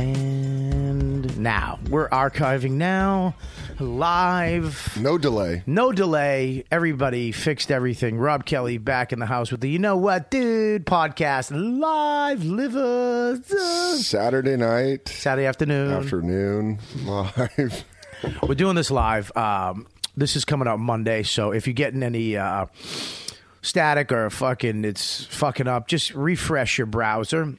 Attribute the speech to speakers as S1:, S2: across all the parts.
S1: And now we're archiving now, live,
S2: No delay.
S1: no delay. Everybody fixed everything. Rob Kelly back in the house with the You Know What, Dude podcast, live, liver,
S2: Saturday night,
S1: Saturday afternoon.
S2: afternoon, live.
S1: We're doing this live. Um, this is coming out Monday, so if you're getting any uh, static or fucking it's fucking up, just refresh your browser.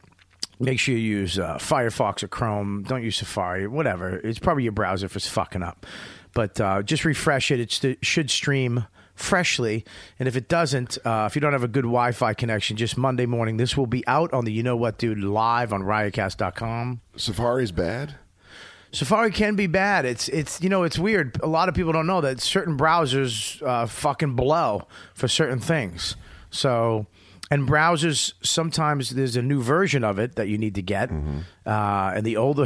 S1: Make sure you use uh, Firefox or Chrome. Don't use Safari, whatever. It's probably your browser if it's fucking up. But uh, just refresh it. It's, it should stream freshly. And if it doesn't, uh, if you don't have a good Wi Fi connection, just Monday morning, this will be out on the You Know What Dude live on riotcast.com.
S2: Safari's bad.
S1: Safari can be bad. It's it's you know it's weird. A lot of people don't know that certain browsers uh, fucking blow for certain things. So, and browsers sometimes there's a new version of it that you need to get, uh, and the older.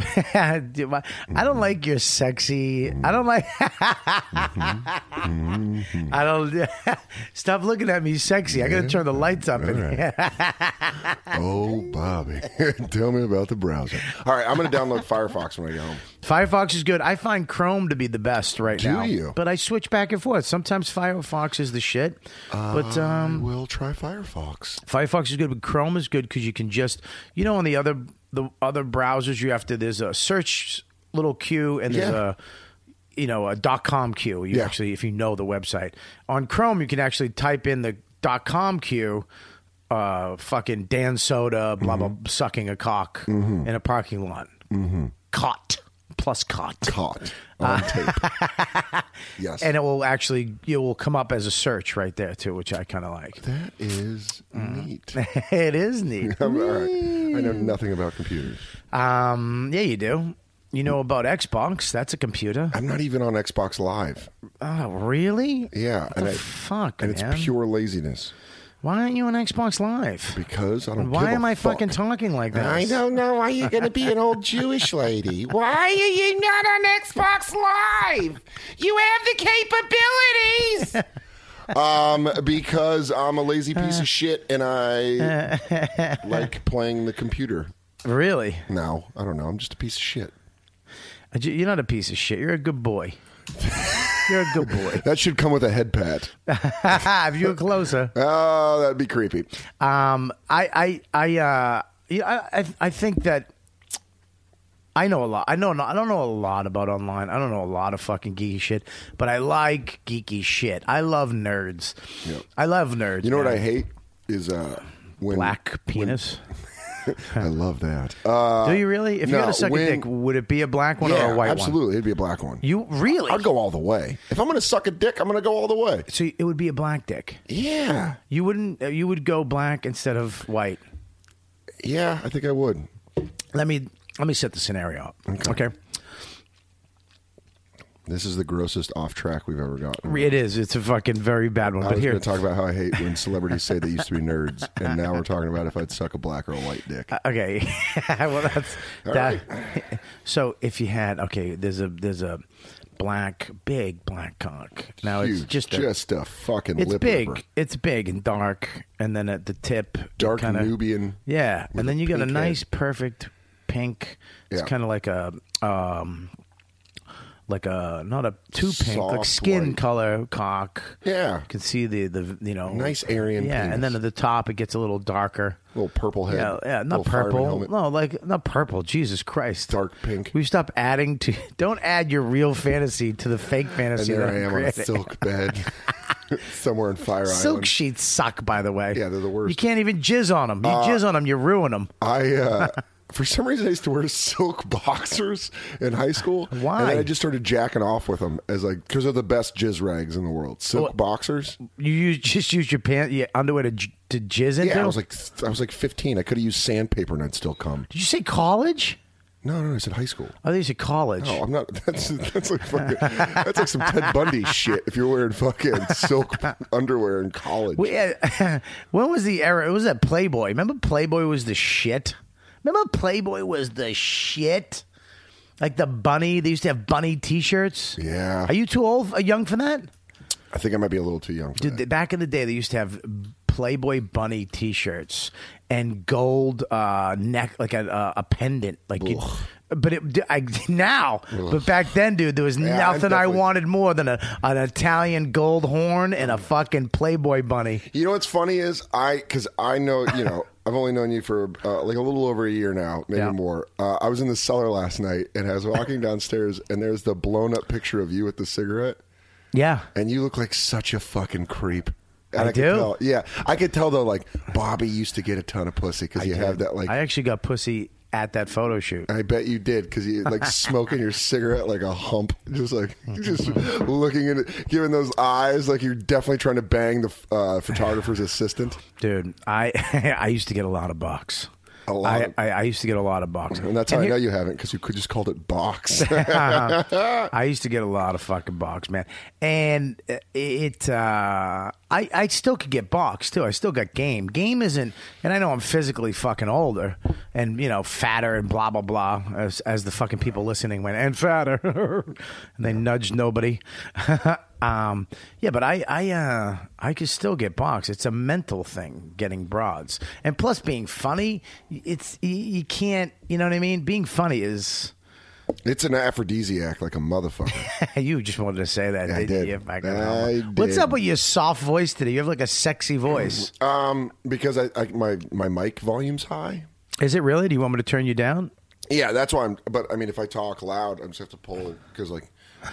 S1: Dude, my- I don't like your sexy. I don't like. I don't. Stop looking at me, sexy. I gotta turn the lights up. in here.
S2: Oh, Bobby, tell me about the browser. All right, I'm going to download Firefox when I get home.
S1: Firefox is good. I find Chrome to be the best right
S2: Do
S1: now.
S2: you?
S1: But I switch back and forth. Sometimes Firefox is the shit, but
S2: we
S1: um,
S2: will try Firefox.
S1: Firefox is good. But Chrome is good because you can just, you know, on the other the other browsers, you have to. There's a search little queue and there's
S2: Yeah.
S1: a you know a dot com queue. You
S2: Yeah.
S1: actually, if you know the website on Chrome, you can actually type in the dot com queue. Uh, fucking Dan Soda, blah
S2: Mm-hmm.
S1: blah, sucking a cock in a parking lot. Mm-hmm. Caught plus caught.
S2: Caught on tape. Yes.
S1: and it will actually it will come up as a search right there too, which I kind of like.
S2: that is neat.
S1: it is neat.
S2: I'm, all right. I know nothing about computers.
S1: Um, yeah, you do. You know about Xbox? That's a computer.
S2: I'm not even on Xbox Live.
S1: Oh, really?
S2: Yeah. And, I,
S1: Fuck,
S2: and it's
S1: man.
S2: pure laziness
S1: Why aren't you on Xbox Live?
S2: because I don't
S1: Why
S2: give a
S1: am I
S2: fuck.
S1: fucking talking like this?
S2: I don't know why you're going to be an old Jewish lady. Why are you not on Xbox Live? You have the capabilities. um, because I'm a lazy piece of shit and I like playing the computer.
S1: Really?
S2: No, I don't know. I'm just a piece of shit.
S1: I ju- You're not a piece of shit. You're a good boy. You're a good boy.
S2: That should come with a head pat.
S1: if you were closer.
S2: Oh, that'd be creepy.
S1: Um, I, I, I, uh, yeah, I, I- I think that I know a lot. I know, I don't know a lot about online. I don't know a lot of fucking geeky shit, but I like geeky shit. I love nerds.
S2: Yep.
S1: I love nerds.
S2: You know what
S1: man.
S2: I hate is uh when
S1: Black penis.
S2: I love that. Uh,
S1: Do you really? If you had
S2: no,
S1: to suck
S2: when-
S1: a dick, would it be a black one
S2: yeah,
S1: or a white
S2: absolutely,
S1: one?
S2: it'd be a black one.
S1: You really?
S2: I'd go all the way. If I'm going to suck a dick, I'm going to go all the way.
S1: So it would be a black dick.
S2: Yeah.
S1: You wouldn't. uh, You would go black instead of white.
S2: Yeah, I think I would.
S1: Let me let me set the scenario up. Okay.
S2: This is the grossest off track we've ever gotten.
S1: It is. It's a fucking very bad one.
S2: I
S1: but
S2: was
S1: here,
S2: going to talk about how I hate when celebrities say they used to be nerds, and now we're talking about if I'd suck a black or a white dick.
S1: Uh, Okay. well, that's
S2: All
S1: that. So if you had okay, there's a there's a black big black cock. Now it's
S2: Huge,
S1: just a,
S2: just a fucking
S1: it's
S2: lip
S1: big.
S2: ripper.
S1: It's big and dark, and then at the tip, you
S2: dark
S1: kinda-
S2: Nubian.
S1: Yeah,
S2: with
S1: and then
S2: a
S1: you got a
S2: pink
S1: nice, perfect pink. It's
S2: Yeah.
S1: kind of like a um, like a not a too pink, like
S2: Soft
S1: skin
S2: white.
S1: color cock.
S2: Yeah,
S1: You can see the the you know
S2: Nice Aryan
S1: Yeah, and then
S2: penis.
S1: at the top it gets a little darker.
S2: little purple head.
S1: Yeah, yeah,
S2: little
S1: not
S2: fireman
S1: purple.
S2: helmet.
S1: No, like not purple. Jesus Christ,
S2: Dark pink.
S1: We stop adding to. Don't add your real fantasy to the fake
S2: and
S1: fantasy.
S2: there
S1: that I'm
S2: I am on a
S1: creating.
S2: silk bed somewhere in Fire
S1: Silk
S2: Island.
S1: sheets suck, by the way.
S2: Yeah, they're the worst. Uh,
S1: You can't even jizz on them. You jizz on them, you ruin them.
S2: I uh, for some reason I used to wear silk boxers in high school.
S1: Why?
S2: And then I just started jacking off with them as like because they're the best jizz rags in the world. Silk
S1: Oh,
S2: boxers.
S1: You use, just use your pant, your underwear to j- to jizz into.
S2: Yeah, I was like I was like 15. I could have used sandpaper and I'd still come.
S1: did you say college?
S2: No, no, I said high school.
S1: Oh, these are college.
S2: No, I'm not. That's that's like fucking, that's like some Ted Bundy shit. If you're wearing fucking silk underwear in college,
S1: We, uh, when was the era? It was that Playboy. Remember Playboy was the shit? Remember Playboy was the shit? Like the bunny. They used to have bunny t shirts.
S2: Yeah.
S1: Are you too old, uh, young for that?
S2: I think I might be a little too young. For
S1: Dude,
S2: that.
S1: th- back in the day, they used to have Playboy bunny t shirts and gold uh, neck, like a, uh, a pendant. Like, you, But it, d- I, now, but back then, dude, there was
S2: Yeah, I
S1: nothing I
S2: definitely-
S1: wanted more than a, an Italian gold horn and a fucking Playboy bunny.
S2: You know what's funny is I because I know you know I've only known you for uh, like a little over a year now, maybe
S1: Yeah.
S2: more. Uh, I was in the cellar last night and I was walking downstairs and there's the blown up picture of you with the cigarette
S1: Yeah.
S2: and you look like such a fucking creep. And
S1: I
S2: could
S1: do?
S2: Tell, yeah, I could tell though. Like Bobby used to get a ton of pussy because you have that like.
S1: I
S2: I,
S1: actually got pussy at that photo shoot.
S2: bet you did because you like smoking your cigarette like a hump, just like just looking at it, giving those eyes like you're definitely trying to bang the uh, photographer's assistant.
S1: Dude, I I used to get a lot of bucks.
S2: A lot
S1: I,
S2: of-
S1: I, I used to get a lot of bucks.
S2: And that's how I know you haven't, because you could just called it box. yeah,
S1: I used to get a lot of fucking box, man. And uh, it, uh, I, I still could get box too. I still got game. Game isn't, and I know I'm physically fucking older and, you know, fatter and blah, blah, blah, as, as the fucking people listening went, and fatter. and they nudged nobody. um, yeah, but I, I, uh, I could still get box. It's a mental thing getting broads. And plus being funny, it's, you, you can't, you know what I mean? Being funny is,
S2: it's an aphrodisiac, like a motherfucker.
S1: you just wanted to say that,
S2: I
S1: didn't
S2: did.
S1: you? fucking
S2: I
S1: homo?
S2: did.
S1: What's up with your soft voice today? You have like a sexy voice.
S2: um, because I, I my my mic volume's high.
S1: Is it really? Do you want me to turn you down?
S2: Yeah, that's why I'm. But I mean, if I talk loud, I just have to pull because like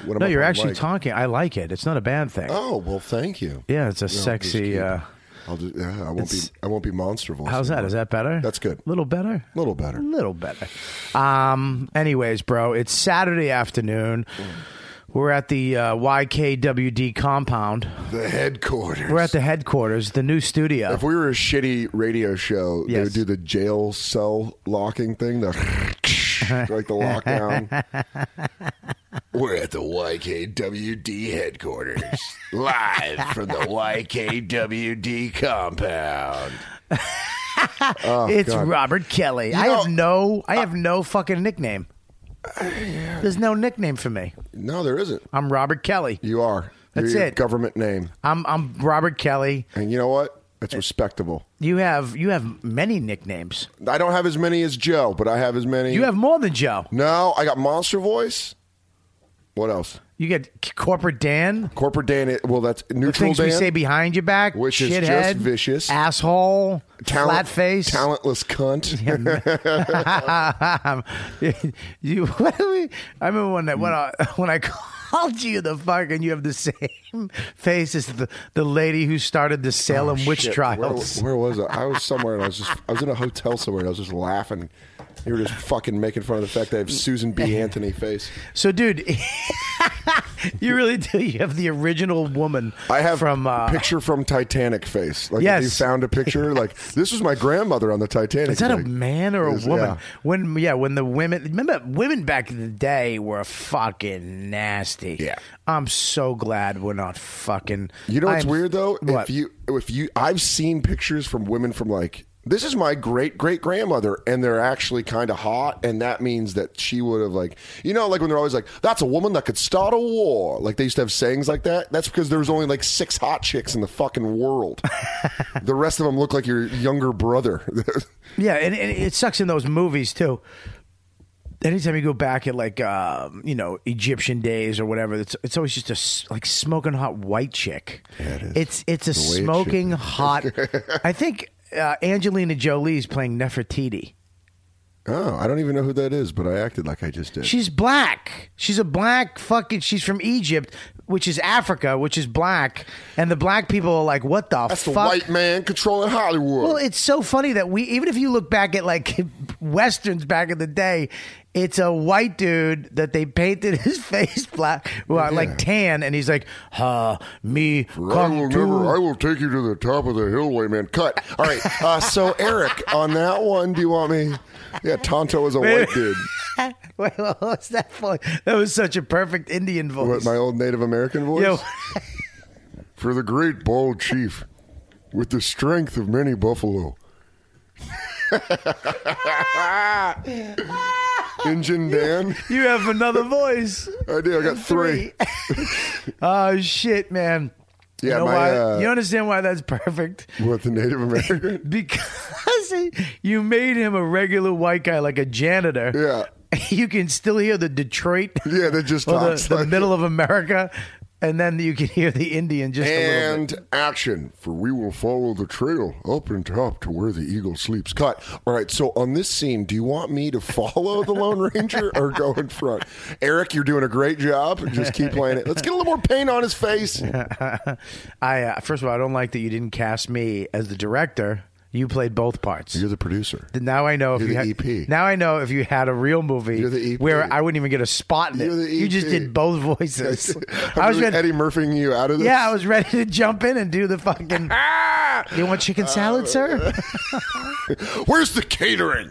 S2: when I'm
S1: No,
S2: up
S1: you're
S2: on
S1: actually
S2: mic-
S1: talking. I like it. It's not a bad thing.
S2: Oh well, thank you.
S1: Yeah, it's a sexy,
S2: just keep-
S1: uh,
S2: I'll just, yeah, I won't be.
S1: it's-
S2: I won't be monster voice.
S1: How's that?
S2: anymore.
S1: Is that better?
S2: That's good.
S1: A little better?
S2: A little better.
S1: A little better. Um, anyways, bro, it's Saturday afternoon.
S2: Mm.
S1: We're at the uh, YKWD compound.
S2: the headquarters?
S1: We're at the headquarters, the new studio.
S2: if we were a shitty radio show, they
S1: Yes.
S2: would do the jail cell locking thing, the like the lockdown. We're at the YKWD headquarters, live from the YKWD compound.
S1: it's
S2: Oh, God.
S1: Robert Kelly. I
S2: know-
S1: have no, I have no fucking nickname. There's no nickname for me.
S2: No, there isn't.
S1: I'm Robert Kelly.
S2: You are.
S1: That's
S2: You're your
S1: it.
S2: Government name,
S1: I'm I'm Robert Kelly.
S2: and you know what?
S1: Eh.
S2: It's respectable.
S1: You have you have many nicknames.
S2: I don't have as many as Joe, but I have as many.
S1: You have more than Joe.
S2: no. I got Monster Voice. What else?
S1: You get corporate Dan.
S2: Corporate Dan. Well, that's neutral
S1: Things
S2: Dan.
S1: we say behind your back,
S2: Which is
S1: shithead,
S2: just vicious.
S1: asshole, flat face.
S2: talentless cunt.
S1: you, what do we, I remember when I, when I when I called you the fucking you have the same face as the, the lady who started the Salem witch
S2: Oh, Shit,
S1: trials.
S2: Where, where was I? I was somewhere, and I was just I was in a hotel somewhere, and I was just laughing. You were just fucking making fun of the fact that I have Susan B. Anthony face.
S1: So, dude, you really do. You have the original woman.
S2: I have
S1: from uh,
S2: picture from Titanic face. Like if
S1: Yes.
S2: you found a picture, like this was my grandmother on the Titanic.
S1: Is that a
S2: Like,
S1: man or a
S2: is-
S1: woman?
S2: yeah.
S1: When yeah, when the women remember women back in the day were fucking nasty.
S2: Yeah.
S1: I'm so glad we're not fucking.
S2: You know what's
S1: I'm-
S2: weird though?
S1: What?
S2: If you if you I've seen pictures from women from like this is my great great grandmother and they're actually kind of hot and that means that she would have like you know like when they're always like that's a woman that could start a war like they used to have sayings like that that's because there was only like six hot chicks in the fucking world the rest of them look like your younger brother
S1: yeah, and, and it sucks in those movies too. Anytime you go back at like um, you know Egyptian days or whatever, it's it's always just a s- like smoking hot white chick.
S2: it is.
S1: It's it's a
S2: The way it should
S1: smoking hot. I think uh, Angelina Jolie's playing Nefertiti.
S2: oh I don't even know who that is but I acted like I just did
S1: She's black. She's a black fucking. She's from Egypt, which is Africa, which is black. And the black people are like, "What the
S2: that's the
S1: fuck?"
S2: white man controlling Hollywood
S1: well, it's so funny that we, even if you look back at like westerns back in the day, it's a white dude that they painted his face black, well, like tan, and he's like, "Ha, me
S2: I will
S1: come
S2: never. I
S1: to."
S2: will take you to the top of the hill, wayman. Cut. All right. Uh, so Eric, on that one, do you want me? Yeah, Tonto was a white dude.
S1: Wait, what was that voice? That was such a perfect Indian
S2: What,
S1: voice.
S2: my old Native American voice?
S1: Yo,
S2: For the great bald chief, with the strength of many buffalo. Engine Dan?
S1: you have another voice.
S2: I do. I got three.
S1: oh shit, man.
S2: Yeah,
S1: you know
S2: my,
S1: why?
S2: uh,
S1: you understand why that's perfect?
S2: What, the Native American?
S1: Because he- you made him a regular white guy, like a janitor.
S2: Yeah.
S1: You can still hear the Detroit
S2: Yeah, that just
S1: or Oh, the,
S2: talks
S1: the
S2: like-
S1: middle of America, and then you can hear the Indian just a little bit.
S2: And action, for we will follow the trail up and top to where the eagle sleeps. Cut. All right, so on this scene, do you want me to follow the Lone Ranger or go in front? Eric, you're doing a great job. Just keep playing it. Let's get a little more paint on his face.
S1: I uh, first of all, I don't like that you didn't cast me as the director. You played both parts.
S2: You're the producer.
S1: now I know if
S2: You're
S1: you
S2: the
S1: had,
S2: EP.
S1: now I know if you had a real movie
S2: You're the EP.
S1: where I wouldn't even get a spot in it.
S2: You're the
S1: You just
S2: EP.
S1: did both voices.
S2: I
S1: I was
S2: really
S1: ready.
S2: Eddie Murphying you out of this. Ah!
S1: Yeah, I was ready to jump in and do the fucking. you want chicken salad, sir?
S2: Uh, Where's the catering?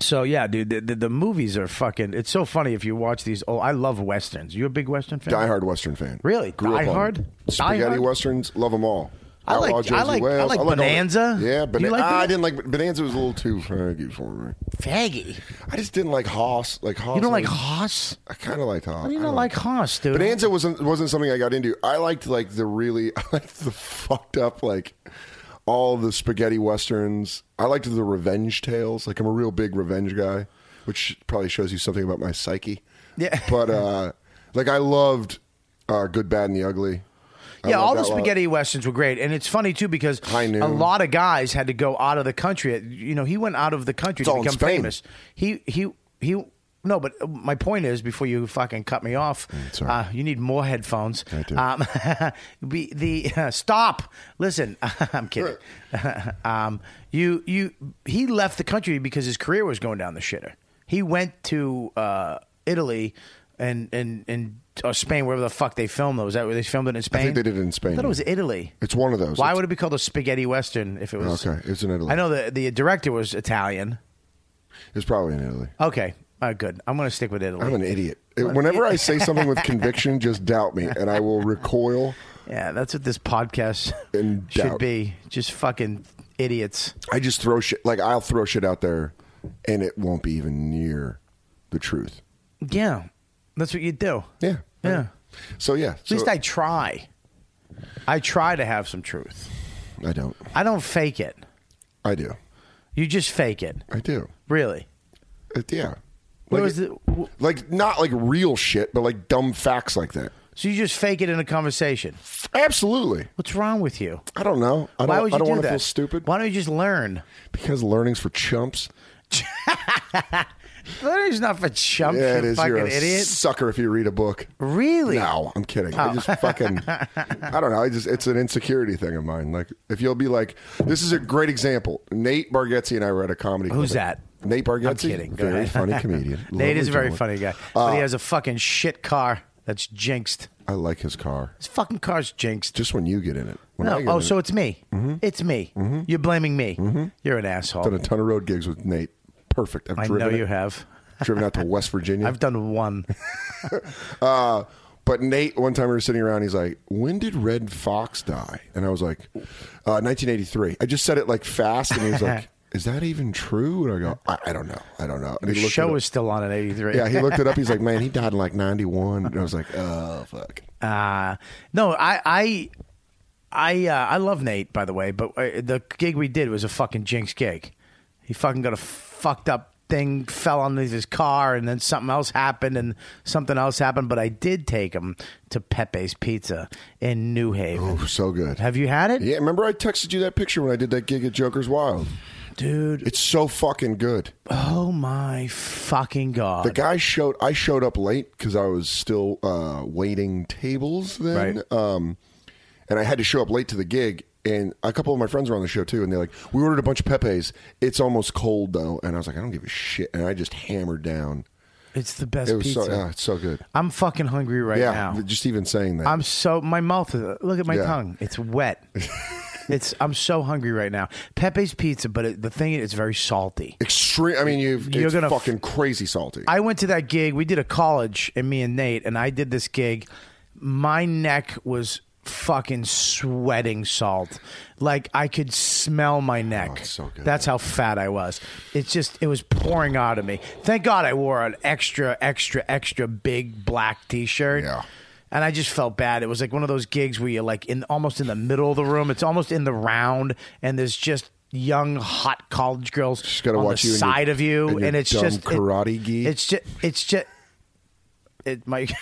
S1: So yeah, dude, the, the, the movies are fucking. It's so funny if you watch these. Oh, I love westerns. You a big western fan?
S2: Die Hard Western fan.
S1: Really?
S2: Grew up
S1: Die
S2: on
S1: Hard?
S2: them.
S1: Die
S2: Spaghetti
S1: Hard?
S2: Westerns, love them all.
S1: I like-
S2: Outlaw
S1: I
S2: Jersey
S1: like- I
S2: Wales.
S1: like
S2: all-
S1: Bonanza.
S2: yeah,
S1: You
S2: bana- Ah,
S1: like
S2: I
S1: that?
S2: didn't like Bonanza. Was a little too faggy for me.
S1: Faggy.
S2: I just didn't like Hoss. Like Hoss.
S1: You don't like
S2: was-
S1: Haas?
S2: I kind of liked Hoss.
S1: How do you
S2: I
S1: not
S2: don't-
S1: like Haas, dude?
S2: Bonanza wasn't wasn't something I got into. I liked like the really I liked the fucked up like all the spaghetti westerns. I liked the revenge tales. Like I'm a real big revenge guy, which probably shows you something about my psyche.
S1: Yeah.
S2: But uh like I loved uh Good, Bad and the Ugly. I
S1: yeah,
S2: loved
S1: all the
S2: that lot.
S1: spaghetti westerns were great, and it's funny too because
S2: High Noon.
S1: a lot of guys had to go out of the country. You know, he went out of the country
S2: It's
S1: to
S2: all in
S1: become
S2: Spain.
S1: famous. He he he. No, but my point is, before you fucking cut me off,
S2: Mm, sorry.
S1: uh, you need more headphones.
S2: I do.
S1: Um, be, the stop. Listen, I'm kidding. um, you you he left the country because his career was going down the shitter. He went to uh, Italy and and and or Spain, wherever the fuck they filmed those. That where they filmed it in Spain.
S2: think they did it in Spain,
S1: I thought it was
S2: yeah.
S1: Italy.
S2: It's one of those.
S1: Why
S2: It's-
S1: would it be called a spaghetti western if it was?
S2: Okay, it's in Italy.
S1: I know the the director was Italian.
S2: It was probably in Italy.
S1: Okay, uh, good. I'm going to stick with Italy.
S2: I'm an idiot. Whenever I say something with conviction, just doubt me, and I will recoil.
S1: yeah, that's what this podcast
S2: In
S1: should
S2: doubt.
S1: be. Just fucking idiots.
S2: I just throw shit like I'll throw shit out there, and it won't be even near the truth.
S1: Yeah, that's what you do.
S2: Yeah,
S1: Yeah.
S2: So yeah,
S1: At least I try. I try to have some truth.
S2: I don't.
S1: I don't fake it.
S2: I do.
S1: You just fake it.
S2: I do.
S1: Really.
S2: It- yeah.
S1: What
S2: Like,
S1: was the, w-
S2: like not like real shit, but like dumb facts like that.
S1: so you just fake it in a conversation.
S2: Absolutely.
S1: What's wrong with you?
S2: I don't know. I don't,
S1: Why would you
S2: I don't
S1: do
S2: want
S1: that?
S2: to feel stupid
S1: Why don't you just learn?
S2: because learning's for chumps.
S1: Learning's not for chumps,
S2: Yeah, it
S1: you
S2: is.
S1: fucking
S2: You're a
S1: idiot.
S2: sucker if you read a book.
S1: really? Oh.
S2: No, I'm kidding. I just fucking, I don't know. I just, it's an insecurity thing of mine. Like, if you'll be like, this is a great example. Nate Bargatze and I were at a comedy.
S1: Who's
S2: club.
S1: that?
S2: Nate Bargatze.
S1: I'm kidding. Go
S2: Very
S1: ahead.
S2: funny comedian.
S1: Nate is a very
S2: Lovely
S1: funny guy.
S2: gentleman.
S1: but he has a fucking shit car that's jinxed.
S2: I like his car.
S1: His fucking car's jinxed.
S2: Just when you get in it. When I
S1: No.
S2: get
S1: Oh,
S2: in
S1: so
S2: it,
S1: it's me.
S2: Mm-hmm.
S1: It's me. You're blaming me. You're an asshole.
S2: I've done Mm-hmm. a ton of road gigs with Nate. Perfect. I've
S1: I know
S2: driven it-
S1: you have.
S2: driven out to West Virginia.
S1: I've done one.
S2: Uh, but Nate, one time we were sitting around, he's like, "When did Red Fox die?" And I was like, uh, "1983." I just said it like fast, and he was like, "Is that even true?" And I go, "I, I don't know. I don't know." And
S1: The
S2: he looked
S1: show
S2: it
S1: is
S2: up.
S1: still on at 83.
S2: yeah. He looked it up. He's like, "Man, he died in like '91." And I was like, "Oh fuck."
S1: Uh, no, I, I, I, uh, I love Nate, by the way, but uh, the gig we did was a fucking jinx gig. He fucking got a fucked up thing, fell underneath his car, and then something else happened, and something else happened. But I did take him to Pepe's Pizza in New Haven.
S2: Oh, so good.
S1: Have you had it,
S2: Yeah. Remember, I texted you that picture when I did that gig at Joker's Wild.
S1: dude?
S2: It's so fucking good.
S1: Oh my fucking god!
S2: The guy showed. I showed up late because I was still uh, waiting tables then,
S1: Right.
S2: um, and I had to show up late to the gig. And a couple of my friends were on the show too, and they're like, "We ordered a bunch of pepes. It's almost cold though." And I was like, "I don't give a shit." And I just hammered down.
S1: it's the best
S2: It was
S1: pizza.
S2: so yeah, it's so good.
S1: I'm fucking hungry right
S2: yeah,
S1: now.
S2: just even saying that.
S1: I'm so my mouth. Is, look at my
S2: Yeah.
S1: tongue. It's wet. It's I'm so hungry right now. Pepe's Pizza, but it, the thing is, it's very salty.
S2: Extreme. I mean, you've,
S1: You're
S2: it's
S1: gonna f-
S2: fucking crazy salty.
S1: I went to that gig. We did a college, and me and Nate, and I did this gig. My neck was fucking sweating salt. Like I could smell my neck.
S2: Oh, it's so good.
S1: That's how fat I was. It's just it was pouring out of me. Thank God I wore an extra, extra, extra big black T-shirt.
S2: Yeah.
S1: And I just felt bad. It was like one of those gigs where you're like in almost in the middle of the room. It's almost in the round, and there's just young hot college girls
S2: Just gotta
S1: on
S2: watch
S1: the
S2: you and your-
S1: side of you,
S2: and
S1: and,
S2: your
S1: it's
S2: dumb
S1: just it-
S2: karate gi.
S1: It's just it's just it. My, do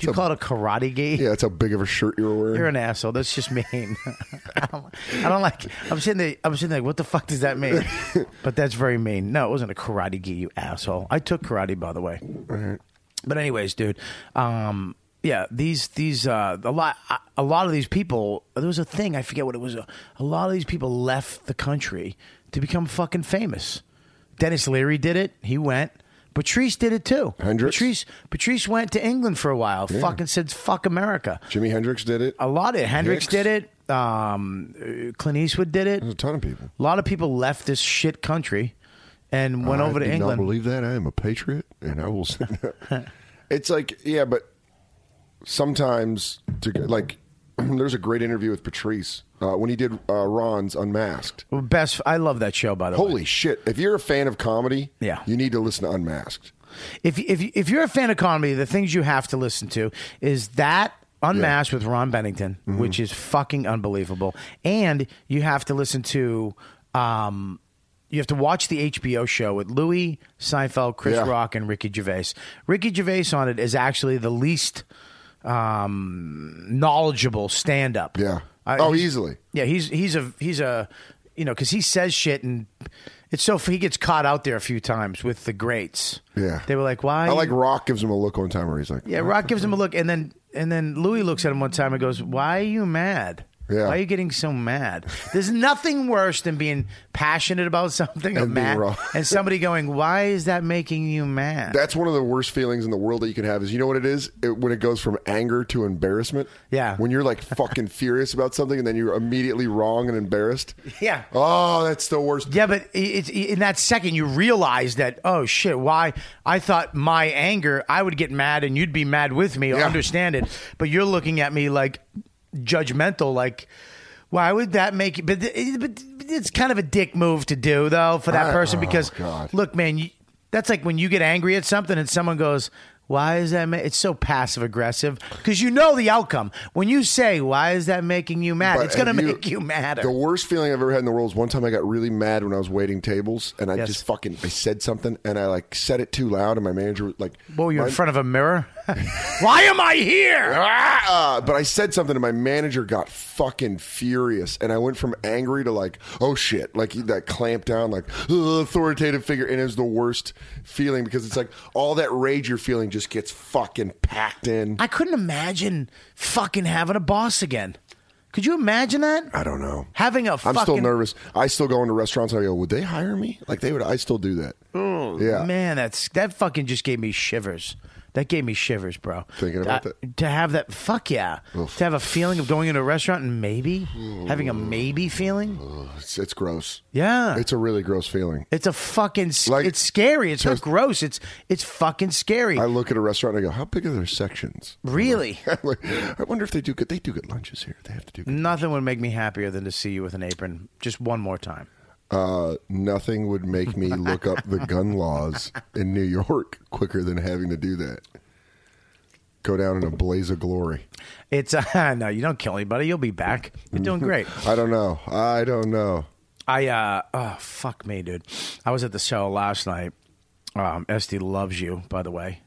S1: you call it a karate gi?
S2: yeah, that's how big of a shirt you were wearing.
S1: You're an asshole. That's just mean. I don't- I don't like. I'm sitting there. I'm sitting there. What the fuck does that mean? but that's very mean. No, it wasn't a karate gi, you asshole. I took karate, by the way. But anyways, dude. Um, yeah, these these uh, a lot a lot of these people. There was a thing I forget what it was. A, a lot of these people left the country to become fucking famous. Dennis Leary did it. He went. Patrice did it too.
S2: Hendrix?
S1: Patrice Patrice went to England for a while. Fucking said fuck America
S2: Jimi Hendrix did it.
S1: a lot of Hendrix
S2: Hicks.
S1: did it. Um, uh, Clint Eastwood did it.
S2: There's a ton of people.
S1: A lot of people left this shit country and went over
S2: I
S1: to
S2: do
S1: England.
S2: Not believe that I am a patriot, and I will. say that. it's like yeah, but sometimes to go- like there's a great interview with Patrice uh, when he did uh, Ron's Unmasked.
S1: Best, I love that show. By the way,
S2: Holy shit! If you're a fan of comedy,
S1: Yeah.
S2: you need to listen to Unmasked.
S1: if if if you're a fan of comedy, the things you have to listen to is that Unmasked with Ron Bennington,
S2: Mm-hmm.
S1: which is fucking unbelievable, and you have to listen to. Um, you have to watch the HBO show with Louis Seinfeld, Chris
S2: Yeah.
S1: Rock, and Ricky Gervais. Ricky Gervais on it is actually the least um, knowledgeable stand-up. Uh,
S2: Yeah.
S1: I-
S2: oh,
S1: he's-
S2: easily.
S1: yeah, he's he's a he's a you know because he says shit and it's so he gets caught out there a few times with the greats.
S2: Yeah.
S1: they were like, why?
S2: I like Rock gives him a look one time where he's like,
S1: Yeah, Rock gives him a look, and then and then Louis looks at him one time and goes, "Why are you mad?
S2: Yeah.
S1: Why are you getting so mad? There's nothing worse than being passionate about something or
S2: And being
S1: mad,
S2: wrong.
S1: and somebody going, "Why is that making you mad?
S2: That's one of the worst feelings in the world that you can have. Is you know what it is it, when it goes from anger to embarrassment.
S1: Yeah.
S2: when you're like fucking furious about something and then you're immediately wrong and embarrassed.
S1: Yeah.
S2: Oh, that's the worst.
S1: Yeah, but i- it's i- in that second you realize that oh shit, why I thought my anger I would get mad and you'd be mad with me. I
S2: Yeah.
S1: understand it, but you're looking at me like judgmental, like why would that make you? But, th- but it's kind of a dick move to do though for that
S2: I-
S1: person
S2: oh,
S1: because
S2: God.
S1: look, man, you, that's like when you get angry at something and someone goes. Why is that? Ma-? It's so passive aggressive because you know the outcome. When you say, "Why is that making you mad?"
S2: But
S1: it's going to
S2: have
S1: make you madder.
S2: The worst feeling I've ever had in the world is one time I got really mad when I was waiting tables and I
S1: Yes.
S2: just fucking I said something and I like said it too loud and my manager was like,
S1: What were you in
S2: my-
S1: front of a mirror? Why am I here?
S2: Ah! Uh, but I said something and my manager got fucking furious and I went from angry to like, oh shit, like that clamp down, like "Ugh," authoritative figure. And it was the worst feeling because it's like all that rage you're feeling just gets fucking packed in.
S1: I couldn't imagine fucking having a boss again. Could you imagine that?
S2: I don't know.
S1: Having a
S2: I'm
S1: fucking
S2: still nervous. I still go into restaurants and I go, would they hire me? Like they would, I still do that.
S1: Oh,
S2: yeah.
S1: man, that's that fucking just gave me shivers. That gave me shivers, bro.
S2: Thinking about
S1: Uh,
S2: that.
S1: to have that fuck yeah.
S2: Oof.
S1: To have a feeling of going into a restaurant and maybe having a maybe feeling.
S2: It's, it's gross.
S1: Yeah.
S2: It's a really gross feeling.
S1: It's a fucking s-
S2: Like-
S1: it's scary. It's not gross. It's it's fucking scary.
S2: I look at a restaurant and I go, how big are their sections?
S1: really.
S2: Like, I wonder if they do good. They do good lunches here. They have to do good.
S1: Nothing would make me happier than to see you with an apron just one more time.
S2: Uh, nothing would make me look up the gun laws in New York quicker than having to do that. Go down in a blaze of glory.
S1: It's uh, no, you don't kill anybody. You'll be back. You're doing great.
S2: I don't know. I don't know.
S1: I uh, oh fuck me, dude. I was at the show last night. Um, Esty loves you, by the way.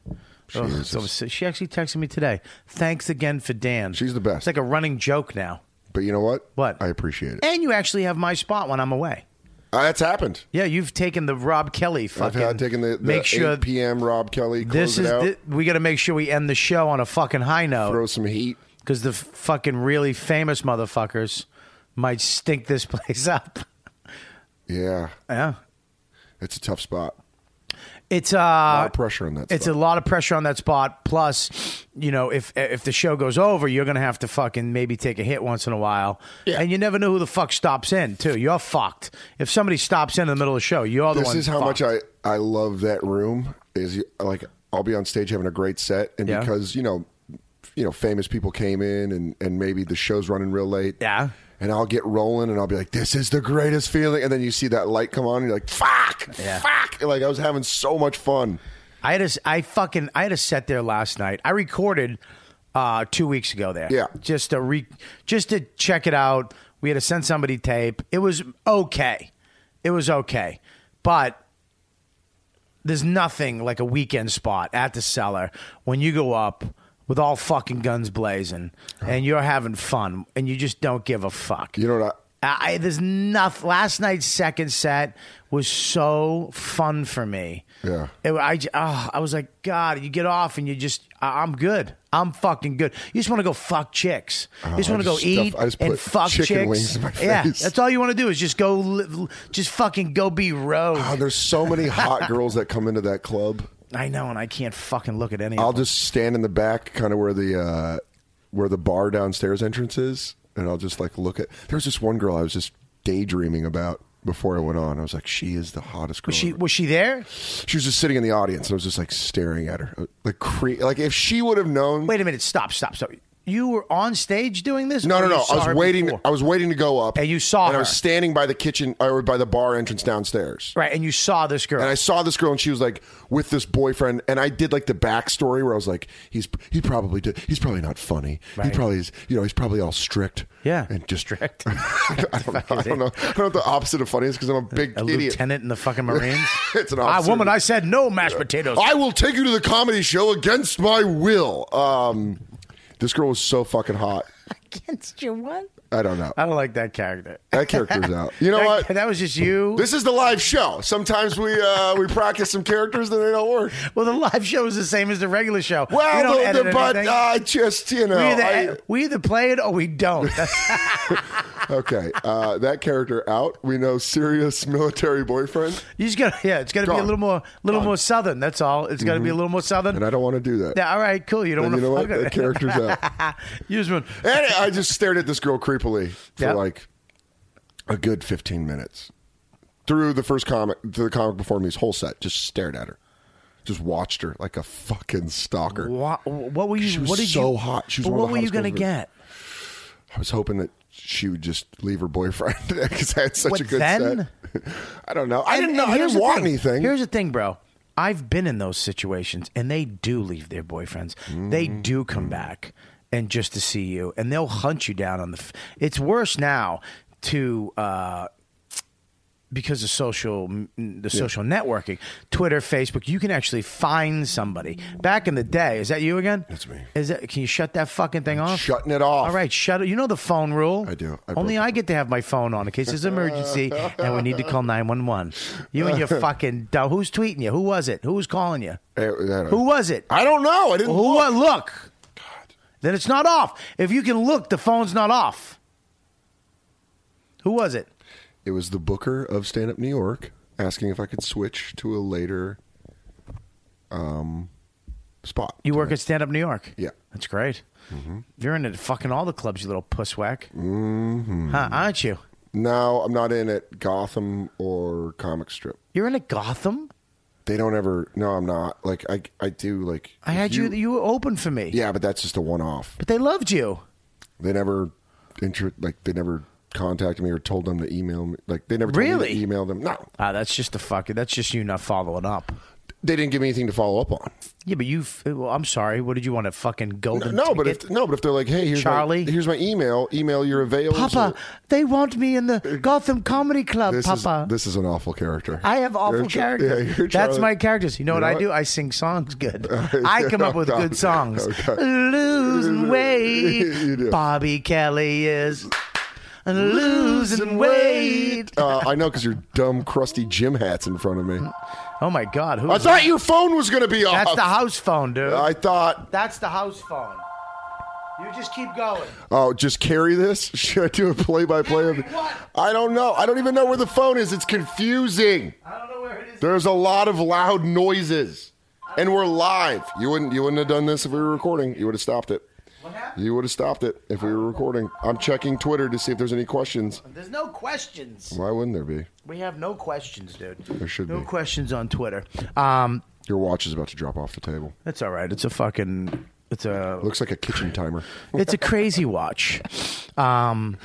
S1: Oh, so she actually texted me today. Thanks again for Dan.
S2: She's the best.
S1: It's like a running joke now.
S2: But you know what?
S1: What? Eh.
S2: I appreciate it.
S1: And you actually have my spot when I'm away.
S2: Uh, that's happened.
S1: Yeah, you've taken the Rob Kelly
S2: I've
S1: fucking.
S2: had taken the, the
S1: make sure
S2: 8 p.m. Rob Kelly. Close
S1: this
S2: it
S1: is
S2: out.
S1: thi- we got to make sure we end the show on a fucking high note
S2: throw some heat.
S1: because the f- fucking really famous motherfuckers might stink this place up.
S2: Yeah,
S1: Yeah.
S2: it's a tough spot.
S1: It's uh, a lot
S2: of pressure on that
S1: It's
S2: spot.
S1: a lot of pressure on that spot. Plus, you know, if if the show goes over, you're gonna have to fucking maybe take a hit once in a while,
S2: Yeah.
S1: and you never know who the fuck stops in too. You're fucked if somebody stops in in the middle of the show. You're the
S2: This
S1: one.
S2: is how
S1: fucked.
S2: much I I love that room. Is you- like I'll be on stage having a great set, and
S1: Yeah.
S2: because you know, you know, famous people came in, and and maybe the show's running real late.
S1: Yeah.
S2: And I'll get rolling, and I'll be like, "This is the greatest feeling." And then you see that light come on, and you're like, "Fuck, fuck!" Like I was having so much fun.
S1: I had a s- I fucking I had a set there last night. I recorded uh, two weeks ago there.
S2: Yeah.
S1: just to re just to check it out. We had to send somebody tape. It was okay. It was okay, but there's nothing like a weekend spot at the cellar when you go up with all fucking guns blazing and you're having fun and you just don't give a fuck.
S2: You know what? I,
S1: I, there's nothing. Last night's second set was so fun for me.
S2: Yeah.
S1: It, I, j- ah, I was like, God, you get off and you just, I, I'm good. I'm fucking good. You just want to go fuck chicks. you just
S2: Uh, I
S1: want to go
S2: just
S1: eat
S2: stuff- I just
S1: and
S2: put
S1: fuck
S2: chicken
S1: chicks.
S2: wings in my
S1: Yeah,
S2: face.
S1: that's all you want to do is just go, li- just fucking go be rogue.
S2: oh, there's so many hot girls that come into that club.
S1: I know, and I can't fucking look at any.
S2: I'll
S1: of them.
S2: just stand in the back, kind of where the uh, where the bar downstairs entrance is, and I'll just like look at. There was this one girl I was just daydreaming about before I went on. I was like, she is the hottest girl.
S1: was she
S2: ever.
S1: was she there?
S2: She was just sitting in the audience, and I was just like staring at her, like cre- like if she would have known.
S1: Wait a minute, stop, stop, stop. You were on stage doing this?
S2: no,
S1: or
S2: no,
S1: you
S2: no.
S1: saw
S2: I
S1: her
S2: was waiting.
S1: before?
S2: I was waiting to go up,
S1: And you saw
S2: and
S1: her.
S2: I was standing by the kitchen or by the bar entrance downstairs.
S1: right, and you saw this girl.
S2: And I saw this girl, and she was like with this boyfriend, and I did like the backstory where I was like, he's he probably did, he's probably not funny.
S1: Right.
S2: He probably is, you know, he's probably all strict.
S1: Yeah.
S2: and just
S1: Strict.
S2: I don't, know, I
S1: is it?
S2: don't know. I don't know what the opposite of funny is because I'm a big
S1: a
S2: idiot.
S1: lieutenant in the fucking Marines.
S2: It's an
S1: ah,
S2: officer.
S1: woman. I said no mashed potatoes.
S2: I will take you to the comedy show against my will. Um, this girl was so fucking hot.
S1: Against your what?
S2: I don't know.
S1: I don't like that character.
S2: That character's out. You know
S1: that,
S2: what?
S1: That was just you.
S2: This is the live show. Sometimes we uh, we practice some characters and they don't work.
S1: well, the live show is the same as the regular show. we
S2: Well,
S1: don't
S2: the-
S1: edit
S2: the- but
S1: anything.
S2: I just you know.
S1: we, either,
S2: I-
S1: we either play it or we don't. That's-
S2: Okay, uh, that character out. We know serious military boyfriend,
S1: you just gotta, yeah, it's got to be a
S2: Gone.
S1: little more, little more southern. That's all. It's got to be a little more southern.
S2: Mm-hmm. and I don't want to do that.
S1: yeah, all right, cool. You don't want
S2: And you
S1: to
S2: know
S1: fuck ah,
S2: what? That
S1: it.
S2: character's out.
S1: Use one.
S2: And I just stared at this girl creepily for
S1: Yep.
S2: like a good fifteen minutes through the first comic, through the comic before me's whole set. Just stared at her, just watched her like a fucking stalker.
S1: What, what were you?
S2: She was
S1: what did
S2: so
S1: you,
S2: hot. She was
S1: but
S2: one
S1: what
S2: of the
S1: were you
S2: hottest
S1: gonna
S2: girls
S1: get?
S2: I was hoping that she would just leave her boyfriend because I had such
S1: What
S2: a good
S1: then?
S2: set. I don't know. I
S1: And-
S2: didn't know.
S1: and
S2: I
S1: here's
S2: didn't
S1: the
S2: want
S1: thing.
S2: anything.
S1: Here's the thing, bro. I've been in those situations, and they do leave their boyfriends. They
S2: Mm.
S1: do come back, and just to see you, and they'll hunt you down on the. F- it's worse now to. Uh, because of social the social networking, Twitter, Facebook, you can actually find somebody. Back in the day, is that you again?
S2: That's me.
S1: Is that? Can you shut that fucking thing off?
S2: shutting it off.
S1: All right, shut it. You know the phone rule.
S2: I do. I
S1: Only
S2: broke
S1: I get to have my phone on in case there's an emergency and we need to call 911. You and your fucking dumb. Who's tweeting you? Who was it? Who was calling you?
S2: Eh, I don't-
S1: Who was it?
S2: I don't know. I didn't.
S1: Who wa- Look. Then it's not off. If you can look, the phone's not off. Who was it?
S2: It was the booker of Stand Up New York asking if I could switch to a later um, spot.
S1: You work at Stand Up New York.
S2: Yeah. Mm-hmm.
S1: That's great. You're in it fucking all the clubs, you little pusswack. Mm-hmm. Huh, aren't you?
S2: No, I'm not in at Gotham or Comic Strip.
S1: You're in a Gotham?
S2: They don't ever. No, I'm not. Like I, I do like.
S1: I had you, you were open for me.
S2: Yeah, but that's just a one-off.
S1: But they loved you.
S2: They never, inter, like they never contacted me or told them to email me. Like they never told
S1: Really?
S2: me to email them. No,
S1: Ah, that's just a fucking. That's just you not following up.
S2: they didn't give me anything to follow up on.
S1: Yeah, but you. f- Well, I'm sorry. What did you want a fucking golden?
S2: No, but
S1: ticket?
S2: if no, but if they're like, hey, here's
S1: Charlie?
S2: my, here's my email. Email your avails.
S1: Papa,
S2: or-
S1: they want me in the Gotham Comedy Club,
S2: This
S1: Papa.
S2: is this is an awful character.
S1: I have awful
S2: You're Ch-
S1: characters.
S2: yeah, you're
S1: That's
S2: Charlie.
S1: my characters. You know what
S2: know
S1: I
S2: what?
S1: do? I sing songs good. I come up with
S2: Okay.
S1: good songs.
S2: Okay.
S1: Losing
S2: You
S1: weight.
S2: do.
S1: Bobby Kelly is losing weight.
S2: Uh, I know because your dumb, crusty gym hat's in front of me.
S1: Oh my God, who?
S2: I
S1: is that?
S2: thought your phone was going to be
S1: That's
S2: off.
S1: the house phone, dude.
S2: I thought,
S1: That's the house phone. You just keep going.
S2: oh, just carry this. Should I do a play-by-play of it?
S1: Carry what?
S2: I don't know. I don't even know where the phone is. It's confusing.
S1: I don't know where it is.
S2: There's a lot of loud noises, and we're live. You wouldn't you wouldn't have done this if we were recording. You would have stopped it. You would have stopped it if we were recording. I'm checking Twitter to see if there's any questions.
S1: There's no questions.
S2: Why wouldn't there be?
S1: We have no questions, dude.
S2: There should
S1: no
S2: be.
S1: questions on Twitter. Um,
S2: Your watch is about to drop off the table.
S1: that's all right. It's a fucking. It's a.
S2: Looks like a kitchen timer.
S1: It's a crazy watch. Um,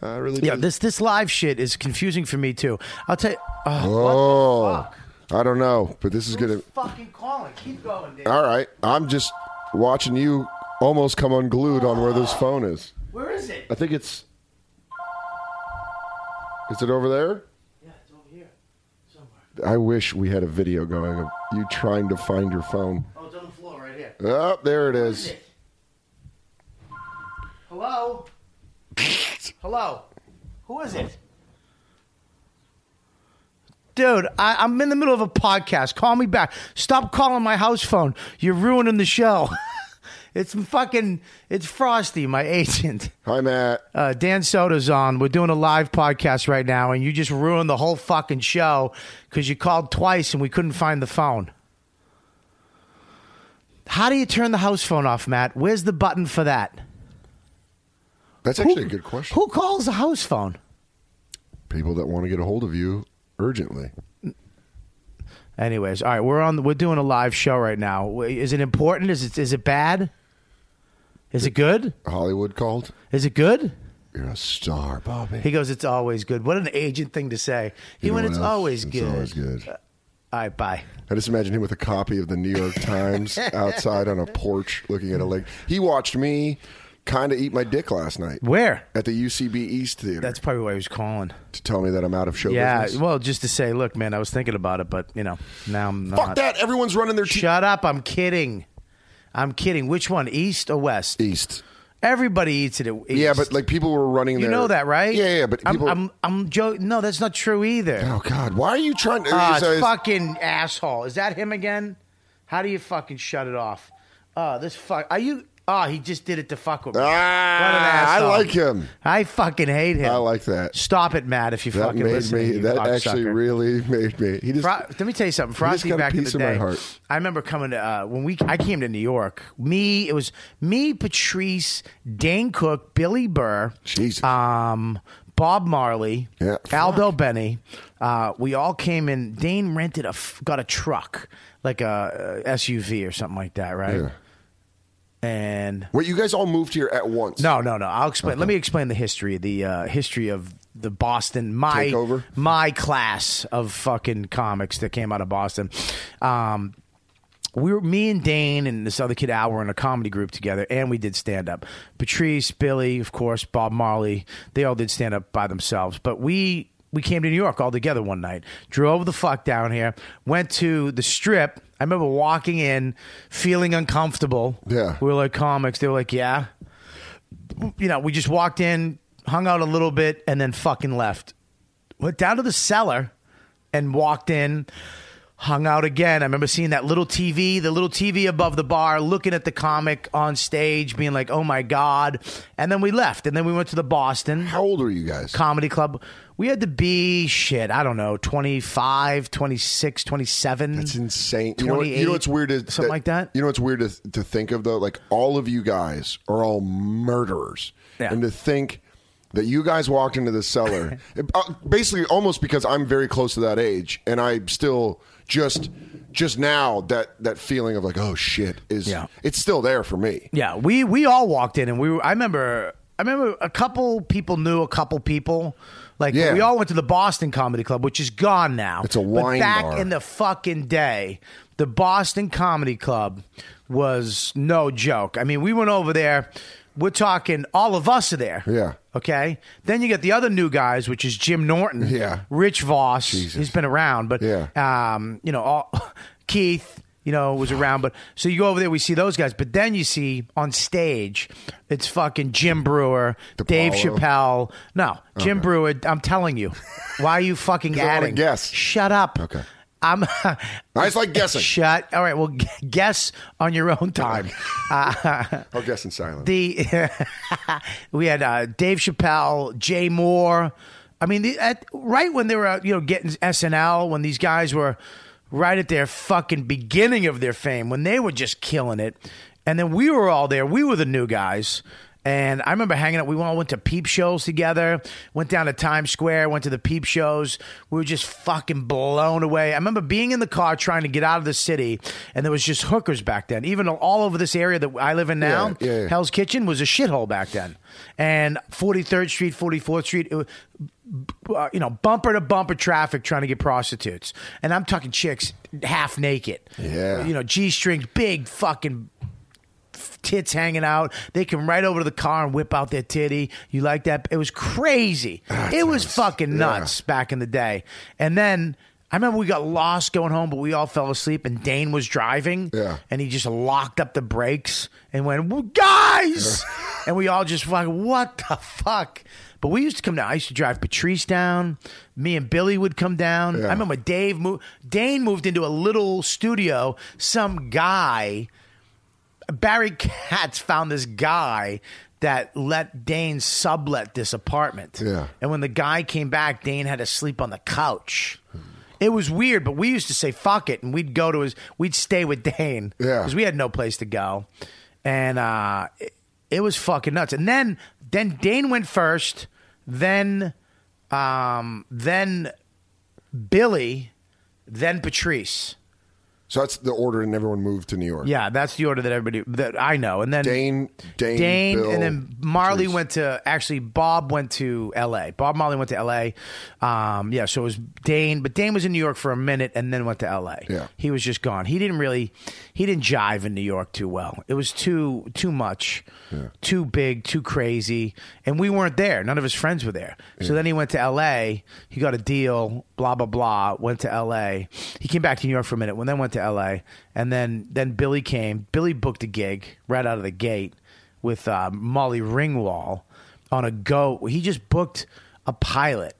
S2: I really
S1: yeah,
S2: do.
S1: this this live shit is confusing for me too. I'll tell you. Oh,
S2: oh, I don't know, but this is gonna.
S1: fucking calling. Keep going, dude.
S2: All right, I'm just watching you almost come unglued on where this phone is.
S1: Where is it?
S2: I think it's. Is it over there?
S1: Yeah, it's over here. Somewhere.
S2: I wish we had a video going of you trying to find your phone.
S1: Oh, it's on the floor right here.
S2: Oh, there it is.
S1: Hello? Hello? Who is it? Dude, I, I'm in the middle of a podcast. Call me back. Stop calling my house phone. You're ruining the show. it's fucking, it's Frosty, my agent.
S2: Hi, Matt.
S1: Uh, Dan Soda's on. We're doing a live podcast right now, and you just ruined the whole fucking show because you called twice and we couldn't find the phone. How do you turn the house phone off, Matt? Where's the button for that?
S2: That's actually a good question.
S1: Who calls the house phone?
S2: People that want to get a hold of you urgently.
S1: Anyways, all right, we're on. We're doing a live show right now. W- Is it important? Is it is it bad? Is it good?
S2: Hollywood called.
S1: Is it good?
S2: You're a star, Bobby.
S1: He goes, "It's always good." What an agent thing to say. He
S2: You know
S1: went,
S2: what
S1: "It's
S2: else?
S1: always
S2: It's
S1: good."
S2: always good.
S1: All right, bye.
S2: I just imagine him with a copy of the New York Times outside on a porch looking at a lake. He watched me kind of eat my dick last night
S1: Where?
S2: at the UCB East Theater
S1: That's probably why he was calling.
S2: to tell me that I'm out of show
S1: Yeah,
S2: business.
S1: well, just to say, look, man, I was thinking about it, but you know, now I'm
S2: Fuck
S1: not.
S2: that. Everyone's running their t-
S1: Shut up! I'm kidding. I'm kidding. Which one, east or west?
S2: East.
S1: Everybody eats it. At east.
S2: Yeah, but like people were running
S1: you
S2: their-
S1: know that, right?
S2: Yeah, yeah, but
S1: I'm,
S2: people.
S1: I'm, I'm joking. No, that's not true either.
S2: oh, God. Why are you trying to.
S1: Ah,
S2: it's- it's-
S1: fucking asshole. Is that him again? How do you fucking shut it off? Uh, this fuck. Are you? Ah, he just did it to fuck with me. What an
S2: ah, I
S1: asshole.
S2: like him.
S1: I fucking hate him.
S2: I like that.
S1: Stop it, Matt. If you
S2: That
S1: fucking
S2: made
S1: listen,
S2: me. That actually really made me. He just.
S1: Fro- let me tell you something. Frosty
S2: got a
S1: back in
S2: piece
S1: the
S2: of my
S1: day.
S2: heart.
S1: I remember coming to uh, when we I came to New York. Me, it was me, Patrice, Dane Cook, Billy Burr,
S2: Jesus.
S1: um, Bob Marley,
S2: Yeah.
S1: Aldo Benny. Uh, we all came in. Dane rented a f- got a truck like a uh, SUV or something like that, right?
S2: Yeah.
S1: And
S2: Wait, you guys all moved here at once?
S1: no, no, no. I'll explain. Let me explain the history, the uh, history of the Boston my
S2: Takeover?
S1: my class of fucking comics that came out of Boston. Um, we were me and Dane and this other kid Al were in a comedy group together, and we did stand up. Patrice, Billy, of course, Bob Marley, they all did stand up by themselves. But we we came to New York all together one night, drove the fuck down here, went to the Strip. I remember walking in, feeling uncomfortable.
S2: Yeah.
S1: we were like comics. They were like, yeah you know, we just walked in, hung out a little bit, and then fucking left. Went down to the cellar and walked in, hung out again. I remember seeing that little TV, the little TV above the bar, looking at the comic on stage, being like, oh my God. And then we left. And then we went to the Boston
S2: How old were you guys?
S1: comedy club. We had to be shit, I don't know, 25, 26, 27.
S2: It's insane. You know, what, you
S1: 28,
S2: know what's weird is
S1: something like that?
S2: You know what's weird to, to think of though, like all of you guys are all murderers,
S1: Yeah.
S2: and to think that you guys walked into the cellar, uh, basically almost because I'm very close to that age, and I still just just now that that feeling of like oh shit is
S1: Yeah.
S2: it's still there for me.
S1: Yeah, we we all walked in and we were. I remember. I remember a couple people knew a couple people. Like
S2: Yeah.
S1: we all went to the Boston Comedy Club, which is gone now.
S2: It's a
S1: But
S2: wine
S1: back
S2: bar.
S1: in the fucking day, the Boston Comedy Club was no joke. I mean, we went over there. We're talking all of us are there.
S2: Yeah.
S1: Okay. Then you get the other new guys, which is Jim Norton.
S2: Yeah.
S1: Rich Voss. He's been around, but
S2: Yeah.
S1: um, you know, all, Keith, you know, was around. But so you go over there, we see those guys. But then you see on stage, it's fucking Jim Brewer, Dave Chappelle. No, Jim Brewer. I'm telling you, why are you fucking
S2: I wanna
S1: adding?
S2: guess.
S1: Shut up.
S2: Okay.
S1: I'm.
S2: I just like guessing.
S1: Shut. All right. Well, g- guess on your own time.
S2: I'll Oh, guess in silence.
S1: the we had uh, Dave Chappelle, Jay Moore, I mean, the, at, right when they were out, you know getting SNL, when these guys were right at their fucking beginning of their fame, when they were just killing it, and then we were all there. We were the new guys. And I remember hanging out. We all went to peep shows together. Went down to Times Square. Went to the peep shows. We were just fucking blown away. I remember being in the car trying to get out of the city, and there was just hookers back then. Even all over this area that I live in now,
S2: Yeah, yeah, yeah.
S1: Hell's Kitchen was a shithole back then. And 43rd Street, 44th Street, it, wa- b- uh, you know, bumper to bumper traffic trying to get prostitutes. And I'm talking chicks half naked.
S2: Yeah.
S1: You know, G strings, big fucking tits hanging out. They come right over to the car and whip out their titty. You like that? It was crazy. it was fucking nuts back in the day. And then I remember we got lost going home, but we all fell asleep and Dane was driving.
S2: Yeah.
S1: And he just locked up the brakes and went, "Well, guys! and we all just fucking, what the fuck? But we used to come down. I used to drive Patrice down. Me and Billy would come down. I remember Dave moved. Dane moved into a little studio. Some guy Barry Katz found this guy that let Dane sublet this apartment.
S2: Yeah.
S1: And when the guy came back, Dane had to sleep on the couch. It was weird, but we used to say fuck it and we'd go to his we'd stay with Dane.
S2: Yeah.
S1: Because we had no place to go. And uh it, it was fucking nuts. And then then Dane went first, then um then Billy, then Patrice.
S2: So that's the order, and everyone moved to New York.
S1: Yeah, that's the order that everybody that I know. And then
S2: Dane, Dane,
S1: Dane,
S2: Bill,
S1: and then Marley
S2: Patrice.
S1: went to actually Bob went to L.A. Bob Marley went to L.A. Um, yeah, so it was Dane, but Dane was in New York for a minute and then went to L.A.
S2: Yeah.
S1: he was just gone. He didn't really he didn't jive in New York too well. It was too too much, too big, too crazy, and we weren't there. None of his friends were there. So then he went to L.A. He got a deal. Blah blah blah. Went to L.A. He came back to New York for a minute. When then went to L.A. and then then Billy came. Billy booked a gig right out of the gate with uh, Molly Ringwall on a go. He just booked a pilot.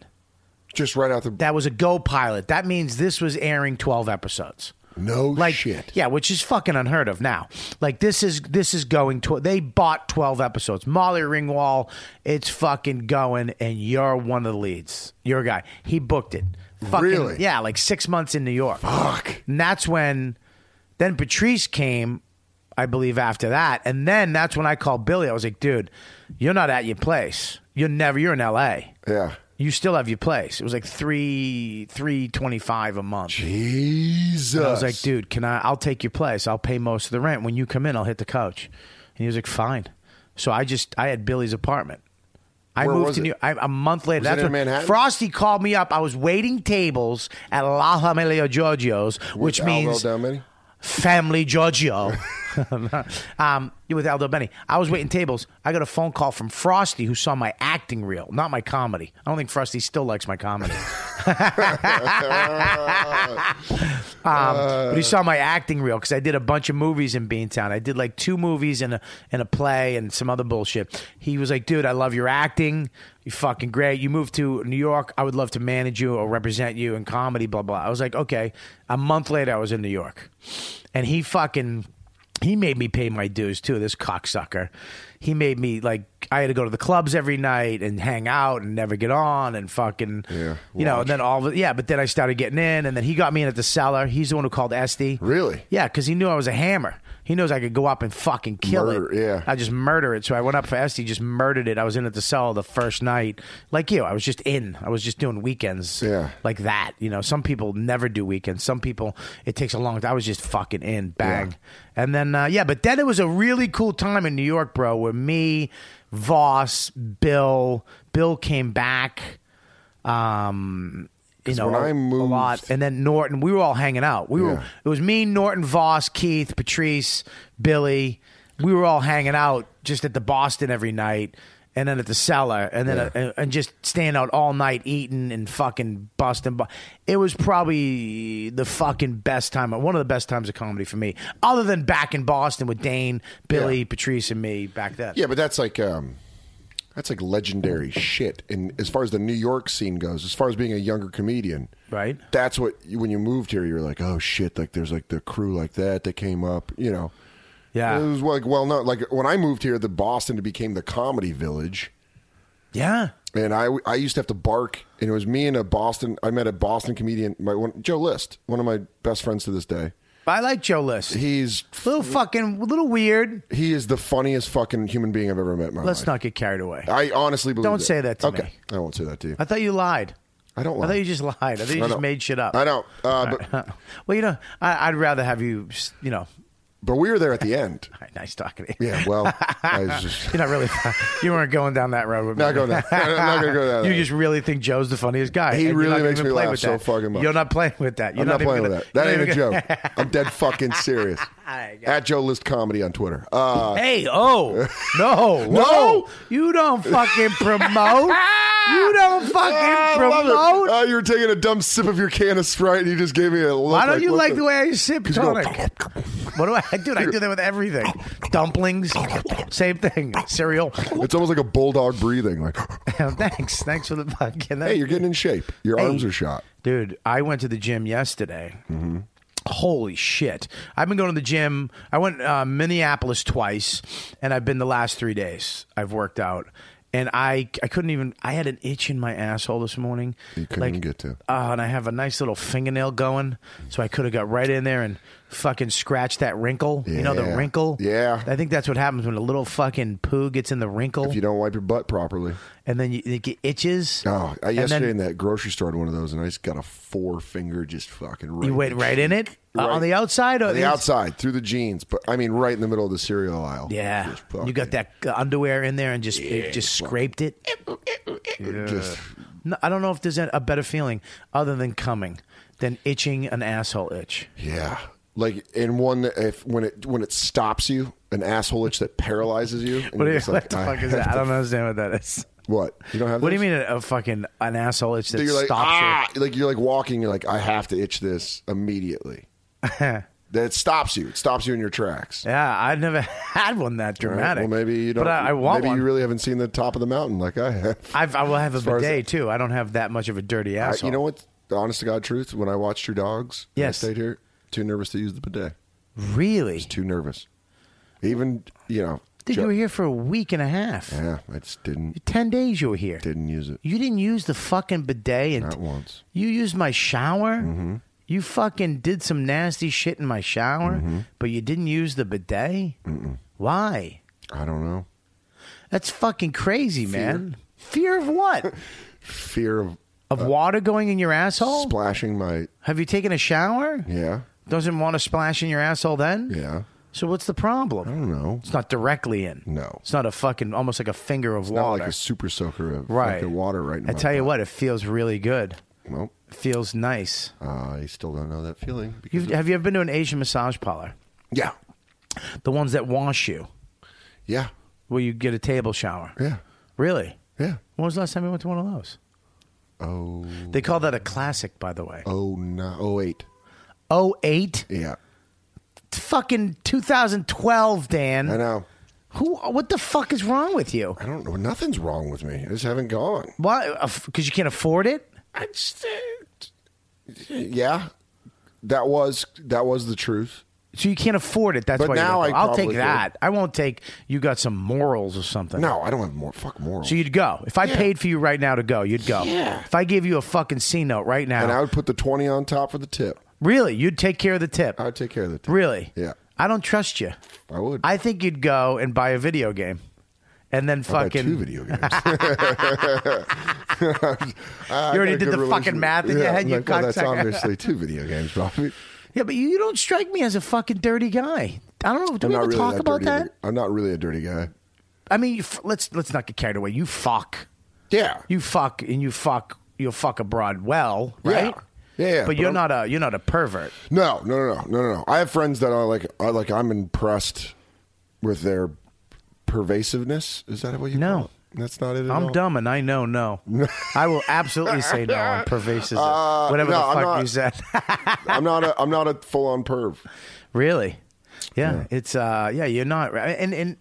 S2: just right out the
S1: That was a go pilot. That means this was airing 12 episodes.
S2: no
S1: Like
S2: shit.
S1: yeah, which is fucking unheard of now. Like this is this is going to they bought 12 episodes. Molly Ringwall, it's fucking going and you're one of the leads. You're a guy. He booked it. Fucking,
S2: Really?
S1: Yeah, like 6 months in New York.
S2: Fuck.
S1: And that's when then Patrice came, I believe, after that. And then that's when I called Billy. I was like, dude, you're not at your place. You're never you're in LA.
S2: Yeah.
S1: You still have your place. It was like three three twenty five a month.
S2: Jesus.
S1: I was like, dude, can I? I'll take your place. I'll pay most of the rent. When you come in, I'll hit the couch. And he was like, fine. So I just I had Billy's apartment. I
S2: Where
S1: moved
S2: was
S1: to
S2: it?
S1: New York. I, a month later.
S2: Was it
S1: that's
S2: in
S1: when
S2: Manhattan?
S1: Frosty called me up. I was waiting tables at La Familia Giorgio's, which
S2: With Aldo
S1: means
S2: Domini?
S1: Family Giorgio. um, with Aldo Benny. I was waiting tables. I got a phone call from Frosty, who saw my acting reel, not my comedy. I don't think Frosty still likes my comedy. Um, but he saw my acting reel because I did a bunch of movies in Beantown. I did like two movies and a and a play and some other bullshit. He was like, "Dude, I love your acting. You're fucking great. You moved to New York. I would love to manage you or represent you in comedy." Blah blah. I was like, "Okay." A month later, I was in New York, and he fucking he made me pay my dues too. This cocksucker. He made me like I had to go to the clubs every night and hang out and never get on and fucking
S2: Yeah,
S1: you know. And then all of it, yeah. But then I started getting in, and then he got me in at the cellar. He's the one who called Esty.
S2: Really?
S1: Yeah, because he knew I was a hammer. He knows I could go up and fucking kill
S2: Murder,
S1: it.
S2: yeah.
S1: I just murder it. So I went up for Esty, just murdered it. I was in at the cellar the first night, like you. I was just in. I was just doing weekends,
S2: Yeah.
S1: like that. You know, some people never do weekends. Some people it takes a long time. I was just fucking in, bang, and then uh, yeah. But then it was a really cool time in New York, bro. Where me, Voss, Bill, Bill came back. Um, you know,
S2: when I
S1: a- a
S2: moved-
S1: lot, and then Norton. We were all hanging out. We were.
S2: Yeah.
S1: It was me, Norton, Voss, Keith, Patrice, Billy. We were all hanging out just at the Boston every night, and then at the cellar, and then uh, and just staying out all night eating and fucking busting. bu- It was probably the fucking best time, one of the best times of comedy for me, other than back in Boston with Dane, Billy,
S2: Yeah.
S1: Patrice, and me back then.
S2: Yeah, but that's like um, that's like legendary shit. And as far as the New York scene goes, as far as being a younger comedian,
S1: Right.
S2: That's what when you moved here, you were like, oh shit, like there's like the crew like that that came up, you know. It
S1: yeah,
S2: was like well known. Like when I moved here, the Boston became the comedy village.
S1: yeah.
S2: and I, I used to have to bark, and it was me and a Boston. I met a Boston comedian, my one, Joe List, one of my best friends to this day.
S1: I like Joe List.
S2: He's
S1: little fucking, little weird.
S2: he is the funniest fucking human being I've ever met. In my
S1: Let's
S2: life.
S1: not get carried away.
S2: I honestly believe.
S1: Don't say that to
S2: okay,
S1: me.
S2: I won't say that to you.
S1: I thought you lied.
S2: I don't.
S1: I
S2: Lie.
S1: thought you just lied. I thought you
S2: I
S1: just
S2: know.
S1: made shit up.
S2: I know, uh, but
S1: well, you know, I, I'd rather have you. s- You know,
S2: but we were there at the end.
S1: all right, nice talking to you.
S2: Yeah. Well, I was just
S1: You're not really. you weren't going down that road with me.
S2: not going. Down, I'm not going to go down.
S1: You
S2: that.
S1: just really think Joe's the funniest guy.
S2: He
S1: and you're
S2: really
S1: not gonna
S2: makes
S1: even
S2: me
S1: play
S2: laugh
S1: with
S2: so
S1: that.
S2: fucking much.
S1: You're not playing with that. You're
S2: I'm not,
S1: even
S2: playing
S1: gonna,
S2: with that. That
S1: you're
S2: ain't
S1: not
S2: a
S1: even
S2: joke. I'm dead fucking serious.
S1: right,
S2: At Joe List Comedy on Twitter. Uh,
S1: gonna- Hey, oh no,
S2: No!
S1: whoa. you don't fucking promote. you don't fucking
S2: ah, I love it.
S1: promote.
S2: Uh, you were taking a dumb sip of your can of Sprite, and you just gave me a look.
S1: Why don't you
S2: what
S1: like the way I sip
S2: you go-
S1: tonic? What do I, dude? I do that with everything. Dumplings, same thing. Cereal.
S2: It's almost like a bulldog breathing. Like,
S1: Thanks, thanks for the fucking.
S2: hey, you're getting in shape. Your arms are shot.
S1: Dude, I went to the gym yesterday.
S2: Mm-hmm.
S1: Holy shit. I've been going to the gym. I went uh, Minneapolis twice, and I've been the last three days. I've worked out. And I, I couldn't even. I had an itch in my asshole this morning.
S2: You couldn't even get to.
S1: Oh, and I have a nice little fingernail going, so I could have got right in there and fucking scratched that wrinkle. You know the
S2: Yeah.
S1: wrinkle.
S2: Yeah.
S1: I think that's what happens when a little fucking poo gets in the wrinkle,
S2: If you don't wipe your butt properly.
S1: and then you, it itches.
S2: Oh, I,
S1: And then-
S2: yesterday in that grocery store, I had one of those, and I just got a four finger just fucking. Right
S1: You went
S2: in the
S1: right in it Uh,
S2: Right.
S1: on the outside. Or
S2: On the
S1: ins-
S2: outside through the jeans, but I mean, right in the middle of the cereal aisle.
S1: Yeah,
S2: Just fucking-
S1: you got that uh, underwear in there and just it just scraped it.
S2: Just
S1: No, I don't know if there's a a better feeling other than coming than itching an asshole itch.
S2: yeah, like in one that if when it when it stops you, an asshole itch that paralyzes you. and
S1: What, do
S2: you're
S1: you,
S2: just
S1: what the
S2: I
S1: fuck is
S2: have
S1: that? I
S2: to-
S1: don't understand what that is.
S2: What you don't have?
S1: What do you
S2: those?
S1: mean a, a fucking an asshole itch that
S2: Dude, you're like
S1: stops
S2: ah, like you're like walking. You're like I have to itch this immediately.
S1: you?
S2: That it stops you. It stops you in your tracks.
S1: yeah, I've never had one that
S2: All right,
S1: dramatic.
S2: Well, maybe you don't.
S1: But I, I want
S2: maybe
S1: one.
S2: you really haven't seen the top of the mountain like I have.
S1: I've, I will have a
S2: far as-
S1: bidet too. I don't have that much of a dirty
S2: I-
S1: asshole.
S2: you know what? The honest to God truth, when I watched your dogs, and
S1: Yes.
S2: I stayed here, too nervous to use the bidet.
S1: Really?
S2: Too nervous. Even, you know.
S1: Did
S2: Jo-
S1: you were here for a week and a half?
S2: Yeah, I just didn't,
S1: Ten days you were here.
S2: didn't use it.
S1: You didn't use the fucking bidet and
S2: Not Mm-hmm. once.
S1: You used my shower. You fucking did some nasty shit in my shower,
S2: Mm-hmm.
S1: but you didn't use the bidet. Why?
S2: I don't know.
S1: That's fucking crazy, man. Fear of what?
S2: Fear of
S1: of water going in your asshole?
S2: splashing my.
S1: Have you taken a shower?
S2: Yeah,
S1: Doesn't want to splash in your asshole then?
S2: yeah.
S1: So what's the problem?
S2: I don't know.
S1: It's not directly in.
S2: No.
S1: It's not a fucking almost like a finger of
S2: It's
S1: water.
S2: not like a super soaker of
S1: right.
S2: fucking water right now.
S1: I tell you what, it feels really good.
S2: Well,
S1: It feels nice.
S2: I still don't know that feeling. Because
S1: You've, have you ever been to an Asian massage parlor?
S2: yeah,
S1: The ones that wash you,
S2: yeah,
S1: where you get a table shower.
S2: yeah,
S1: Really?
S2: yeah.
S1: When was the last time you went to one of those?
S2: Oh,
S1: They call that a classic, by the way.
S2: oh, no, oh, eight.
S1: Oh eight,
S2: Yeah,
S1: It's fucking 2012,
S2: I
S1: Dan.
S2: know.
S1: Who? What the fuck is wrong with you?
S2: I don't know. Nothing's wrong with me. I just haven't gone.
S1: Why? Because you can't afford it?
S2: I just,
S1: uh,
S2: yeah, that was that was the truth.
S1: So you can't afford it. That's
S2: But
S1: why. you
S2: now
S1: don't go.
S2: I
S1: I'll
S2: probably
S1: take that. I won't take. You got some morals or something.
S2: No, I don't have more. Fuck morals.
S1: So you'd go. If I
S2: Yeah.
S1: paid for you right now to go, you'd go.
S2: Yeah.
S1: If I gave you a fucking C note right now,
S2: and I would put the twenty on top for the tip.
S1: really, you'd take care of the tip.
S2: I would take care of the tip.
S1: really?
S2: Uh, Yeah.
S1: I don't trust you.
S2: I would.
S1: I think you'd go and buy a video game, and then
S2: I got
S1: fucking.
S2: two video games. I got
S1: You
S2: a
S1: already did
S2: good
S1: the
S2: relationship.
S1: fucking math in your
S2: Yeah,
S1: head, you
S2: like, well, that's
S1: cocksucker.
S2: obviously two video games, Bobby.
S1: Yeah, but you, you don't strike me as a fucking dirty guy. I don't know. Do
S2: I'm
S1: we
S2: not
S1: ever
S2: really
S1: talk
S2: that
S1: about
S2: dirty.
S1: that?
S2: I'm not really a dirty guy.
S1: I mean, you f- let's let's not get carried away. You fuck,
S2: Yeah,
S1: you fuck, and you fuck. You'll fuck abroad well, right?
S2: Yeah. Yeah,
S1: but,
S2: but
S1: you're
S2: I'm-
S1: not a you're not a pervert.
S2: No, no, no, no, no, no, no. I have friends that are like, are like I'm impressed with their pervasiveness. Is that what you?
S1: No.
S2: call it? that's not it. At
S1: I'm
S2: all?
S1: dumb and I know no. I will absolutely say no on pervasive. whatever
S2: Uh, no,
S1: the
S2: I'm
S1: fuck
S2: not-
S1: you said.
S2: I'm not a. I'm not a full on perv.
S1: really? Yeah, it's uh yeah, you're not right. And and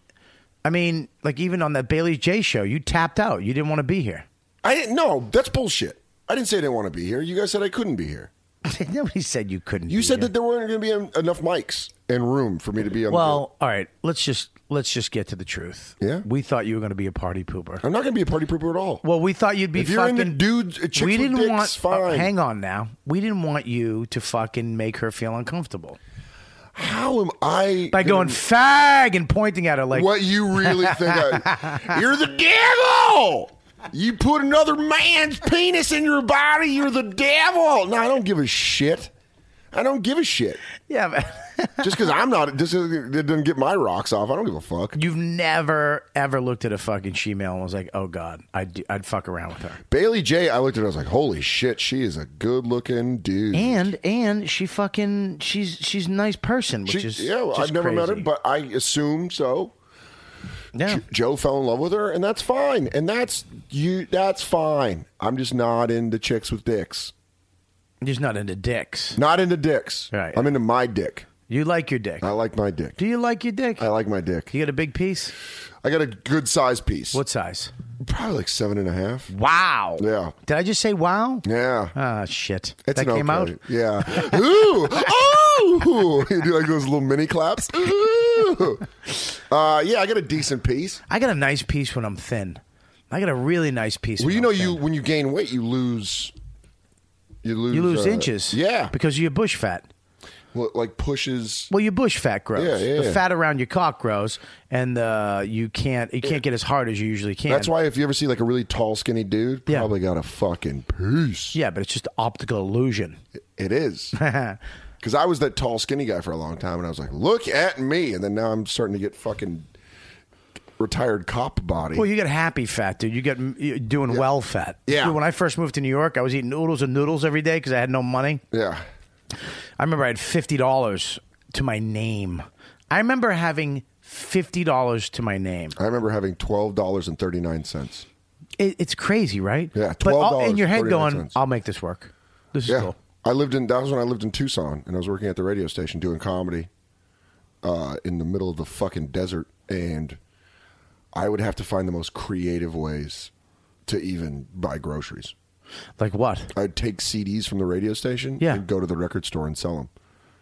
S1: I mean, like even on that Bailey J show, you tapped out. You didn't want to be here.
S2: I didn't. No, that's bullshit. I didn't say I didn't want to be here. You guys said I couldn't be here.
S1: Nobody said you couldn't.
S2: You
S1: be
S2: said
S1: here.
S2: that there weren't going to be en- enough mics and room for me to be on.
S1: Well, all right. Let's just let's just get to the truth.
S2: Yeah.
S1: We thought you were going to be a party pooper.
S2: I'm not going to be a party pooper at all.
S1: Well, we thought you'd be
S2: If you're
S1: fucking
S2: into dudes- chicks
S1: we
S2: with
S1: didn't
S2: dicks,
S1: want. uh,
S2: fine.
S1: hang on now. We didn't want you to fucking make her feel uncomfortable
S2: How am I
S1: by going fag and pointing at her like
S2: what you really think? I, you're the devil. You put another man's penis in your body. You're the devil. No, I don't give a shit. I don't give a shit.
S1: Yeah, but
S2: Just because I'm not, just 'cause it doesn't get my rocks off. I don't give a fuck.
S1: you've never ever looked at a fucking shemale and was like, "Oh God, I'd do- I'd fuck around with her."
S2: Bailey J. I looked at her. I was like, holy shit, she is a good looking dude.
S1: And and she fucking she's she's a nice person, which
S2: She-
S1: is
S2: yeah, well,
S1: just
S2: I've never met her,
S1: crazy.
S2: but I assume so.
S1: yeah.
S2: J- Joe fell in love with her, and that's fine. And that's you. That's fine. I'm just not into chicks with dicks.
S1: You're just not into dicks.
S2: Not into dicks.
S1: Right.
S2: I'm into my dick.
S1: You like your dick.
S2: I like my dick.
S1: Do you like your dick?
S2: I like my dick.
S1: you got a big piece?
S2: I got a good size piece.
S1: What size?
S2: Probably like seven and a half.
S1: Wow.
S2: Yeah.
S1: Did I just say wow?
S2: Yeah.
S1: Ah, shit.
S2: It's
S1: that
S2: an
S1: came
S2: okay.
S1: out?
S2: Yeah. Ooh. Oh. You do like those little mini claps. Ooh. Uh, yeah, I got a decent piece.
S1: I got a nice piece when I'm thin. I got a really nice piece.
S2: Well,
S1: when
S2: you
S1: I'm
S2: know,
S1: thin.
S2: you when you gain weight, you lose. You lose.
S1: You lose
S2: uh,
S1: inches.
S2: Yeah.
S1: Because of your bush fat.
S2: Well, like pushes.
S1: Well, your bush fat grows.
S2: Yeah, yeah,
S1: the
S2: yeah.
S1: fat around your cock grows, and uh, you can't you can't get as hard as you usually can.
S2: That's why if you ever see like a really tall, skinny dude,
S1: Yeah.
S2: probably got a fucking piece.
S1: Yeah, but it's just optical illusion.
S2: It is. Because I was that tall, skinny guy for a long time, and I was like, look at me. And then now I'm starting to get fucking retired cop body.
S1: Well, you got happy fat, dude. You got you doing well fat.
S2: Yeah.
S1: Dude, when I first moved to New York, I was eating noodles and noodles every day because I had no money.
S2: yeah.
S1: I remember I had fifty dollars to my name. I remember having fifty dollars to my name.
S2: I remember having $12.39.
S1: It, it's crazy, right?
S2: Yeah,
S1: But all, in your head,
S2: $12.49.
S1: going, "I'll make this work. This is
S2: Yeah.
S1: cool."
S2: I lived in, that was when I lived in Tucson, and I was working at the radio station doing comedy uh, in the middle of the fucking desert. And I would have to find the most creative ways to even buy groceries.
S1: Like what?
S2: I'd take CDs from the radio station
S1: Yeah.
S2: and go to the record store and sell them.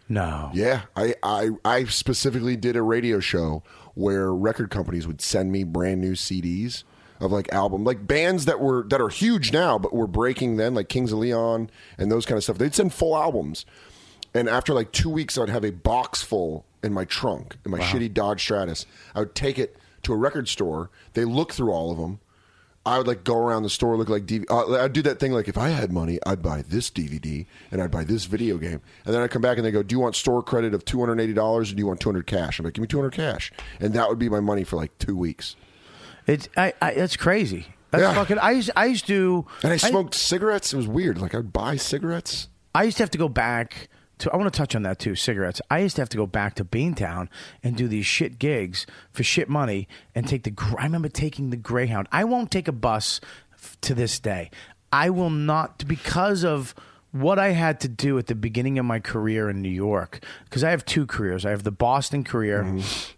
S1: No.
S2: Yeah, I, I I specifically did a radio show where record companies would send me brand new CDs of like album like bands that were that are huge now but were breaking then like Kings of Leon and those kind of stuff. They'd send full albums. And after like 2 weeks I'd have a box full in my trunk in my shitty Dodge Stratus. I would take it to a record store. They look through all of them. I would like go around the store, look like DV. Uh, I'd do that thing like if I had money, I'd buy this DVD and I'd buy this video game, and then I would come back and they go, "Do you want store credit of two hundred eighty dollars, or do you want two hundred cash?" I'm like, "Give me two hundred cash," and that would be my money for like two weeks.
S1: It's I, I, that's crazy. That's
S2: Yeah.
S1: fucking. I used I used to.
S2: And I smoked cigarettes. It was weird. Like I'd buy cigarettes.
S1: I used to have to go back to. I want to touch on that too. Cigarettes. I used to have to go back to Beantown and do these shit gigs for shit money and take the. gr- I remember taking the Greyhound. I won't take a bus f- to this day. I will not because of what I had to do at the beginning of my career in New York. Because I have two careers. I have the Boston career,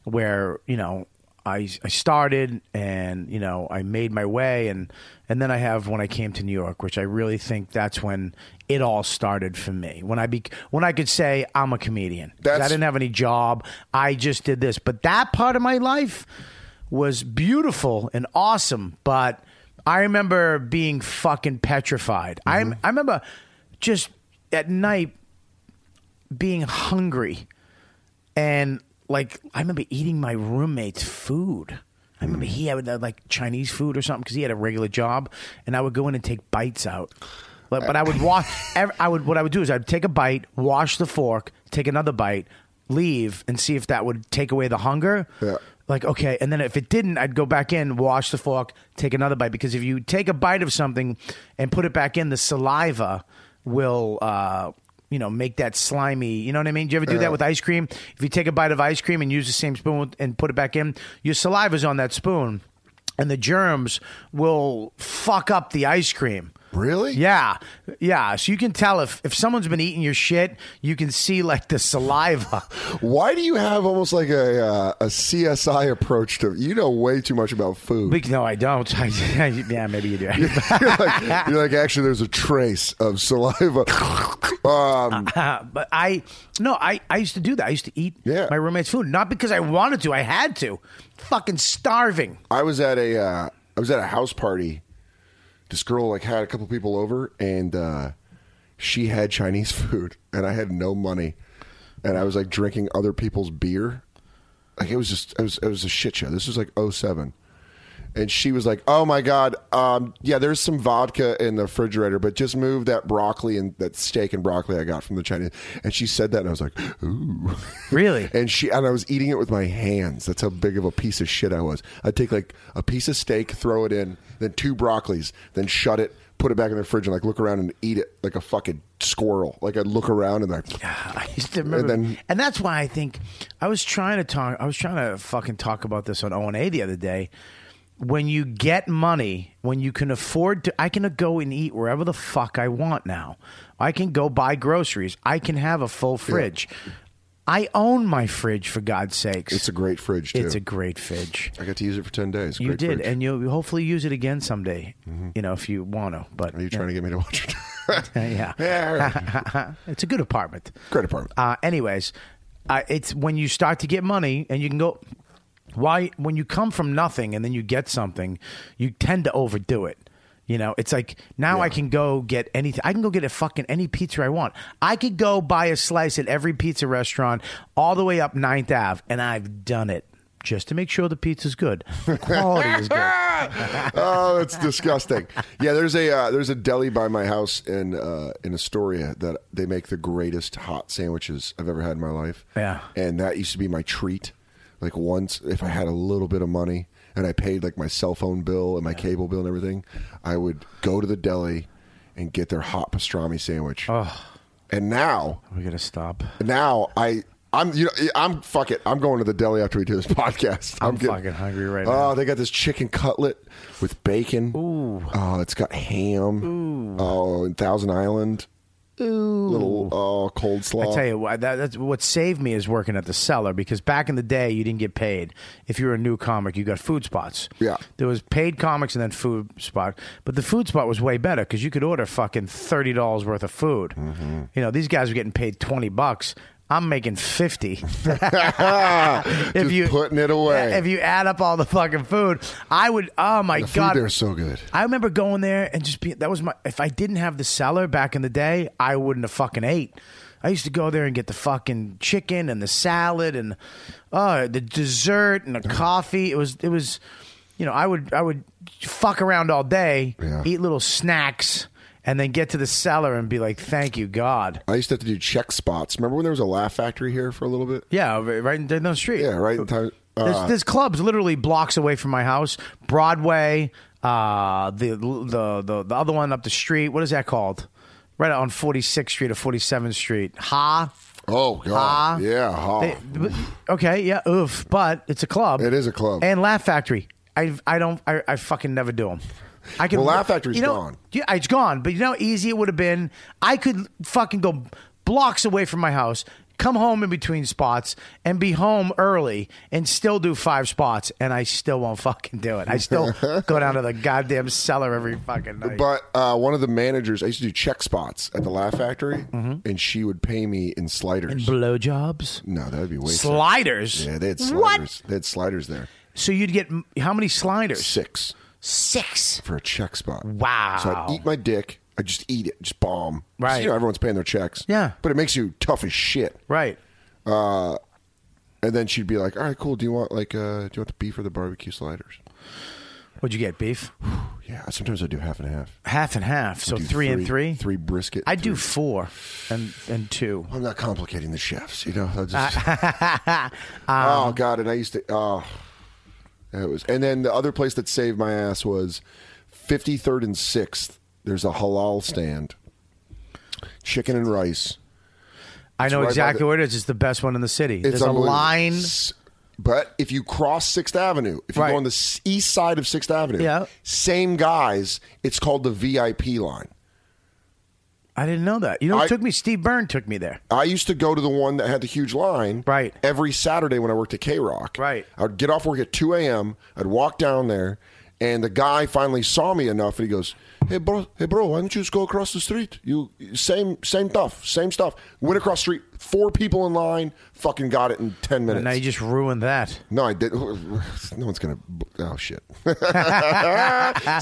S1: where you know I, I started and you know I made my way and and then I have when I came to New York, which I really think that's when it all started for me. When I be when I could say I'm a comedian. 'Cause I
S2: That's-
S1: didn't have any job. I just did this, but that part of my life was beautiful and awesome. But I remember being fucking petrified. I'm I remember just at night being hungry and like I remember eating my roommate's food. I remember he had uh, like Chinese food or something because he had a regular job, and I would go in and take bites out. Like, but I would wash. ev I would what I would do is I'd take a bite, wash the fork, take another bite, leave, and see if that would take away the hunger.
S2: Yeah.
S1: Like okay, and then if it didn't, I'd go back in, wash the fork, take another bite because if you take a bite of something and put it back in, the saliva will. Uh, you know, make that slimy. You know what I mean? Do you ever do that with ice cream? If you take a bite of ice cream and use the same spoon with- and put it back in, your saliva's on that spoon, and the germs will fuck up the ice cream.
S2: Really?
S1: Yeah, yeah. So you can tell if if someone's been eating your shit, you can see like the saliva.
S2: Why do you have almost like a uh, a CSI approach to? You know way too much about food.
S1: Be- no, I don't. I, yeah, maybe you do.
S2: you're, like, you're like, actually, there's a trace of saliva. um,
S1: Uh, but I no, I I used to do that. I used to eat
S2: Yeah.
S1: my roommate's food, not because I wanted to. I had to. Fucking starving.
S2: I was at a uh, I was at a house party. This girl like had a couple people over, and uh, she had Chinese food, and I had no money, and I was like drinking other people's beer. Like it was just it was it was a shit show. This was like 07. and she was like, "Oh my god, um, yeah, there's some vodka in the refrigerator, but just move that broccoli and that steak and broccoli I got from the Chinese." And she said that, and I was like, "Ooh."
S1: Really?
S2: and she and I was eating it with my hands. That's how big of a piece of shit I was. I'd take like a piece of steak, throw it in, then two broccolis, then shut it, put it back in the fridge, and like look around and eat it like a fucking squirrel. Like I'd look around and like,
S1: I used to remember, and,
S2: then-
S1: that's why I think I was trying to talk. I was trying to fucking talk about this on O and A the other day. When you get money, when you can afford to, I can go and eat wherever the fuck I want now. I can go buy groceries. I can have a full fridge. I own my fridge for God's sakes.
S2: it's a great fridge too.
S1: it's a great fridge.
S2: I got to use it for ten days.
S1: You
S2: Great
S1: did,
S2: fridge.
S1: and you'll hopefully use it again someday. You know, if you want to. But
S2: Are you trying to get me to watch it?
S1: yeah,
S2: yeah,
S1: it's a good apartment.
S2: great apartment.
S1: Uh, anyways, uh, it's when you start to get money and you can go. Why, when you come from nothing and then you get something, you tend to overdo it. You know, it's like now I can go get anything. I can go get a fucking any pizza I want. I could go buy a slice at every pizza restaurant all the way up 9th Ave, and I've done it just to make sure the pizza's good. The quality is good.
S2: oh, that's disgusting. Yeah, there's a uh, there's a deli by my house in uh, in Astoria that they make the greatest hot sandwiches I've ever had in my life.
S1: Yeah.
S2: and that used to be my treat. Like once, if I had a little bit of money and I paid like my cell phone bill and my cable bill and everything, I would go to the deli and get their hot pastrami sandwich. And now
S1: We gotta stop.
S2: now I I'm you know I'm fuck it. I'm going to the deli after we do this podcast. I'm,
S1: I'm fucking hungry right
S2: oh,
S1: now.
S2: they got this chicken cutlet with bacon. Ooh. Oh, it's got ham. Ooh. Oh, and Thousand Island. Ooh. Little oh cold slaw.
S1: I tell you what, that, that's what saved me is working at the cellar because back in the day you didn't get paid. If you were a new comic, you got food spots.
S2: Yeah.
S1: there was paid comics and then food spot, but the food spot was way better because you could order fucking thirty dollars worth of food.
S2: Mm-hmm.
S1: You know, these guys were getting paid twenty bucks. I'm making fifty.
S2: Just putting it away.
S1: If you add up all the fucking food, I would. Oh my
S2: the food
S1: god,
S2: there is so good.
S1: I remember going there and just being that was my if I didn't have the cellar back in the day, I wouldn't have fucking ate. I used to go there and get the fucking chicken and the salad and uh the dessert and the coffee. It was it was you know, I would I would fuck around all day,
S2: Yeah.
S1: eat little snacks and then get to the cellar and be like, "Thank you God."
S2: I used to have to do check spots. Remember when there was a Laugh Factory here for a little bit?
S1: Yeah, right right down the street.
S2: Yeah, right in time. uh,
S1: There's, there's clubs literally blocks away from my house. Broadway, uh, the, the the the other one up the street. What is that called? Right on 46th Street or 47th Street. Ha.
S2: Oh
S1: Ha.
S2: god. yeah, ha.
S1: They- Eh, but- okay, yeah, oof. But it's a club.
S2: It is a club.
S1: And Laugh Factory. I I don't I, I fucking never do them. I can.
S2: Well, Laugh Factory's
S1: you know,
S2: gone.
S1: Yeah, it's gone. But you know how easy it would have been. I could fucking go blocks away from my house, come home in between spots, and be home early, and still do five spots, and I still won't fucking do it. I still go down to the goddamn cellar every fucking night.
S2: But uh, one of the managers, I used to do check spots at the Laugh Factory,
S1: Mm-hmm.
S2: and she would pay me in sliders.
S1: blowjobs,
S2: no, that would be wasted.
S1: sliders.
S2: yeah, they had sliders.
S1: What?
S2: They had sliders there.
S1: So you'd get m- how many sliders?
S2: Six
S1: Six.
S2: for a check spot.
S1: Wow.
S2: So I'd eat my dick. I just eat it, just bomb. 'Cause,
S1: Right.
S2: You know, everyone's paying their checks.
S1: Yeah.
S2: But it makes you tough as shit.
S1: Right.
S2: And then she'd be like, "All right, cool. Do you want like, uh, do you want the beef or the barbecue sliders?"
S1: What'd you get? Beef.
S2: Yeah. Sometimes I do half and half.
S1: half and half. So
S2: Do
S1: three, and three.
S2: Three brisket.
S1: I do
S2: three-
S1: four and and two.
S2: I'm not complicating the chefs, you know. I just,
S1: Um,
S2: oh God! And I used to. Oh, that was. And then the other place that saved my ass was 53rd and 6th. There's a halal stand, chicken and rice.
S1: I know
S2: right by
S1: exactly
S2: the-
S1: where it is. It's the best one in the city. There's a
S2: unbelievable.
S1: line.
S2: S- But if you cross Sixth Avenue, if you
S1: Right.
S2: go on the s- east side of Sixth Avenue,
S1: Yeah.
S2: same guys, it's called the VIP line.
S1: I didn't know that. You know, it
S2: I-
S1: took me. Steve Byrne took me there.
S2: I used to go to the one that had the huge line
S1: Right.
S2: every Saturday when I worked at K Rock.
S1: Right.
S2: I would get off work at 2 a.m., I'd walk down there, and the guy finally saw me enough and he goes, Hey bro, hey bro, why don't you just go across the street? You same same stuff, same stuff. Went across the street, four people in line, fucking got it in ten minutes.
S1: And now you just ruined that.
S2: no, I did. No one's gonna. Oh shit!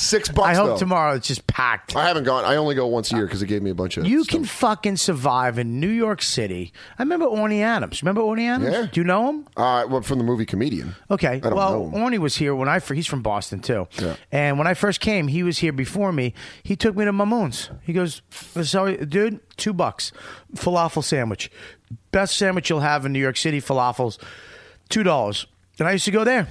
S2: Six bucks.
S1: I hope
S2: though.
S1: tomorrow it's just packed.
S2: I haven't gone. I only go once a year because it gave me a bunch of.
S1: You
S2: stuff.
S1: can fucking survive in New York City. I remember Orny Adams. Remember Orny Adams?
S2: Yeah.
S1: Do you know him?
S2: Uh, well, from the movie Comedian.
S1: Okay.
S2: don't
S1: well,
S2: know him.
S1: Orny was here when I. fir- He's from Boston too.
S2: Yeah.
S1: And when I first came, he was here before me. He took me to Mamoon's. He goes, "Sorry, dude, two bucks, falafel sandwich, best sandwich you'll have in New York City. Falafels, two dollars." And I used to go there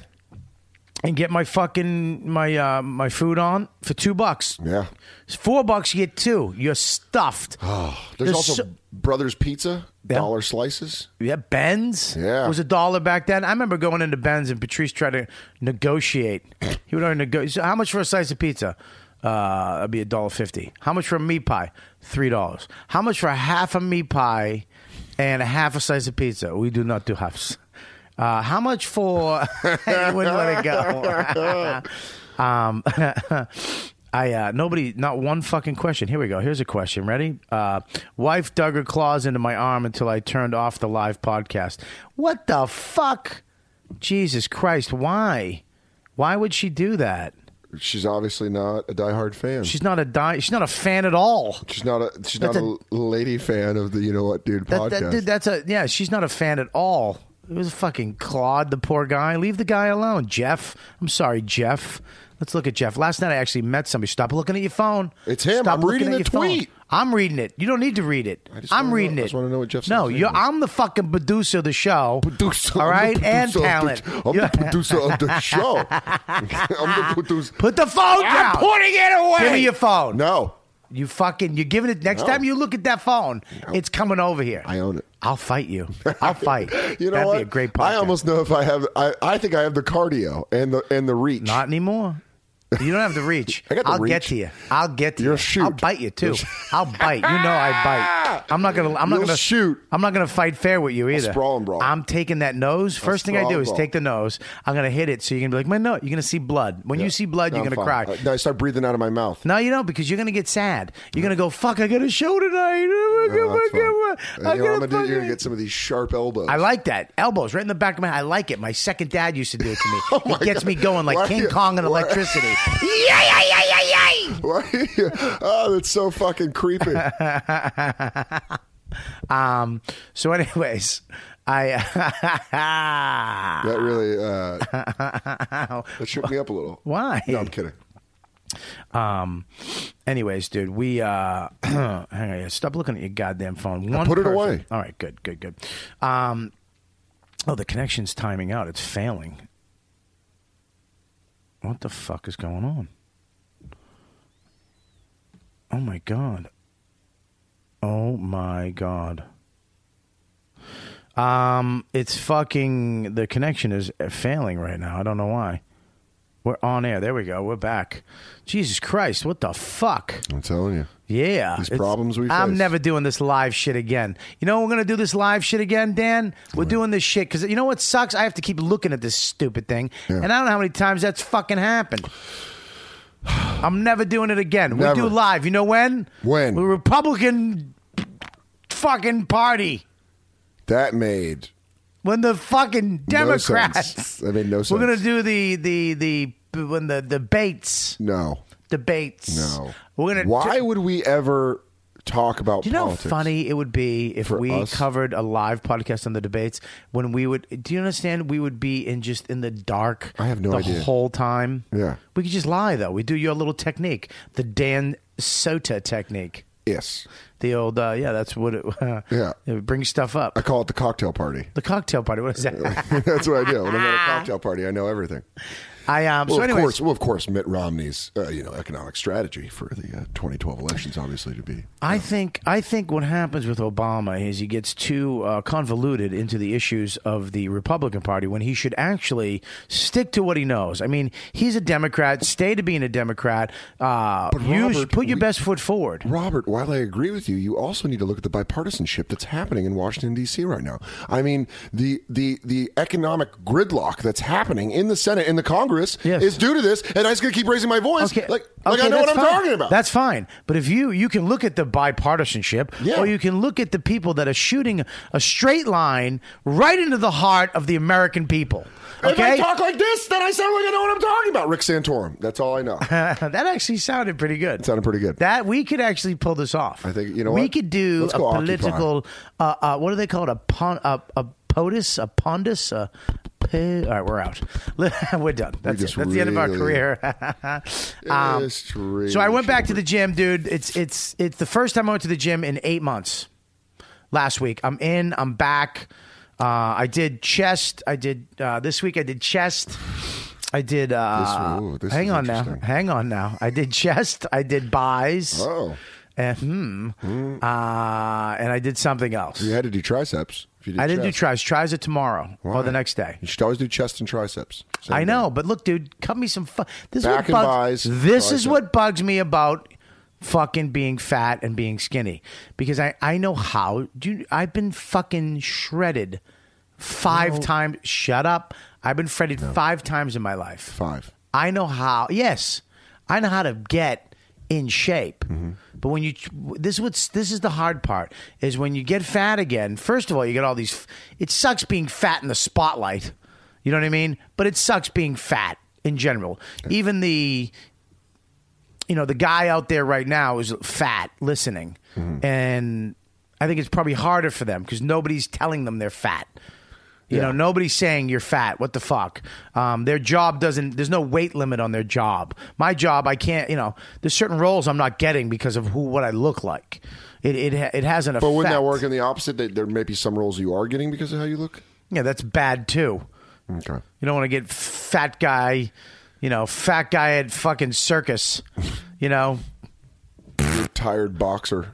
S1: and get my fucking my uh, my food on for two bucks.
S2: Yeah.
S1: It's four bucks, you get two. You're stuffed.
S2: Oh, There's,
S1: There's
S2: also
S1: so-
S2: Brothers Pizza,
S1: Yeah.
S2: dollar slices.
S1: Yeah, Benz.
S2: Yeah.
S1: was a dollar back then. I remember going into Benz and Patrice tried to negotiate. He would only negotiate. So how much for a slice of pizza? Uh, that'd be a dollar fifty. How much for a meat pie? Three dollars. How much for a half a meat pie and a half a slice of pizza? We do not do halves. Uh, how much for? he wouldn't let it go. um, I uh, nobody, not one fucking question. Here we go. Here's a question. Ready? Uh, wife dug her claws into my arm until I turned off the live podcast. What the fuck? Jesus Christ! Why? Why would she do that?
S2: She's obviously not a diehard fan. She's,
S1: She's not a di- She's not a fan at all.
S2: not a she's not
S1: That's
S2: a, lady fan of the you know what dude
S1: That,
S2: podcast.
S1: that, dude, that's a yeah. She's not a fan at all. It was fucking Claude, the poor guy. Leave the guy alone, Jeff. I'm sorry, Jeff. Let's look at Jeff. Last night I actually met somebody. Stop looking at your phone.
S2: It's him.
S1: Stop
S2: I'm
S1: looking
S2: reading
S1: at
S2: the
S1: your phone.
S2: tweet.
S1: I'm reading it. You don't need to read it.
S2: just
S1: I'm
S2: wanna know-
S1: reading it.
S2: I just wanna know what Jeff
S1: No,
S2: says.
S1: you're. I'm the fucking producer of the show.
S2: Producer,
S1: All
S2: I'm the
S1: right, and
S2: producer of
S1: talent.
S2: the- I'm the producer of the show. I'm the producer.
S1: Put the phone down.
S2: putting it away.
S1: Give me your phone.
S2: No,
S1: You fucking. You're giving it. Next
S2: No.
S1: time you look at that phone, it's coming over here.
S2: I own it.
S1: I'll fight you. I'll fight.
S2: You know
S1: That'd
S2: what?
S1: be a great podcast.
S2: I almost know if I have. I, I think I have the cardio and the and the reach.
S1: Not anymore. You don't have the reach.
S2: I got the
S1: will get
S2: reach.
S1: to you. I'll get to
S2: You'll
S1: you.
S2: shoot.
S1: I'll bite you too. I'll bite. You know I bite. I'm not gonna. I'm not
S2: You'll
S1: gonna
S2: shoot.
S1: I'm not gonna fight fair with you either.
S2: sprawl and brawl.
S1: I'm taking that nose. First thing I
S2: sprawl
S1: do
S2: and
S1: is
S2: brawl.
S1: take the nose. I'm gonna hit it. So you're gonna be like, my nose. You're gonna see blood. When you see blood,
S2: No,
S1: you're
S2: I'm
S1: gonna
S2: fine.
S1: cry.
S2: Uh, No, I start breathing out of my mouth.
S1: No, you don't, because you're gonna get sad. You're gonna go, fuck. I got a show tonight. Oh my
S2: No,
S1: God,
S2: that's
S1: my
S2: fine.
S1: God,
S2: And
S1: my- I gotta
S2: you know what I'm gonna do? You're
S1: fucking-
S2: gonna get some of these sharp elbows.
S1: I like that. Elbows right in the back of my head. I like it. My second dad used to do it to me.
S2: Oh my
S1: it gets
S2: God.
S1: me going like
S2: Why are
S1: King
S2: you-
S1: Kong and
S2: why-
S1: electricity. yeah, yeah, yeah, yeah, yeah.
S2: oh, that's so fucking creepy.
S1: Um, so, anyways, I.
S2: That really uh, that shook me up a little.
S1: Why?
S2: No, I'm kidding.
S1: um, anyways, dude, we. Uh, hang on, yeah, stop looking at your goddamn phone. One
S2: put it
S1: person-
S2: away.
S1: All right, good, good, good. Um, oh, the connection's timing out. It's failing. What the fuck is going on? Oh my god. Oh my god. Um, it's fucking the connection is failing right now. I don't know why. We're on air. There we go. We're back. Jesus Christ! What the fuck?
S2: I'm telling you.
S1: Yeah,
S2: These
S1: it's-
S2: problems we
S1: I'm
S2: face.
S1: never doing this live shit again. You know we're gonna do this live shit again, Dan. We're doing this shit because you know what sucks? I have to keep looking at this stupid thing,
S2: Yeah.
S1: and I don't know how many times that's fucking happened. I'm never doing it again.
S2: Never.
S1: We do live. You know when?
S2: When?
S1: the Republican fucking party.
S2: That made
S1: When the fucking Democrats.
S2: sense. That made no
S1: We're gonna
S2: sense.
S1: do the the the when the debates
S2: no,
S1: debates.
S2: no.
S1: We're gonna
S2: Why would we ever talk about
S1: Do you know
S2: politics?
S1: how funny it would be if
S2: For
S1: we
S2: us?
S1: covered a live podcast on the debates when we would? Do you understand? We would be in just in the dark.
S2: I have no
S1: the
S2: idea.
S1: whole time.
S2: Yeah.
S1: we could just lie though. We do your little technique, the Dan Sota technique.
S2: Yes.
S1: the old uh, yeah. That's what it,
S2: Yeah.
S1: it brings stuff up.
S2: I call it the cocktail party.
S1: The cocktail party. What is that?
S2: That's what I do when I'm at a cocktail party. I know everything.
S1: I um.
S2: Well,
S1: so
S2: of
S1: anyways,
S2: course, well, of course, Mitt Romney's uh, you know economic strategy for the uh, 2012 elections, obviously, to be
S1: I think I think what happens with Obama is he gets too uh, convoluted into the issues of the Republican Party when he should actually stick to what he knows. I mean, he's a Democrat. Stay to being a Democrat. Uh,
S2: But
S1: use-
S2: Robert,
S1: put your
S2: we-
S1: best foot forward.
S2: Robert, while I agree with you, you also need to look at the bipartisanship that's happening in Washington D.C. right now. I mean, the the the economic gridlock that's happening in the Senate and the Congress
S1: Yes.
S2: is due to this, and I just gonna keep raising my voice, like like I
S1: okay,
S2: know what I'm
S1: that's fine.
S2: talking about.
S1: That's fine. But if you you can look at the bipartisanship,
S2: Yeah.
S1: or you can look at the people that are shooting a straight line right into the heart of the American people.
S2: If I
S1: Okay,
S2: talk like this, then I sound like I know what I'm talking about. Rick Santorum. That's all I know.
S1: that actually sounded pretty good.
S2: sounded pretty good.
S1: That we could actually pull this off.
S2: I think- you know
S1: we
S2: what?
S1: could do
S2: Let's
S1: a
S2: go Occupy.
S1: political. Uh, uh, what do they call it? A pon, a, a POTUS, a pondus, a. p- All right, we're out. we're done. That's it.
S2: just
S1: That's the end of our
S2: really-
S1: career.
S2: Just really
S1: um, So I went back to the gym, dude. It's it's it's the first time I went to the gym in eight months. Last week, I'm in. I'm back. Uh, I did chest. I did uh, this week. I did chest. I did. Uh,
S2: This- ooh, this
S1: hang
S2: is
S1: on now.
S2: interesting.
S1: Hang on now. I did chest. I did buys.
S2: Oh,
S1: And, hmm. Uh, and I did something else.
S2: you had to do triceps. If you did
S1: I didn't do
S2: chest.
S1: tries. Tries it tomorrow or the next day.
S2: You should always do chest and triceps. Same
S1: I
S2: thing.
S1: know, but look, dude, cut me some. Fu- this is what
S2: Back and
S1: bugs.
S2: buys,
S1: this is
S2: tricep.
S1: what bugs me about fucking being fat and being skinny because I I know how. Dude, I've been fucking shredded five times. Shut up! I've been shredded five times in my life.
S2: Five.
S1: I know how. Yes, I know how to get in shape. But when you this is what's this is the hard part is when you get fat again. First of all, you get all these. It sucks being fat in the spotlight. You know what I mean? But it sucks being fat in general. Even the you know the guy out there right now is fat listening
S2: Mm-hmm.
S1: and i think it's probably harder for them because nobody's telling them they're fat you know nobody's saying you're fat what the fuck um, their job doesn't there's no weight limit on their job my job i can't you know there's certain roles i'm not getting because of who what i look like it it, ha- it has an effect
S2: But wouldn't that work in the opposite? That there may be some roles you are getting because of how you look.
S1: yeah that's bad too
S2: Okay.
S1: You don't want to get fat guy, you know, fat guy at fucking circus, you know,
S2: Tired boxer.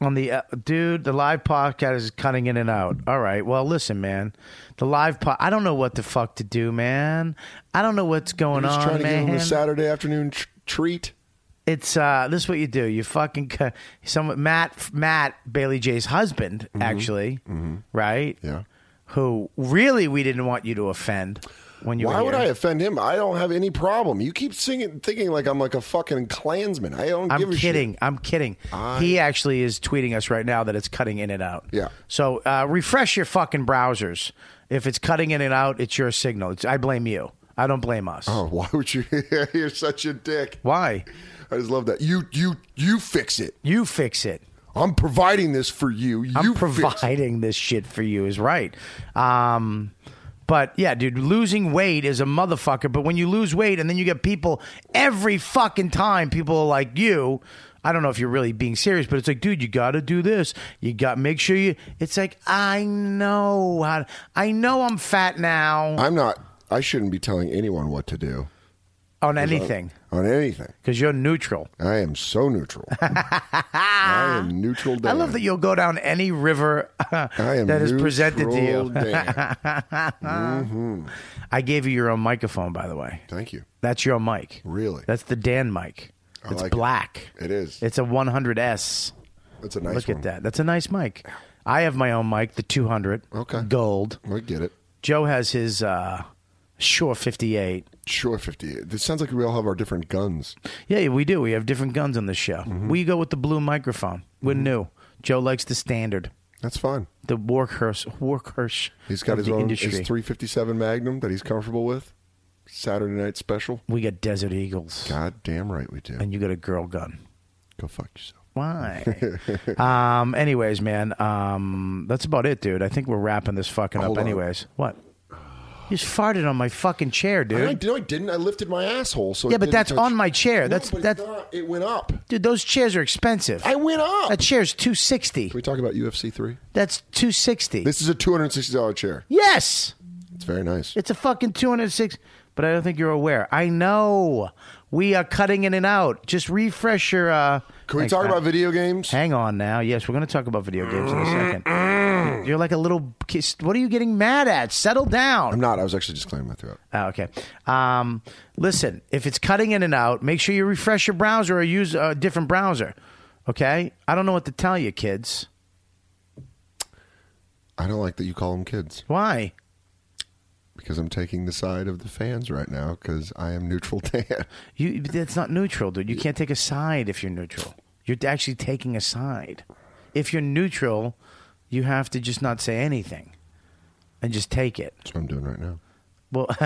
S1: on the uh, dude. The live podcast is cutting in and out. All right, well, listen, man, the live pod. I don't know what the fuck to do, man. I don't know what's going
S2: Just trying
S1: on,
S2: to give him
S1: man.
S2: a Saturday afternoon tr- treat.
S1: it's uh, this is what you do. You fucking cu- some Matt Matt Bailey J's husband actually, right?
S2: Mm-hmm. Yeah.
S1: Who really we didn't want you to offend when you.
S2: Why
S1: were
S2: would
S1: here.
S2: I offend him? I don't have any problem. You keep singing, thinking like I'm like a fucking Klansman. I don't
S1: I'm
S2: give a
S1: kidding.
S2: shit.
S1: I'm kidding. He actually is tweeting us right now that it's cutting in and out.
S2: Yeah.
S1: So uh, refresh your fucking browsers. If it's cutting in and out, it's your signal. It's, I blame you. I don't blame us.
S2: Oh, why would you? You're such a dick.
S1: Why?
S2: I just love that. You you you fix it.
S1: You fix it.
S2: I'm providing this for you. You
S1: I'm
S2: fix it.
S1: providing this shit for you is right. Um, but yeah, dude, losing weight is a motherfucker. But when you lose weight and then you get people every fucking time, people like you. I don't know if you're really being serious, but it's like, dude, you got to do this. You got make sure you. It's like I know how. I know I'm fat now
S2: I'm not. I shouldn't be telling anyone what to do
S1: on anything
S2: on anything.
S1: because you're neutral.
S2: I am so neutral. I am neutral. Dan.
S1: I love that you'll go down any river
S2: I am
S1: that is presented to
S2: neutral
S1: you.
S2: Dan.
S1: I gave you your own microphone, by the way.
S2: Thank you.
S1: That's your mic.
S2: Really?
S1: That's the Dan mic.
S2: I
S1: It's
S2: like it.
S1: black.
S2: It is.
S1: It's a 100S.
S2: That's a nice
S1: Look
S2: one.
S1: at that. That's a nice mic. I have my own mic, the 200.
S2: Okay.
S1: Gold.
S2: I get it.
S1: Joe has his uh, Shure 58.
S2: Sure, 58. This sounds like we all have our different guns.
S1: Yeah, we do. We have different guns on this show.
S2: Mm-hmm.
S1: We go with the blue microphone. We're new. Joe likes the standard,
S2: That's fine.
S1: the workhorse. Workhorse.
S2: He's got
S1: of
S2: his
S1: the
S2: own
S1: industry.
S2: his 357 Magnum that he's comfortable with. Saturday night special.
S1: we got Desert Eagles,
S2: God damn right we do.
S1: and you got a girl gun.
S2: Go fuck yourself.
S1: Why? um. Anyways, man. Um. That's about it, dude. I think we're wrapping this fucking
S2: Hold
S1: up.
S2: on.
S1: Anyways, what? just farted on my fucking chair,
S2: I,
S1: dude.
S2: no, I didn't. I lifted my asshole. So it
S1: Yeah, but
S2: didn't
S1: that's
S2: touch-
S1: on my chair.
S2: No,
S1: That's
S2: but
S1: that's
S2: it's not. it went up.
S1: dude. Those chairs are expensive.
S2: I went up.
S1: That
S2: Can
S1: chair's two sixty.
S2: we talk about UFC three?
S1: That's two sixty.
S2: This is a two hundred sixty dollar chair.
S1: Yes,
S2: It's very nice.
S1: it's a fucking two hundred six. But I don't think you're aware. I know we are cutting in and out. Just refresh your. Uh,
S2: Can we
S1: thanks,
S2: talk
S1: Matt.
S2: about video games?
S1: Hang on now. Yes, we're going to talk about video games in a second. You're like a little. kid- What are you getting mad at? Settle down.
S2: I'm not. I was actually just clearing my throat.
S1: Oh, okay. Um, listen, if it's cutting in and out, make sure you refresh your browser or use a different browser. Okay? I don't know what to tell you, kids.
S2: I don't like that you call them kids
S1: Why?
S2: because I'm taking the side of the fans right now because I am neutral Dan.
S1: You that's not neutral, dude. You can't take a side if you're neutral. You're actually taking a side. If you're neutral, you have to just not say anything and just take it.
S2: That's what I'm doing right now.
S1: Well, uh,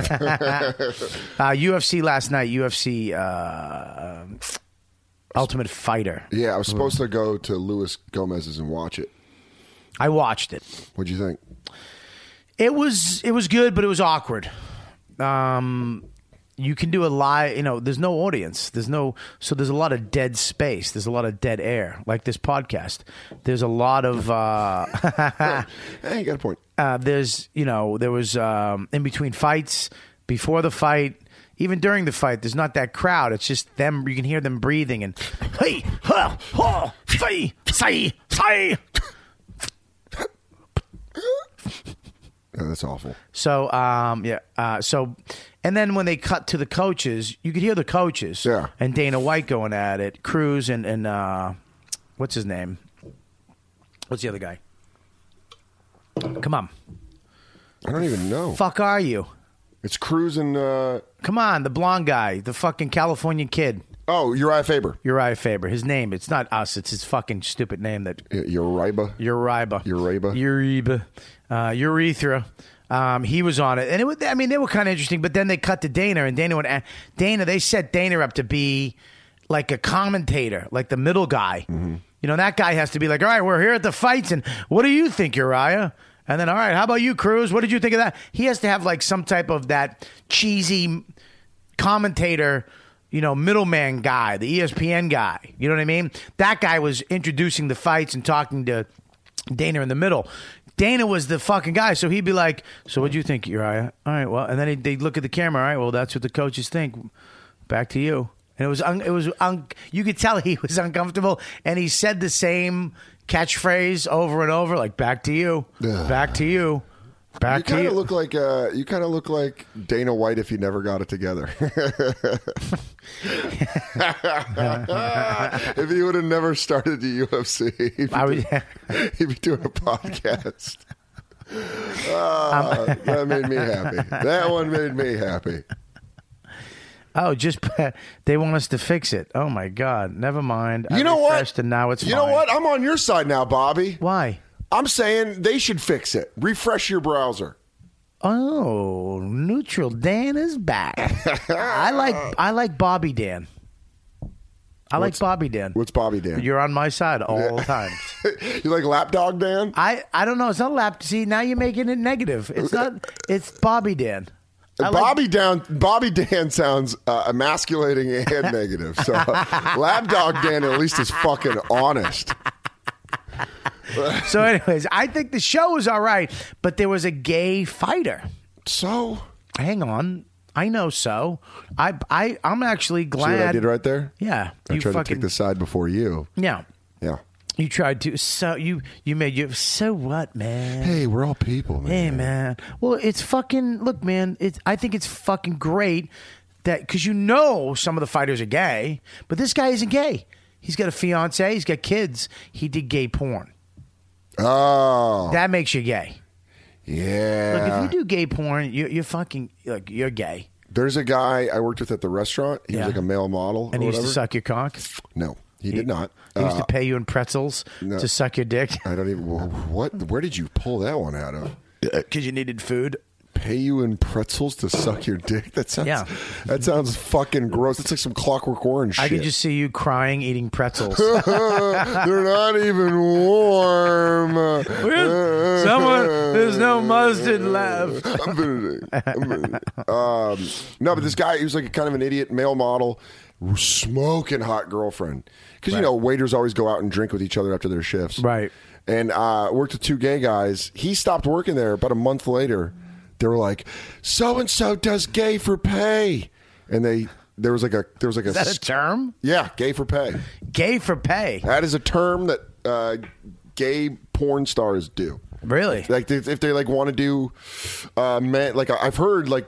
S1: UFC last night, UFC uh, Ultimate Fighter.
S2: Yeah, I was supposed to go to Luis Gomez's and watch it.
S1: I watched it.
S2: What'd you think?
S1: It was it was good, but it was awkward. Um, you can do a live, you know. There's no audience. There's no so there's a lot of dead space. There's a lot of dead air, like this podcast. There's a lot of uh,
S2: Hey, you got a point.
S1: uh, there's you know there was um, in between fights, before the fight, even during the fight. There's not that crowd. It's just them. You can hear them breathing and hey, huh, huh, say, say, say.
S2: Yeah, Oh, that's awful.
S1: So um, yeah, uh, so and then when they cut to the coaches, you could hear the coaches,
S2: Yeah.
S1: and Dana White going at it, Cruz and and uh, what's his name? What's the other guy? Come on,
S2: I don't even know.
S1: fuck, are you?
S2: It's Cruz and uh,
S1: Come on, the blonde guy, the fucking California kid,
S2: oh Uriah Faber.
S1: Uriah Faber. His name, it's not us, it's his fucking stupid name that
S2: Yeah, Uriah.
S1: Uriba.
S2: Uriba.
S1: Uriba. Uh, urethra. Um, he was on it, and it was, I mean, they were kind of interesting. But then they cut to Dana, and Dana went. a- Dana, they set Dana up to be like a commentator, like the middle guy. You know, that guy has to be like, all right, we're here at the fights, and what do you think, Uriah? And then, all right, how about you, Cruz? What did you think of that? He has to have like some type of that cheesy commentator, you know, middleman guy, the E ESPN guy. You know what I mean? That guy was introducing the fights and talking to Dana in the middle. Dana was the fucking guy, so he'd be like, "So what'd you think, Uriah? All right, well." And then he'd, they'd look at the camera. All right, well, that's what the coaches think. Back to you. And it was un- it was un- you could tell he was uncomfortable, and he said the same catchphrase over and over, like "Back to you,
S2: Ugh.
S1: back to you, back
S2: You
S1: to
S2: kind
S1: you."
S2: of look like uh, you kind of look like Dana White if he never got it together. if he would have never started the UFC, he'd be,
S1: I was-
S2: doing, he'd be doing a podcast.
S1: Um,
S2: Ah, that made me happy. That one made me happy.
S1: Oh, just they want us to fix it. Oh my God! Never mind.
S2: You
S1: I
S2: know
S1: refreshed
S2: what?
S1: And now it's
S2: you
S1: fine.
S2: know what? I'm on your side now, Bobby.
S1: Why?
S2: I'm saying they should fix it. Refresh your browser.
S1: Oh, neutral Dan is back. I like I like Bobby Dan. I like Bobby Dan.
S2: What's Bobby Dan?
S1: You're on my side all the time.
S2: you like lapdog Dan?
S1: I I don't know. It's not lap. See, now you're making it negative. It's not. It's Bobby Dan. I like-
S2: Bobby down. Bobby Dan sounds uh, emasculating and negative. So lapdog Dan at least is fucking honest.
S1: so, anyways, I think the show was all right, but there was a gay fighter.
S2: So
S1: Hang on. I know. So, I I I'm actually
S2: see
S1: glad.
S2: what I did right there.
S1: Yeah,
S2: I tried to take the side before you.
S1: Yeah,
S2: Yeah.
S1: you tried to. So you you made you. So what, man?
S2: Hey, we're all people, man.
S1: Hey man. Well, it's fucking look, man. It's I think it's fucking great that because you know some of the fighters are gay, but this guy isn't gay. He's got a fiance. He's got kids. He did gay porn.
S2: Oh,
S1: That makes you gay. Look,
S2: yeah.
S1: if you do gay porn, you, you're fucking like you're gay,
S2: There's a guy I worked with at the restaurant. He
S1: Yeah.
S2: was like a male model.
S1: and
S2: or
S1: he used to
S2: whatever.
S1: suck your cock.
S2: No, he, did not.
S1: He used
S2: Uh,
S1: to pay you in pretzels
S2: no.
S1: to suck your dick
S2: I don't even. wh- What? Where did you pull that one out of?
S1: because you needed food.
S2: pay you in pretzels to suck your dick? That sounds
S1: Yeah.
S2: that sounds fucking gross. It's like some clockwork orange
S1: I
S2: shit.
S1: can just see you crying, eating pretzels.
S2: They're not even warm.
S1: Someone, there's no mustard left.
S2: I'm Benedict. I'm Benedict. um, no, but this guy, he was like kind of an idiot male model, smoking hot girlfriend. Because, you know, waiters always go out and drink with each other after their shifts.
S1: Right.
S2: And uh, worked with two gay guys. He stopped working there about a month later. They were like, so and so does gay for pay. And they, there was like a, there was like a,
S1: Is that a term?
S2: yeah, gay for pay.
S1: Gay for pay.
S2: That is a term that uh, gay porn stars do.
S1: Really?
S2: Like if if they like want to do, uh, man, like I- I've heard like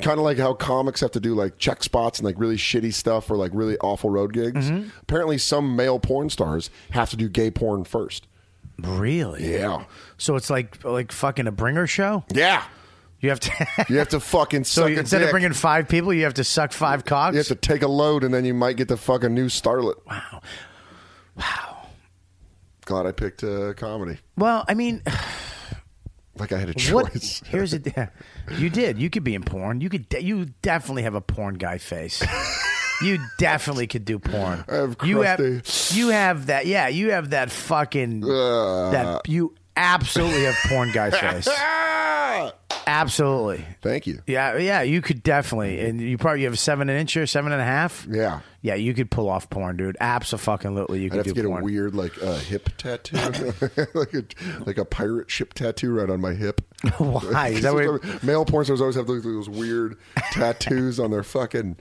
S2: kind of like how comics have to do like check spots and like really shitty stuff or like really awful road gigs.
S1: Mm-hmm.
S2: Apparently, some male porn stars have to do gay porn first.
S1: Really?
S2: Yeah,
S1: So it's like like fucking a bringer show.
S2: yeah.
S1: You have to.
S2: You have to fucking
S1: so
S2: suck
S1: you-
S2: a
S1: instead of
S2: dick.
S1: bringing five people, you have to suck five cocks.
S2: you have to take a load, and then you might get to fuck a new starlet.
S1: wow. Wow.
S2: Glad I picked uh, comedy.
S1: Well, I mean,
S2: Like I had a
S1: what?
S2: choice.
S1: Here's a. You did. You could be in porn. You could. de- You definitely have a porn guy face. You definitely could do porn.
S2: I have
S1: you have.
S2: crusty-
S1: You have that. Yeah, you have that fucking.
S2: Uh,
S1: that you absolutely have porn guy face.
S2: Ah!
S1: Absolutely.
S2: Thank you.
S1: Yeah, yeah, you could definitely, and you probably you have a seven an inch or seven and a half.
S2: Yeah.
S1: yeah, you could pull off porn, dude. Absolutely, you could
S2: I'd have
S1: do
S2: to get
S1: porn.
S2: a weird like uh, hip tattoo, like a like a pirate ship tattoo right on my hip.
S1: Why? Is that where-
S2: male porn stars always have those, those weird tattoos on their fucking?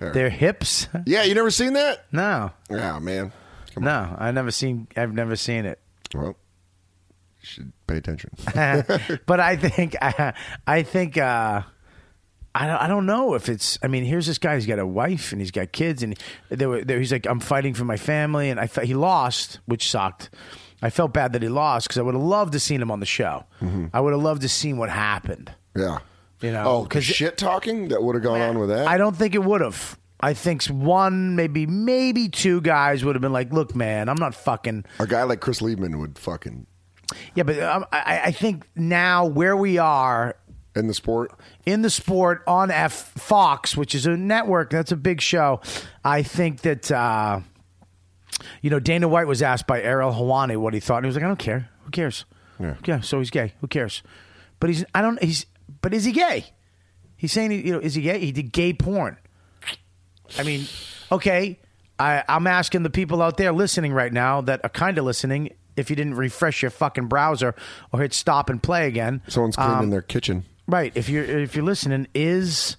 S1: Their hips?
S2: Yeah, you never seen that?
S1: No,
S2: Yeah, man. Come
S1: no, I've never seen. I've never seen it.
S2: on. Well, you should pay attention.
S1: but I think I, I think uh, I don't I don't know if it's I mean here's this guy he's got a wife and he's got kids and there were there, he's like I'm fighting for my family and I fe- he lost which sucked. I felt bad that he lost because I would have loved to seen him on the show. I would have loved to seen what happened.
S2: Yeah.
S1: You know,
S2: Oh,
S1: 'cause-
S2: because shit talking that would have gone on with that.
S1: I don't think it would have. I think one, maybe maybe two guys would have been like, "Look, man, I'm not fucking."
S2: a guy like Chris Liebman would fucking
S1: Yeah, but um, I, I think now where we are
S2: in the sport.
S1: in the sport on F Fox, which is a network. That's a big show. I think that uh, you know Dana White was asked by Errol Hawani what he thought, and he was like, "I don't care. Who cares?
S2: Yeah.
S1: so he's gay. Who cares? But he's I don't he's but is he gay? He's saying you know is he gay? He did gay porn. I mean, okay. I, I'm asking the people out there listening right now that are kind of listening. If you didn't refresh your fucking browser or hit stop and play again,
S2: Someone's cleaning
S1: Um,
S2: their kitchen.
S1: Right. If you're if you're listening, is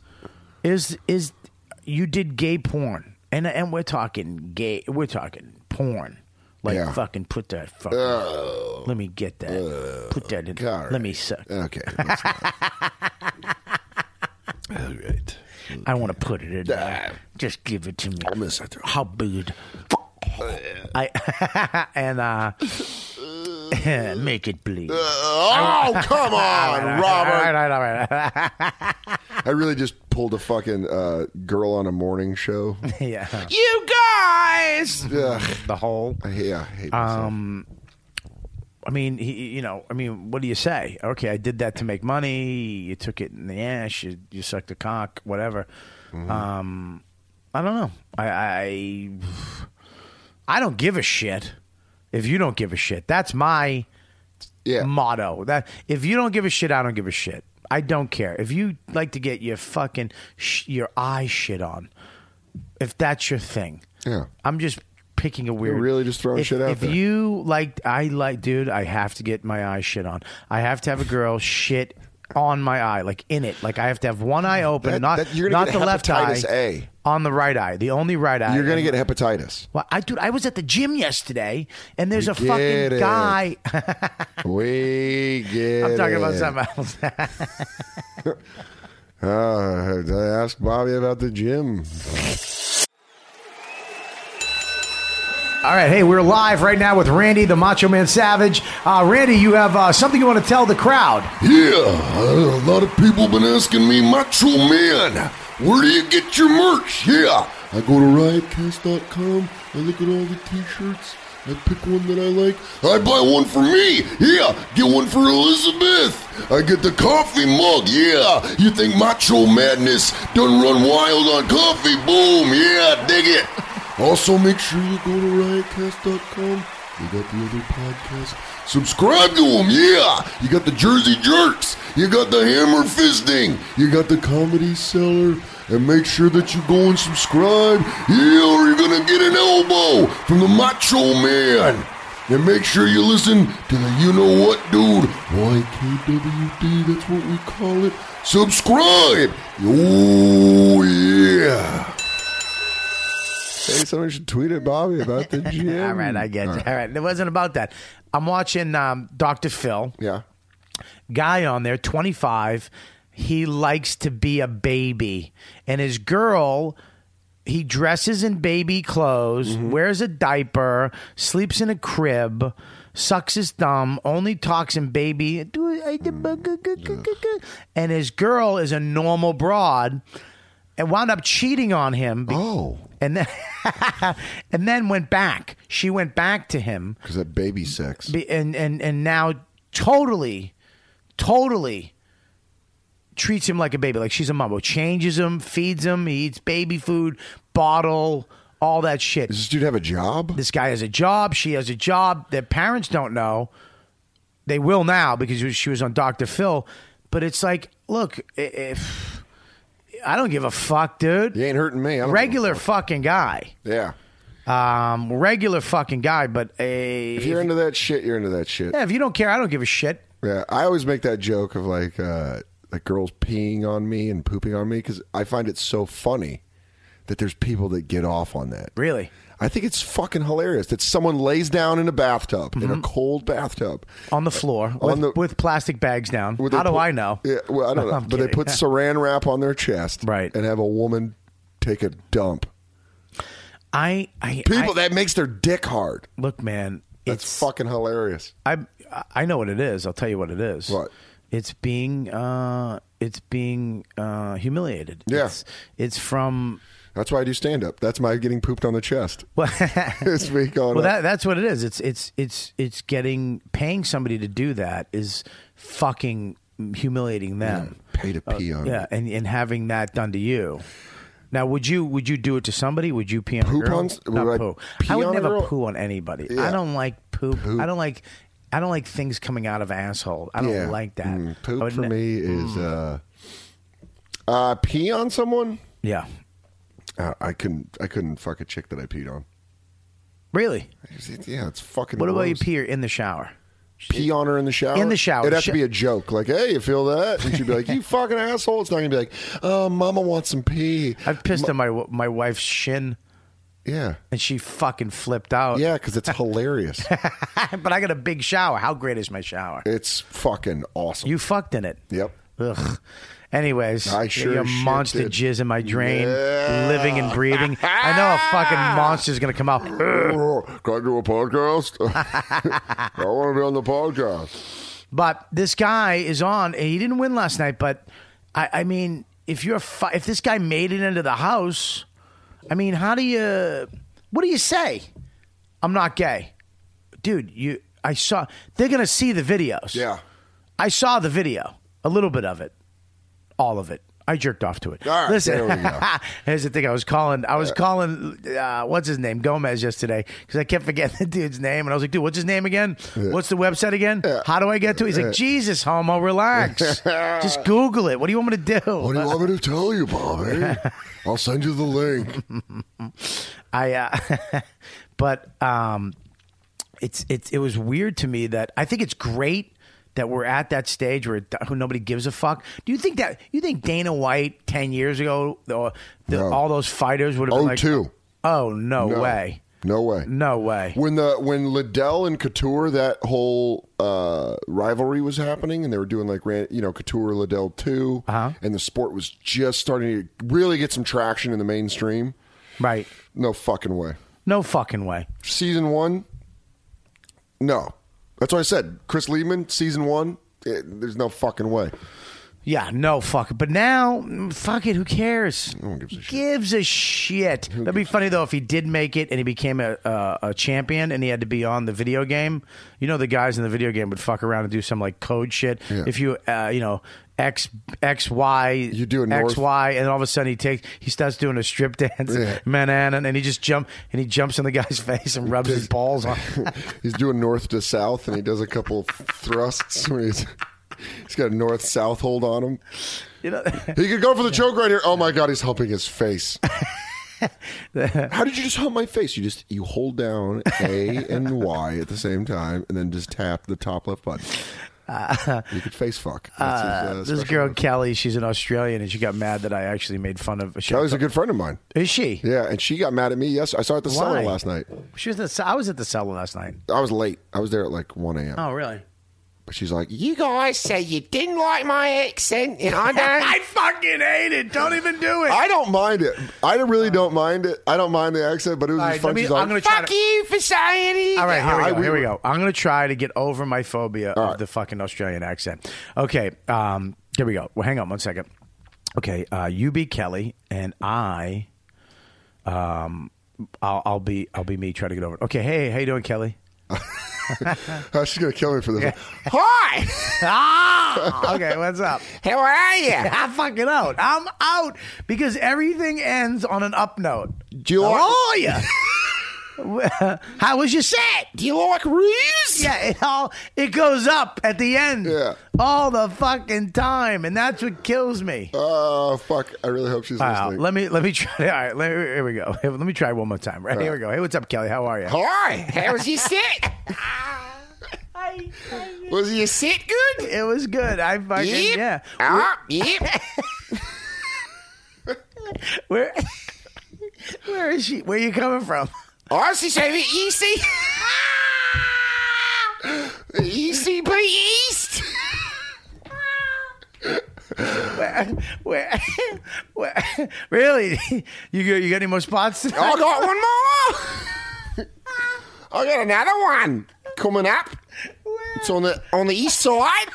S1: is is you did gay porn, and and we're talking gay, we're talking porn. Like
S2: Yeah. Oh.
S1: fucking put that fucking. let me get that. put that in.
S2: all right.
S1: Let me suck.
S2: Okay. that's fine. All right.
S1: I want to put it in there. Just give it to me.
S2: I'm gonna sit there.
S1: How big? I and uh, make it bleed.
S2: Uh, Oh, come on,
S1: All
S2: Robert.
S1: right, all right, all right.
S2: I really just pulled a fucking uh, girl on a morning show.
S1: yeah,
S2: you guys. Ugh,
S1: the whole.
S2: I, hate- I hate myself.
S1: Um, I mean, he, you know, I mean, what do you say? Okay, I did that to make money. You took it in the ass. You, you sucked a cock, whatever. Um, I don't know. I, I I don't give a shit if you don't give a shit. That's my
S2: yeah.
S1: motto. That if you don't give a shit, I don't give a shit. I don't care. If you like to get your fucking sh- your eye shit on, if that's your thing,
S2: Yeah.
S1: I'm just picking a weird.
S2: really just throwing
S1: if,
S2: shit out
S1: If
S2: there.
S1: you like, I like, dude. I have to get my eye shit on. I have to have a girl shit on my eye, like in it. Like I have to have one eye open,
S2: That-
S1: not
S2: that- you're gonna
S1: not
S2: get
S1: the left eye.
S2: hepatitis A.
S1: on the right eye, the only right eye.
S2: You're gonna get hepatitis.
S1: Well, I dude, I was at the gym yesterday, and there's a fucking
S2: get it.
S1: guy.
S2: We get.
S1: I'm talking
S2: it.
S1: about something else.
S2: Uh, did I ask Bobby about the gym?
S1: All right, hey, we're live right now with Randy, the Macho Man Savage. Uh, Randy, you have uh, something you want to tell the crowd.
S2: Yeah, a lot of people been asking me, Macho Man, where do you get your merch? Yeah, I go to riotcast.com, I look at all the t-shirts,
S3: I pick one that I like. I buy one for me. Yeah. Get one for Elizabeth. I get the coffee mug. Yeah. You think macho madness doesn't run wild on coffee? Boom. Yeah. Dig it. Also, make sure you go to riotcast.com. We got the other podcast. Subscribe to them. Yeah. You got the Jersey Jerks. You got the Hammer Fisting. You got the Comedy Cellar. And make sure that you go and subscribe. Yeah, or you're going to get an elbow from the Macho Man. And make sure you listen to the You Know What Dude, YKWD, that's what we call it. Subscribe! Oh, yeah.
S2: Maybe someone should tweet at Bobby about the gym.
S1: All right, I get you. All right, it wasn't about that. I'm watching um, Dr. Phil.
S3: Yeah.
S1: guy on there, 25. He likes to be a baby. And his girl, he dresses in baby clothes, wears a diaper, sleeps in a crib, sucks his thumb, only talks in baby. And his girl is a normal broad and wound up cheating on him. be-
S2: Oh.
S1: And then, and then went back. She went back to him
S2: Because that baby sex.
S1: be, and and and now totally, totally treats him like a baby, like she's a mumbo. Changes him, feeds him, he eats baby food, bottle, all that shit.
S2: Does this dude have a job?
S1: This guy has a job. She has a job. Their parents don't know. They will now because she was on Dr. Phil. But it's like, look, i- if I don't give a fuck, dude.
S2: You ain't hurting me. I don't give a
S1: Regular fucking guy.
S2: Yeah.
S1: Um, regular fucking guy, but a.
S2: If you're into that shit, you're into that shit.
S1: yeah, if you don't care, I don't give a shit.
S2: Yeah, I always make that joke of like uh, like girls peeing on me and pooping on me because I find it so funny that there's people that get off on that.
S1: Really?
S2: I think it's fucking hilarious that someone lays down in a bathtub in
S1: Mm-hmm.
S2: a cold bathtub.
S1: on the floor
S2: On
S1: with,
S2: the-
S1: with plastic bags down.
S2: where they
S1: How do
S2: put-
S1: I know?
S2: Yeah, well, I don't know,
S1: I'm
S2: but they
S1: kidding.
S2: put Saran wrap on their chest,
S1: Right.
S2: and have a woman take a dump.
S1: I, I
S2: People
S1: I-
S2: that makes their dick hard.
S1: look, man.
S2: That's
S1: It's
S2: fucking hilarious.
S1: I I know what it is. I'll tell you what it is.
S2: What?
S1: It's being uh, it's being uh, humiliated.
S2: Yeah.
S1: It's, it's from
S2: That's why I do stand up. That's my getting pooped on the chest.
S1: well,
S2: It's me going.
S1: well
S2: up.
S1: that that's what it is. It's it's it's it's getting paying somebody to do that is fucking humiliating them.
S2: pay to pee on.
S1: Oh, Uh, Yeah,
S2: me.
S1: and, and having that done to you. Now, would you would you do it to somebody? Would you pee on
S2: Poop
S1: a girl?
S2: on s-
S1: Not
S2: would I
S1: poo.
S2: pee
S1: I would
S2: on a
S1: never
S2: girl?
S1: poo on anybody.
S2: Yeah.
S1: I don't like poop.
S2: Poop.
S1: I don't like I don't like things coming out of asshole. I don't
S2: Yeah.
S1: like that.
S2: Mm,
S1: I Mm.
S2: poop
S1: would
S2: for
S1: ne-
S2: me is uh, uh, pee on someone.
S1: Yeah.
S2: Uh, I couldn't. I couldn't fuck a chick that I peed on.
S1: Really?
S2: Yeah, it's fucking.
S1: What about you
S2: gross.
S1: pee or in the shower?
S2: Pee on her in the shower.
S1: In the shower.
S2: it'd have
S1: Sh-
S2: to be a joke, like, "Hey, you feel that?" And she'd be like, "You fucking asshole!" It's not gonna be like, "Oh, Mama wants some pee."
S1: I've pissed on my w- my wife's shin
S2: yeah,
S1: and she fucking flipped out.
S2: yeah, because it's hilarious.
S1: but I got a big shower. How great is my shower?
S2: it's fucking awesome.
S1: You fucked in it.
S2: Yep.
S1: Ugh. Anyways,
S2: I
S1: yeah,
S2: sure
S1: your
S2: as shit
S1: monster
S2: did.
S1: jizz in my drain,
S2: Yeah.
S1: living and breathing. I know a fucking monster's gonna come out.
S2: Can I do a podcast? I want to be on the podcast.
S1: But this guy is on. and He didn't win last night, but I, I mean, if you're fi- if this guy made it into the house, I mean, how do you? What do you say? I'm not gay, dude. You, I saw. They're gonna see the videos.
S2: Yeah.
S1: I saw the video, a little bit of it, all of it. I jerked off to it.
S2: All right,
S1: Listen,
S2: there we go.
S1: here's the thing. I was calling. I was calling. Uh, what's his name? Gomez yesterday because I kept forgetting the dude's name, and I was like, "Dude, what's his name again? What's the website again? How do I get to?" it? He's like, "Jesus, homo, relax. Just Google it. What do you want me to do?"
S2: What do you want me to tell you, Bobby? I'll send you the link.
S1: I, uh, but um, it's it's it was weird to me that I think it's great that we're at that stage where, it, who nobody gives a fuck. Do you think that you think Dana White ten years ago, or the,
S2: No.
S1: all those fighters would have
S2: Oh,
S1: been like,
S2: two.
S1: oh no,
S2: No.
S1: way,
S2: No way.
S1: no way,
S2: When the when Liddell and Couture that whole uh, rivalry was happening, and they were doing like ran- you know Couture Liddell 2
S1: Uh-huh.
S2: and the sport was just starting to really get some traction in the mainstream.
S1: right?
S2: No fucking way.
S1: No fucking way.
S2: Season one, no. That's what I said. Chris Liebman, season one, eh, there's no fucking way.
S1: Yeah, no, fuck it. But now, mm, fuck it. Who cares? No
S2: one gives a shit.
S1: Gives a shit. That'd be funny though if he did make it and he became a, a a champion and he had to be on the video game. You know, the guys in the video game would fuck around and do some like code shit.
S2: Yeah.
S1: If you, uh, you know. X X Y
S2: You do a
S1: X
S2: North-
S1: Y and all of a sudden he takes he starts doing a strip dance
S2: Yeah.
S1: man and and he just jump and he jumps in the guy's face and rubs his balls on
S2: he's doing north to south, and he does a couple of thrusts. When he's, he's got a north south hold on him.
S1: you know
S2: He could go for the choke right here. Oh my god, he's humping his face. How did you just hump my face? You just you hold down A and Y at the same time, and then just tap the top left button. you could face fuck. That's his, uh,
S1: Uh, this
S2: special
S1: girl
S2: move.
S1: Kelly she's an Australian and she got mad that I actually made fun of she,
S2: Kelly's a good friend of mine.
S1: is she
S2: Yeah, and she got mad at me. Yes, I saw her at the
S1: Why?
S2: cellar last night.
S1: She was at the, I was at the cellar last night.
S2: I was late. I was there at like one a.m.
S1: Oh, really?
S2: But she's like,
S4: You guys say you didn't like my accent, and I
S1: I
S4: don't.
S1: fucking hate it. Don't even do it.
S2: I don't mind it. I really don't mind it. I don't mind the accent, but it was
S1: All
S2: just
S1: right,
S2: fun.
S1: let me-
S2: She's like,
S1: I'm gonna try
S4: fuck
S1: to,
S4: you for saying it.
S1: All right, here we
S2: I-
S1: go.
S2: we
S1: here we
S2: were-
S1: go. I'm gonna try to get over my phobia of the fucking Australian accent. Okay, um, here we go. Well, hang on one second. Okay, uh, you be Kelly and I. Um, I'll, I'll be I'll be me. Try to get over it. Okay, hey, how you doing, Kelly?
S2: "Oh, she's gonna kill me for this.
S4: Hi,
S1: ah, okay, what's up?
S4: how are you?
S1: I'm fucking out. I'm out because everything ends on an up note.
S2: Do you like-
S1: How are you? Well, How was your set?
S4: Do you like ruse?
S1: Yeah, it all it goes up at the end.
S2: Yeah.
S1: All the fucking time, and that's what kills me.
S2: Oh fuck! I really hope she's
S1: Wow,
S2: listening.
S1: let me let me try. All right, let, here we go. Let me try one more time. Right, here we go. Hey, what's up, Kelly? How are you?
S4: Hi, how was your set? was your set good?
S1: It was good. I fucking
S4: Yep.
S1: yeah.
S4: Ah, yep.
S1: Where where is she? Where you coming from?
S4: I see so easy. ECB East.
S1: Where, where, where, really? You got, you got any more spots?
S2: Oh.
S4: I got one more. I got another one coming up. It's on the on the east side.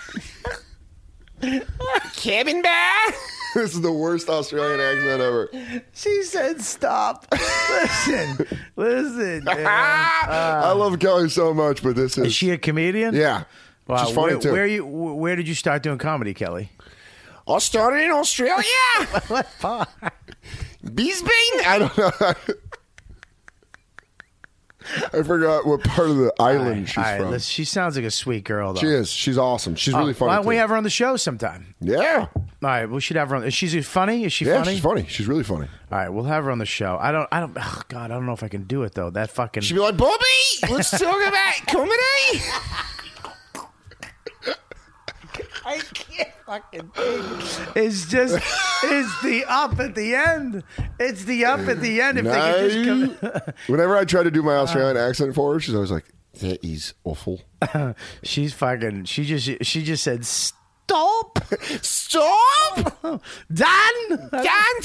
S4: Cabin Bear.
S2: this is the worst Australian accent ever.
S1: Uh. She said, "Stop." listen, listen. man.
S2: I love Kelly so much, but this is
S1: Is she a comedian?
S2: yeah.
S1: Wow,
S2: she's funny
S1: where,
S2: too.
S1: where you? Where did you start doing comedy, Kelly?
S4: I started in Australia. Bisbee. I don't know.
S2: I forgot what part of the island she's
S1: All right,
S2: from.
S1: let's- she sounds like a sweet girl, though.
S2: she is. She's awesome. She's really funny.
S1: Why don't we
S2: too.
S1: have her on the show sometime?
S2: yeah,
S1: All right, we should have her on. Is she funny? Is she
S2: yeah.
S1: funny?
S2: She's funny. She's really funny.
S1: All right, we'll have her on the show. I don't. I don't. Oh God, I don't know if I can do it though. That fucking.
S4: She'd be like, Bobby, let's talk about comedy.
S1: I can't fucking think. It's just, it's the up at the end. It's the up at the end. If they could
S2: Now
S1: just Uh.
S2: you- Whenever I try to do my Australian accent for her, she's always like, "That is awful."
S1: come, she's fucking. She just, she just said stop,
S4: Stop!
S1: Dan,
S4: Don't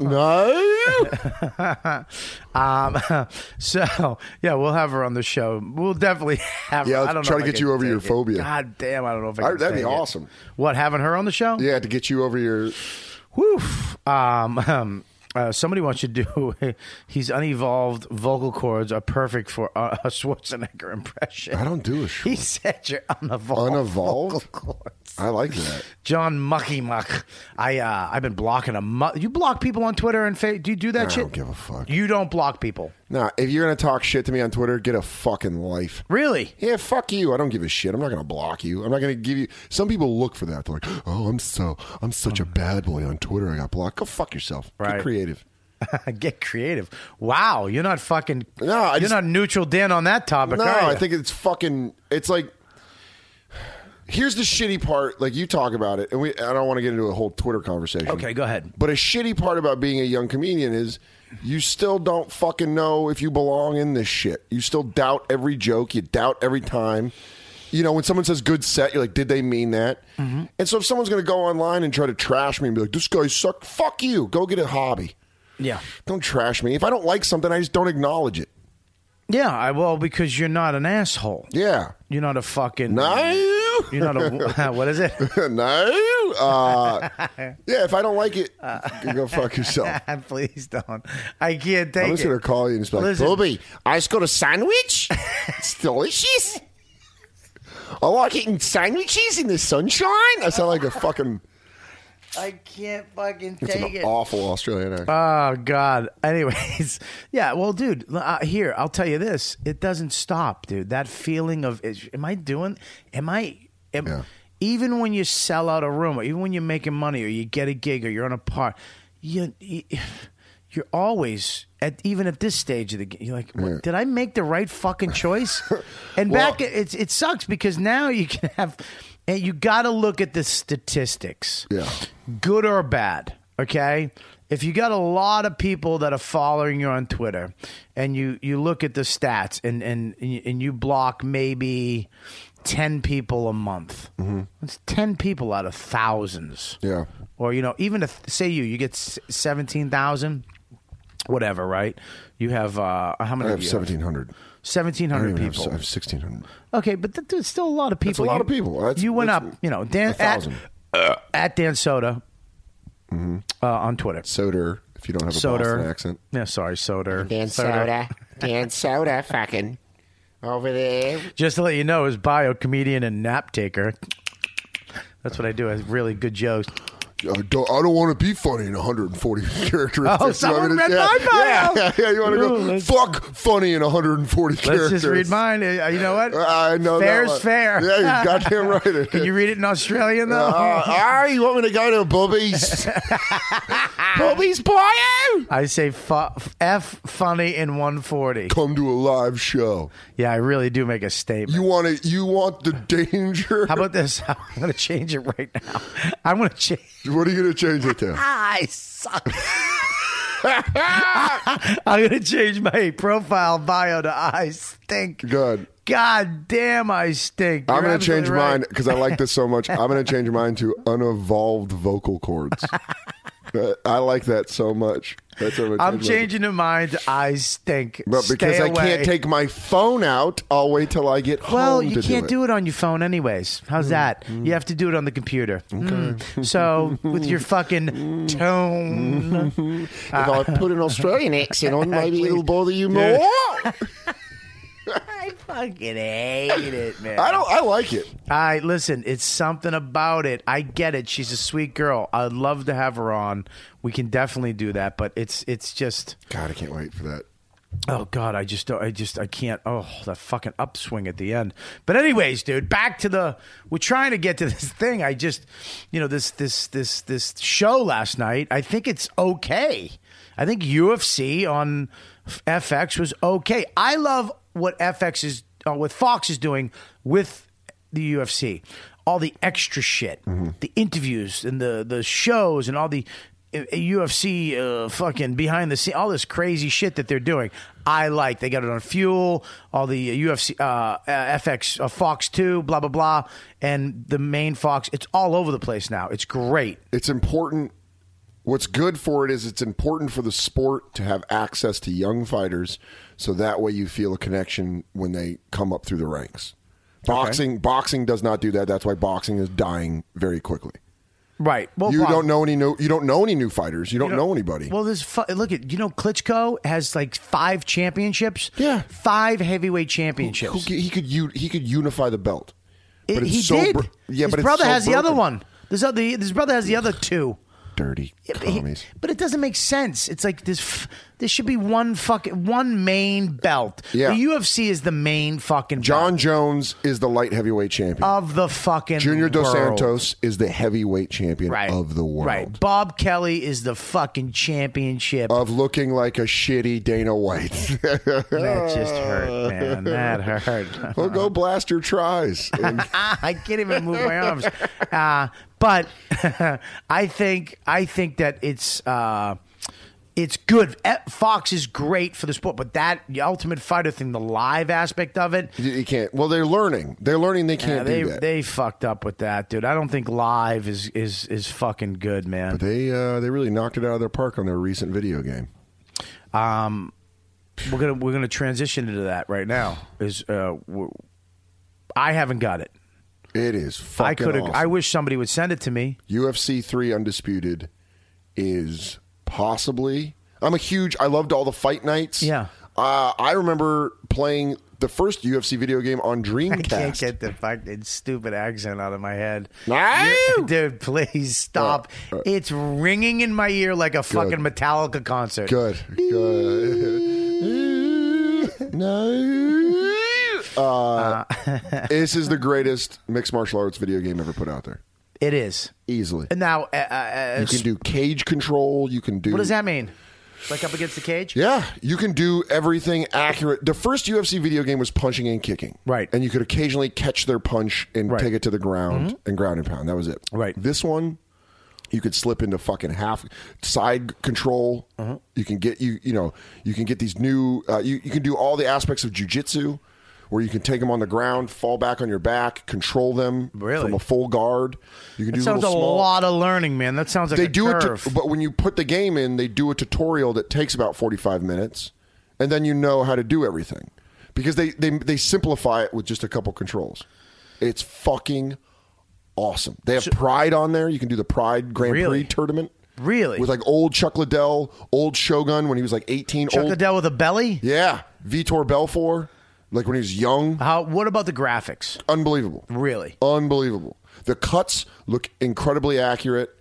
S2: no.
S1: Um, so yeah, we'll have her on the show. We'll definitely have.
S2: Yeah,
S1: her.
S2: let's
S1: I don't
S2: try
S1: know if
S2: to
S1: I
S2: get
S1: can
S2: you over
S1: take
S2: your
S1: it.
S2: phobia.
S1: God damn, I don't know if I
S2: I-
S1: can.
S2: that'd be
S1: take it.
S2: awesome.
S1: What having her on the show?
S2: Yeah, to get you over your.
S1: Woof. Um, um, uh, somebody wants you to do. His unevolved vocal cords are perfect for uh, a, a Schwarzenegger impression.
S2: I don't do a sh-
S1: He said you're unevolved.
S2: unevolved.
S1: vocal cords.
S2: I like that.
S1: John Mucky Muck. I uh, I've been blocking a. Mu- you block people on Twitter and Facebook. Do you do that shit?
S2: don't give a fuck.
S1: You don't block people.
S2: Nah, if you're gonna talk shit to me on Twitter, get a fucking life.
S1: Really?
S2: Yeah, fuck you. I don't give a shit. I'm not gonna block you. I'm not gonna give you. Some people look for that. They're like, oh, I'm so, I'm such a bad boy on Twitter. I got blocked. Go fuck yourself.
S1: Mm. Right.
S2: Get creative.
S1: Get creative. Wow, you're not fucking.
S2: No, I
S1: you're
S2: just-
S1: not neutral, Dan, on that topic.
S2: No,
S1: are ya?
S2: I think it's fucking. It's like. Here's the shitty part. Like you talk about it, and we. I don't want to get into a whole Twitter conversation.
S1: Okay, go ahead.
S2: But a shitty part about being a young comedian is you still don't fucking know if you belong in this shit. You still doubt every joke. You doubt every time. You know, when someone says good set, you're like, did they mean that? And so if someone's going to go online and try to trash me and be like, this guy sucked, fuck you. Go get a hobby.
S1: Yeah,
S2: Don't trash me. If I don't like something, I just don't acknowledge it.
S1: yeah. I well because you're not an asshole.
S2: Yeah.
S1: You're not a fucking.
S2: No.
S1: You're not a what is it?
S2: no. Uh, yeah, if I don't like it,
S1: Uh.
S2: you go fuck yourself.
S1: Please don't. I can't take
S2: I'm just
S1: it.
S2: gonna call you and just be like,
S1: Listen.
S2: Bobby, I just got a sandwich. It's delicious. I like eating sandwiches in the sunshine. I sound like a fucking
S1: I can't fucking
S2: it's
S1: take
S2: an
S1: it.
S2: awful Australian accent.
S1: Oh God. Anyways, yeah. Well, dude, l- uh, here I'll tell you this: it doesn't stop, dude. That feeling of is, am I doing? Am I? Am,
S2: Yeah.
S1: Even when you sell out a room, or even when you're making money, or you get a gig, or you're on a part, you, you you're always at even at this stage of the game. You're like, what,
S2: Yeah.
S1: did I make the right fucking choice? and
S2: Well-
S1: back, it's it sucks because now you can have, and you got to look at the statistics
S2: Yeah.
S1: good or bad, okay? If you got a lot of people that are following you on Twitter and you, you look at the stats and, and, and you- and you block maybe 10 people a month, it's 10 people out of thousands.
S2: Mm-hmm. Yeah.
S1: Or, you know, even if, say you, you get s- 17,000, whatever, right? You have, uh, how many?
S2: I have
S1: do you
S2: seventeen hundred. I don't
S1: 1,700
S2: even have,
S1: people.
S2: I have sixteen hundred.
S1: Okay, but th- there's still a lot of people.
S2: a lot
S1: You-
S2: of people. That's-
S1: you went up,
S2: that's
S1: you know, Dan
S2: a thousand.
S1: at, at Dan Soda uh, on Twitter.
S2: Soder, if you don't have a Boston
S1: Soder
S2: accent.
S1: Yeah, sorry, Soder.
S4: Dan Soda. Dan Soda fucking over there.
S1: Just to let you know, his bio comedian and nap taker. That's what I do. I have really good jokes.
S2: I don't, I don't want to be funny in 140 characters.
S1: Oh, someone read my bio!
S2: Yeah, yeah, you want to
S1: Ooh,
S2: go
S1: let's-
S2: fuck funny in 140 characters.
S1: Let's just read mine. Uh, You know what?
S2: I know that
S1: Fair's
S2: one.
S1: fair.
S2: Yeah, you're goddamn right.
S1: Can you read it in Australian though?
S2: Uh, ah, you want me to go to Bobby's? Bobby's bio?
S1: I say fu- f funny in 140.
S2: Come to a live show.
S1: Yeah, I really do make a statement.
S2: You want it? You want the danger?
S1: How about this? I'm gonna change it right now. I'm gonna change.
S2: what are you going to change it to?
S1: I suck. I'm gonna change my profile bio to I stink.
S2: Good.
S1: God damn, I stink.
S2: I'm
S1: You're
S2: going to change
S1: absolutely right.
S2: mine because I like this so much. I'm going to change mine to unevolved vocal cords. Uh, I like that so much. That's what
S1: I'm
S2: gonna change mine to.
S1: changing to mine to I stink.
S2: But because
S1: Stay
S2: I can't
S1: away.
S2: take my phone out, I'll wait till I get
S1: Well,
S2: home
S1: you
S2: to
S1: can't
S2: do
S1: do
S2: it. Mm,
S1: it. on your phone, anyways. How's that? You have to do it on the computer. Mm. So with your fucking
S2: Mm.
S1: tone,
S2: If I put an Australian accent on, maybe it'll bother you more.
S1: Dude.
S2: I
S1: I fucking hate it, man.
S2: don't. I like it.
S1: I listen. It's something about it. I get it. She's a sweet girl. I'd love to have her on. We can definitely do that. But it's it's just
S2: God, I can't wait for that.
S1: oh god. I just don't. I just I can't. Oh that fucking upswing at the end. But anyways, dude, back to the. We're trying to get to this thing. I just you know this this this this show last night. I think it's okay. I think UFC on FX was okay. I love what FX is uh, what Fox is doing with the UFC, all the extra shit, the interviews and the the shows and all the uh, UFC uh, fucking behind the scene, all this crazy shit that they're doing. I like they got it on Fuel, all the uh, UFC, uh, uh, FX, uh, Fox Two, blah blah blah, and the main Fox. It's all over the place now. It's great.
S2: It's important. What's good for it is it's important for the sport to have access to young fighters, so that way you feel a connection when they come up through the ranks. Boxing, boxing does not do that. That's why boxing is dying very quickly.
S1: Right. Well,
S2: you
S1: Bob-
S2: don't know any new. You don't know any new fighters. You don't, know, anybody.
S1: Well, there's fu- look at you know Klitschko has like five championships.
S2: Yeah.
S1: five heavyweight championships.
S2: Who, ca- he could u- he could unify the belt.
S1: It- he did.
S2: bro- yeah,
S1: his
S2: but it's
S1: brother
S2: so
S1: has the other
S2: broken.
S1: one. This other, his brother has the other two.
S2: Dirty
S1: Yeah, but, he-
S2: commies.
S1: but it doesn't make sense. It's like this. f- There should be one fucking one main belt.
S2: Yeah.
S1: The UFC is the main fucking
S2: John
S1: belt
S2: Jones is the light heavyweight champion.
S1: of the fucking
S2: Junior Dos
S1: world.
S2: Santos is the heavyweight champion
S1: right
S2: of the world.
S1: Right. Bob Kelly is the fucking championship.
S2: Of looking like a shitty Dana White.
S1: that just hurt, man. That hurt.
S2: well, go blast your tries. And
S1: Ah, I can't even move my arms. Uh, but I think I think that it's uh, it's good. Eh, Fox is great for the sport, but that the Ultimate Fighter thing, the live aspect of it,
S2: you you can't. Well, they're learning. They're learning. They can't
S1: yeah, they
S2: do that.
S1: they fucked up with that, dude. I don't think live is is is fucking good, man.
S2: they uh, they really knocked it out of their park on their recent video game.
S1: we're gonna we're gonna transition into that right now. Is uh, we're- I haven't got it.
S2: It is fucking
S1: I could have.
S2: awesome.
S1: I wish somebody would send it to me.
S2: UFC 3 Undisputed is possibly. I'm a huge. I loved all the fight nights.
S1: Yeah.
S2: Uh, I remember playing the first UFC video game on
S1: I can't
S2: Dreamcast.
S1: get the fucking stupid accent out of my head.
S2: No!
S1: dude, please stop.
S2: Uh, uh.
S1: it's ringing in my ear like a fucking Metallica concert.
S2: Good. Good. no. Uh, this is the greatest mixed martial arts video game ever put out there.
S1: It is.
S2: Easily.
S1: And Now, uh, uh,
S2: You can do cage control. You can do.
S1: what does that mean? Like up against the cage?
S2: Yeah, you can do everything accurate. The first UFC video game was punching and kicking.
S1: Right.
S2: And you could occasionally catch their punch and
S1: Right. Mm-hmm.
S2: take it to the ground and ground and pound. That was it.
S1: Right.
S2: This one you could slip into fucking half side control.
S1: Uh-huh.
S2: You can get you you know, you can get these new uh, you you can do all the aspects of jujitsu where you can take them on the ground, fall back on your back, control them
S1: Really?
S2: from a full guard. You can
S1: That
S2: do
S1: sounds a
S2: little small
S1: lot of learning, man. That sounds like
S2: they
S1: a
S2: do
S1: curve.
S2: it, to, but when you put the game in, they do a tutorial that takes about forty-five minutes, and then you know how to do everything because they they they simplify it with just a couple controls. It's fucking awesome. They have Pride on there. You can do the Pride Grand
S1: Really?
S2: Prix tournament.
S1: Really?
S2: With like old Chuck Liddell, old Shogun when he was like eighteen.
S1: Chuck
S2: old,
S1: Liddell with a belly.
S2: yeah, Vitor Belfort, like when he was young.
S1: How? What about the graphics?
S2: Unbelievable,
S1: Really?
S2: unbelievable. The cuts look incredibly accurate.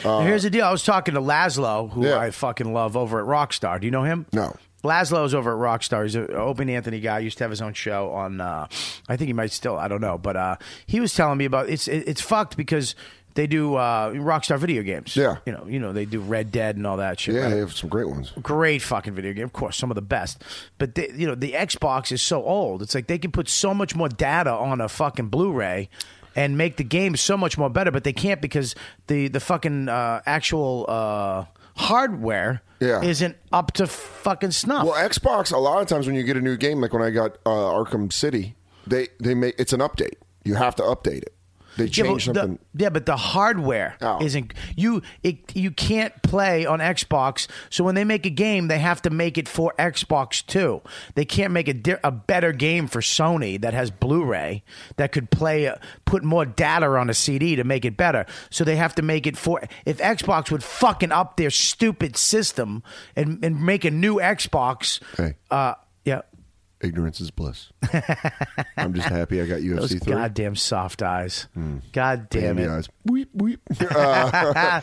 S1: Here's the deal. I was talking to Laszlo, who
S2: Uh, Yeah.
S1: I fucking love over at Rockstar. Do you know him?
S2: No.
S1: Laszlo's over at Rockstar. He's an open Anthony guy. Used to have his own show on. Uh, I think he might still. I don't know, but uh, he was telling me about it's. It, it's fucked because they do uh, Rockstar video games.
S2: Yeah.
S1: You know. You know they do Red Dead and all that shit.
S2: Yeah,
S1: right?
S2: they have some great ones.
S1: great fucking video game. Of course, some of the best. But they, you know, the Xbox is so old. It's like they can put so much more data on a fucking Blu-ray and make the game so much more better. But they can't because the the fucking uh, actual uh, hardware
S2: Yeah.
S1: isn't up to fucking snuff.
S2: Well, Xbox, a lot of times when you get a new game, like when I got uh, Arkham City, they they make it's an update. You have to update it. They
S1: yeah,
S2: change
S1: but the,
S2: something.
S1: yeah, but the hardware
S2: Oh.
S1: isn't you. It, you can't play on Xbox. So when they make a game, they have to make it for Xbox too. They can't make a, di- a better game for Sony that has Blu-ray that could play uh, put more data on a CD to make it better. So they have to make it for. If Xbox would fucking up their stupid system and and make a new Xbox,
S2: Hey.
S1: uh, yeah,
S2: Ignorance is bliss. I'm just happy I got
S1: those
S2: UFC three. Hmm.
S1: goddamn soft eyes. God damn
S2: Baby
S1: it.
S2: eyes. Weep, weep. Uh, uh,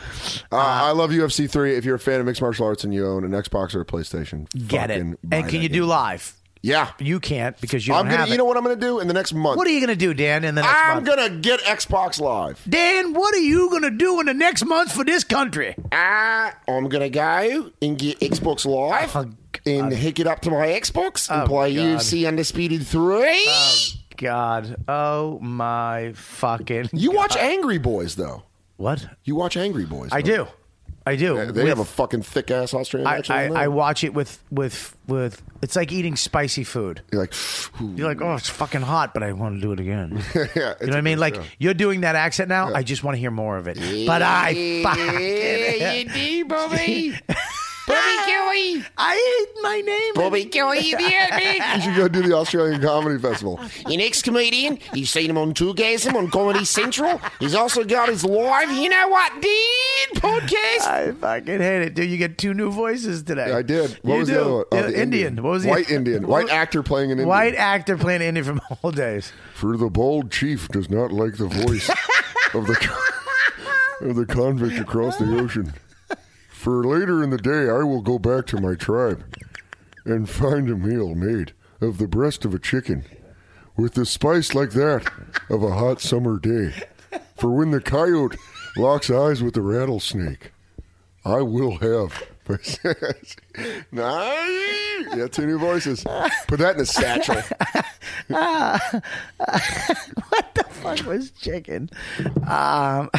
S2: I love UFC three. If you're a fan of mixed martial arts and you own an Xbox or a PlayStation,
S1: Get it.
S2: fucking
S1: And
S2: buy
S1: can
S2: that
S1: you do
S2: game.
S1: live?
S2: Yeah,
S1: You can't because you
S2: I'm
S1: don't
S2: gonna.
S1: have
S2: You
S1: it.
S2: know what I'm gonna do in the next month?
S1: What are you going to do, Dan? In the next
S2: I'm
S1: month,
S2: gonna get Xbox Live.
S1: Dan, what are you going to do in the next month for this country?
S2: I,
S1: Ah.
S2: I'm gonna go and get Xbox Live
S1: Oh,
S2: and hook it up to my Xbox and
S1: Oh, play God. UFC
S2: Undisputed Three.
S4: Oh,
S1: God, oh my fucking!
S2: you watch Angry Boys though.
S1: what?
S2: You watch Angry Boys.
S1: I
S2: don't
S1: do, I do.
S2: you? They have a fucking thick ass Australian
S1: I,
S2: accent.
S1: I,
S2: on
S1: I
S2: that.
S1: watch it with with with. It's like eating spicy food.
S2: You're like, ooh,
S1: You're like, oh, it's fucking hot, but I want to do it again.
S2: yeah,
S1: you know what I mean? Like you're doing that accent now. I just want to hear more of it. But I
S4: Yeah,
S1: fucking,
S4: you do, Bobby. Bobby Kelly.
S1: I hate my name.
S4: Ah! Bobby Kelly, you the
S2: you
S4: admin.
S2: should go do the Australian Comedy Festival.
S4: Your next comedian, you've seen him on Tourgasm on Comedy Central. He's also got his live, you know what, dude, podcast.
S1: I fucking hate it, dude. You get two new voices today.
S2: I did. What
S1: You
S2: was
S1: do.
S2: the other one? Oh,
S1: Yeah,
S2: the
S1: Indian. What was the
S2: White Indian. White actor playing an Indian.
S1: White actor playing Indian from old days.
S2: For the bold chief does not like the voice of the con- of the convict across the ocean. For later in the day, I will go back to my tribe and find a meal made of the breast of a chicken, with the spice like that of a hot summer day. For when the coyote locks eyes with the rattlesnake, I will have. nice. Yeah, two new voices. Put that in a satchel.
S1: Fuck was chicken. Um,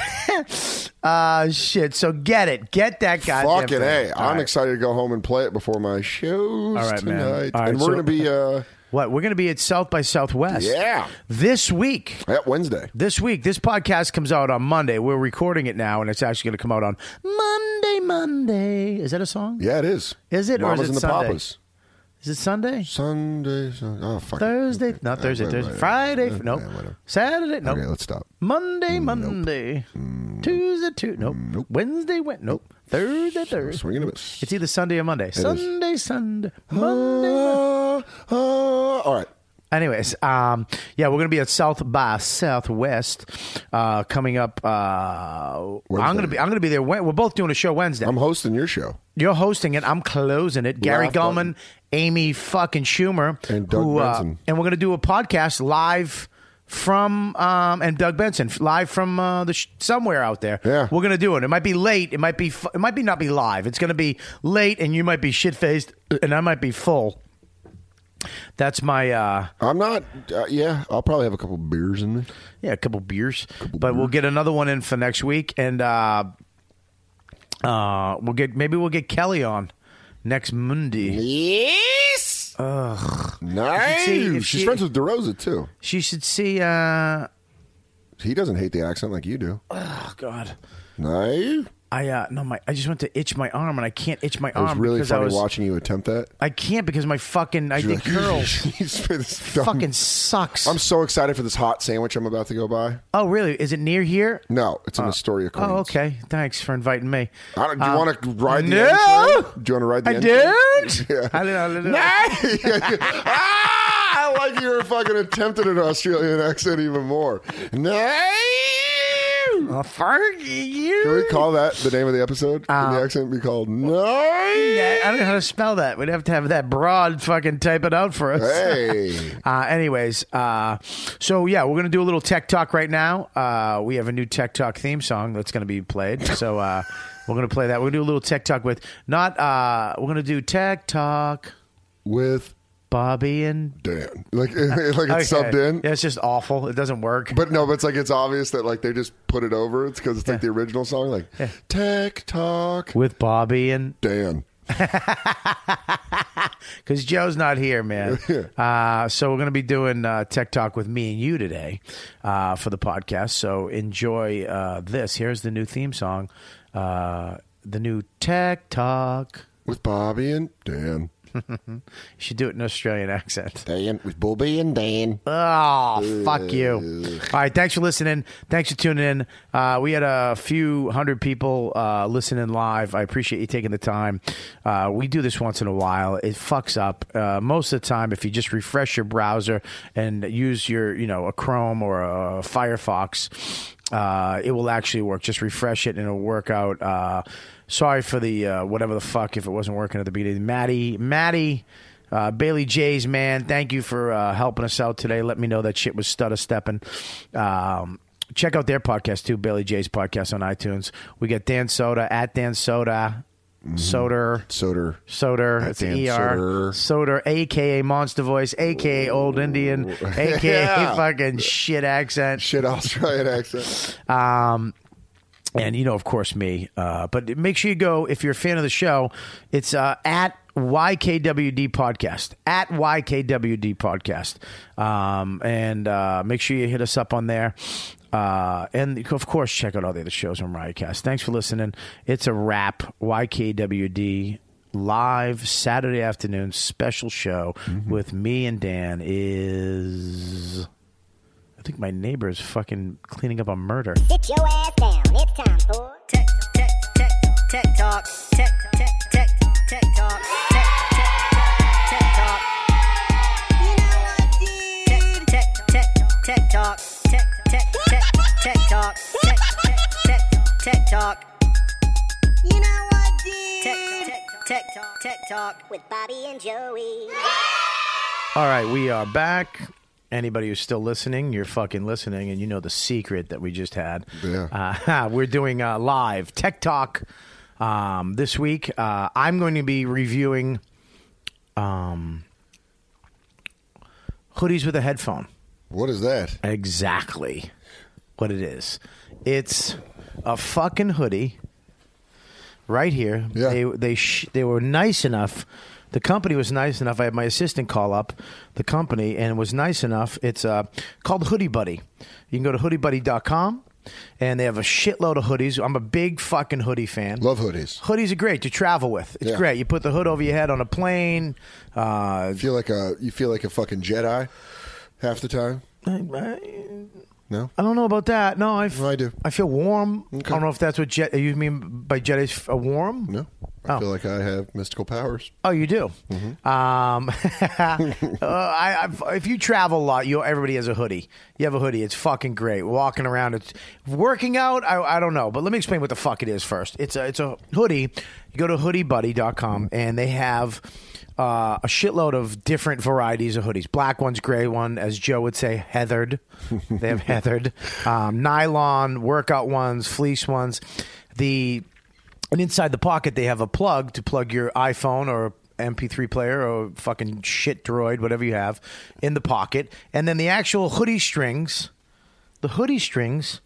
S1: uh, shit. So get it. Get that guy.
S2: Fucking hey! I'm excited to go home and play it before my shows
S1: All right, man.
S2: tonight.
S1: All right,
S2: and we're
S1: so-
S2: gonna be uh
S1: What? We're going to be at South by Southwest.
S2: Yeah.
S1: This week.
S2: at Wednesday.
S1: This week, this podcast comes out on Monday. We're recording it now, and it's actually going to come out on Monday. Monday. Is that a song?
S2: Yeah, it is.
S1: Is it, or
S2: Mamas
S1: is it
S2: and the
S1: Sunday?
S2: Papas?
S1: Is it Sunday?
S2: Sunday, Sunday. Oh, fuck. it.
S1: Thursday?
S2: Okay.
S1: Not
S2: Uh,
S1: Thursday.
S2: wait,
S1: Thursday.
S2: wait,
S1: Friday?
S2: wait. Uh,
S1: nope.
S2: yeah, whatever.
S1: Saturday? Nope.
S2: Okay, let's stop. Mm.
S1: Monday, Monday. Tuesday, tu- nope. Wednesday, went. Nope. Thursday, Thursday.
S2: Swinging a miss.
S1: It's either Sunday or Monday. Sunday, Sunday, Monday.
S2: Uh, uh, all right.
S1: Anyways, um, yeah, we're gonna be at South by Southwest uh, coming up. Uh, I'm gonna be I'm gonna be there. Wed- We're both doing a show Wednesday.
S2: I'm hosting your show.
S1: You're hosting it. I'm closing it. Gary
S2: Laugh button.
S1: Gulman, Amy fucking Schumer,
S2: And Doug
S1: who, uh,
S2: Benson.
S1: and we're gonna do a podcast live from um, and Doug Benson f- live from uh, the sh- somewhere out there.
S2: Yeah.
S1: we're gonna do it. It might be late. It might be. Fu- it might be not be live. It's gonna be late, and you might be shit faced, and I might be full. That's my. Uh,
S2: I'm not. Uh, yeah, I'll probably have a couple beers in me.
S1: Yeah, a couple beers. but we'll get another one in for next week, and uh, uh, we'll get maybe we'll get Kelly on next Monday.
S4: Yes.
S2: Nice.
S1: see if
S2: She's
S1: she-
S2: friends with DeRosa too.
S1: She should see. Uh,
S2: He doesn't hate the accent like you do.
S1: oh God,
S2: No,
S1: I uh, no my I just went to itch my arm and I can't itch my
S2: it was
S1: arm
S2: really
S1: Um, because
S2: funny
S1: I was
S2: watching you attempt that.
S1: I can't because my fucking I
S2: You're
S1: did curls
S2: He's been this dumb-
S1: fucking sucks.
S2: I'm so excited for this hot sandwich I'm about to go buy.
S1: oh really? Is it near here?
S2: No, it's in Astoria, Queens.
S1: Oh okay. Thanks for inviting me.
S2: I don't, do you
S1: Um,
S2: want to ride the
S1: no!
S2: N train? Do you want to ride the
S1: I
S2: N
S1: did.
S2: train? Yeah.
S1: I did. I did.
S2: ah, I like your fucking attempt at an Australian accent even more. No.
S1: Oh, fuck you.
S2: Can we call that the name of the episode? Can
S1: Uh,
S2: the accent be called No?
S1: Yeah, I don't know how to spell that. We'd have to have that broad fucking type it out for us.
S2: Hey.
S1: Uh, anyways, uh, so yeah, we're gonna do a little tech talk right now. Uh, we have a new tech talk theme song that's gonna be played. So uh, we're gonna play that. We're gonna do a little tech talk with not. Uh, we're gonna do tech talk,
S2: With
S1: Bobby and.
S2: Dan. Like, like it's subbed in.
S1: Yeah, it's just awful. It doesn't work.
S2: But no, but it's like it's obvious that like they just put it over. It's because it's like
S1: Yeah.
S2: the original song, like Tech Talk
S1: with Bobby and
S2: Dan.
S1: because Joe's not here, man. uh, so we're going to be doing uh, tech talk with me and you today uh, for the podcast. So enjoy uh, this. Here's the new theme song, uh, the new tech talk.
S2: with Bobby and Dan.
S1: You should do it in an Australian accent.
S2: Dan with Bobby and Dan.
S1: Oh, fuck you. All right. Thanks for listening. Thanks for tuning in. Uh, we had a few hundred people uh, listening live. I appreciate you taking the time. Uh, we do this once in a while. It fucks up. Uh, most of the time, if you just refresh your browser and use your, you know, a Chrome or a Firefox, uh, it will actually work. Just refresh it and it'll work out. Uh, sorry for the uh, whatever the fuck if it wasn't working at the beginning. Maddie, Maddie. Uh, Bailey Jays, man, thank you for uh, helping us out today. Let me know that shit was stutter stepping. Um, check out their podcast too, Bailey Jays podcast on iTunes. We got Dan Soda at Dan Soda, Soder,
S2: Soder.
S1: Soder,
S2: Mm-hmm. At
S1: it's an
S2: Dan
S1: ER,
S2: Soder.
S1: Soder, aka Monster Voice, aka Old Indian, aka
S2: Yeah.
S1: fucking shit accent.
S2: Shit Australian accent.
S1: Um, and you know, of course, me. Uh, but make sure you go if you're a fan of the show. It's uh, at YKWd podcast at YKWd podcast, um, and uh, make sure you hit us up on there. Uh, and of course, check out all the other shows on Riotcast. Thanks for listening. It's a wrap. YKWd live Saturday afternoon special show with me and Dan is. I think my neighbor is fucking cleaning up a murder.
S5: Sit your ass down. It's time for tech, tech, tech, tech talk. Tech, tech, tech, tech talk. Tech, tech, tech, tech talk. You know what, dude? Tech, tech, tech, tech talk. Tech, tech, tech, tech talk. Tech, tech, tech, tech talk. You know what, dude? Tech, tech, tech, talk. Tech talk with Bobby and Joey.
S1: All right, we are back. Anybody who's still listening, you're fucking listening, and you know the secret that we just had.
S2: Yeah.
S1: Uh, we're doing uh, live tech talk um, this week. Uh, I'm going to be reviewing um, hoodies with a headphone.
S2: What is that?
S1: Exactly what it is. It's a fucking hoodie right here.
S2: Yeah.
S1: They they sh- they were nice enough. The company was nice enough. I had my assistant call up the company and was nice enough. It's uh, called Hoodie Buddy. You can go to hoodiebuddy.com. and they have a shitload of hoodies. I'm a big fucking hoodie fan.
S4: Love hoodies.
S1: Hoodies are great to travel with. It's
S4: Yeah.
S1: great. You put the hood over your head on a plane. Uh,
S4: Feel like a you feel like a fucking Jedi half the time. No.
S1: I don't know about that. No, I, f-
S4: No, I do.
S1: I feel warm. I
S4: Okay.
S1: don't know if that's what jet, you mean by Jedi's f- uh, warm.
S4: No. I
S1: Oh.
S4: feel like I have mystical powers.
S1: Oh, you do. Um, uh, I, I, if you travel a lot, you everybody has a hoodie. You have a hoodie. It's fucking great. Walking around, it's working out. I, I don't know, but let me explain what the fuck it is first. It's a it's a hoodie. You go to hoodiebuddy.com and they have uh, a shitload of different varieties of hoodies. Black ones, gray one, as Joe would say, heathered. they have heathered, um, nylon, workout ones, fleece ones. The and inside the pocket, they have a plug to plug your iPhone or MP3 player or fucking shit droid, whatever you have, in the pocket. And then the actual hoodie strings, the hoodie strings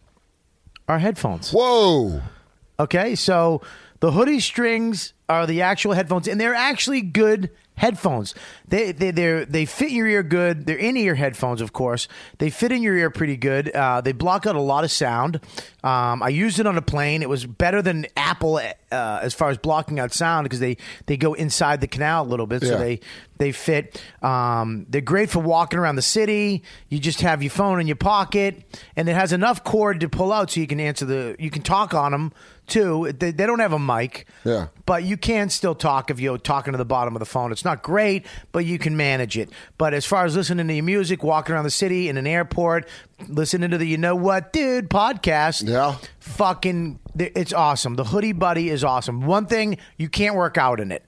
S1: are headphones.
S4: Whoa.
S1: Okay, so the hoodie strings are the actual headphones, and they're actually good headphones. They they they they fit your ear good. They're in ear headphones, of course. They fit in your ear pretty good. Uh, they block out a lot of sound. Um, I used it on a plane. It was better than Apple uh, as far as blocking out sound because they they go inside the canal a little bit, so
S4: Yeah.
S1: they they fit. Um, they're great for walking around the city. You just have your phone in your pocket, and it has enough cord to pull out so you can answer the. You can talk on them too. They, they don't have a mic,
S4: Yeah.
S1: but you can still talk if you're talking to the bottom of the phone. It's not great, but you can manage it. But as far as listening to your music, walking around the city in an airport, listening to the you know what dude podcast,
S4: Yeah.
S1: fucking it's awesome. The hoodie buddy is awesome. One thing you can't work out in it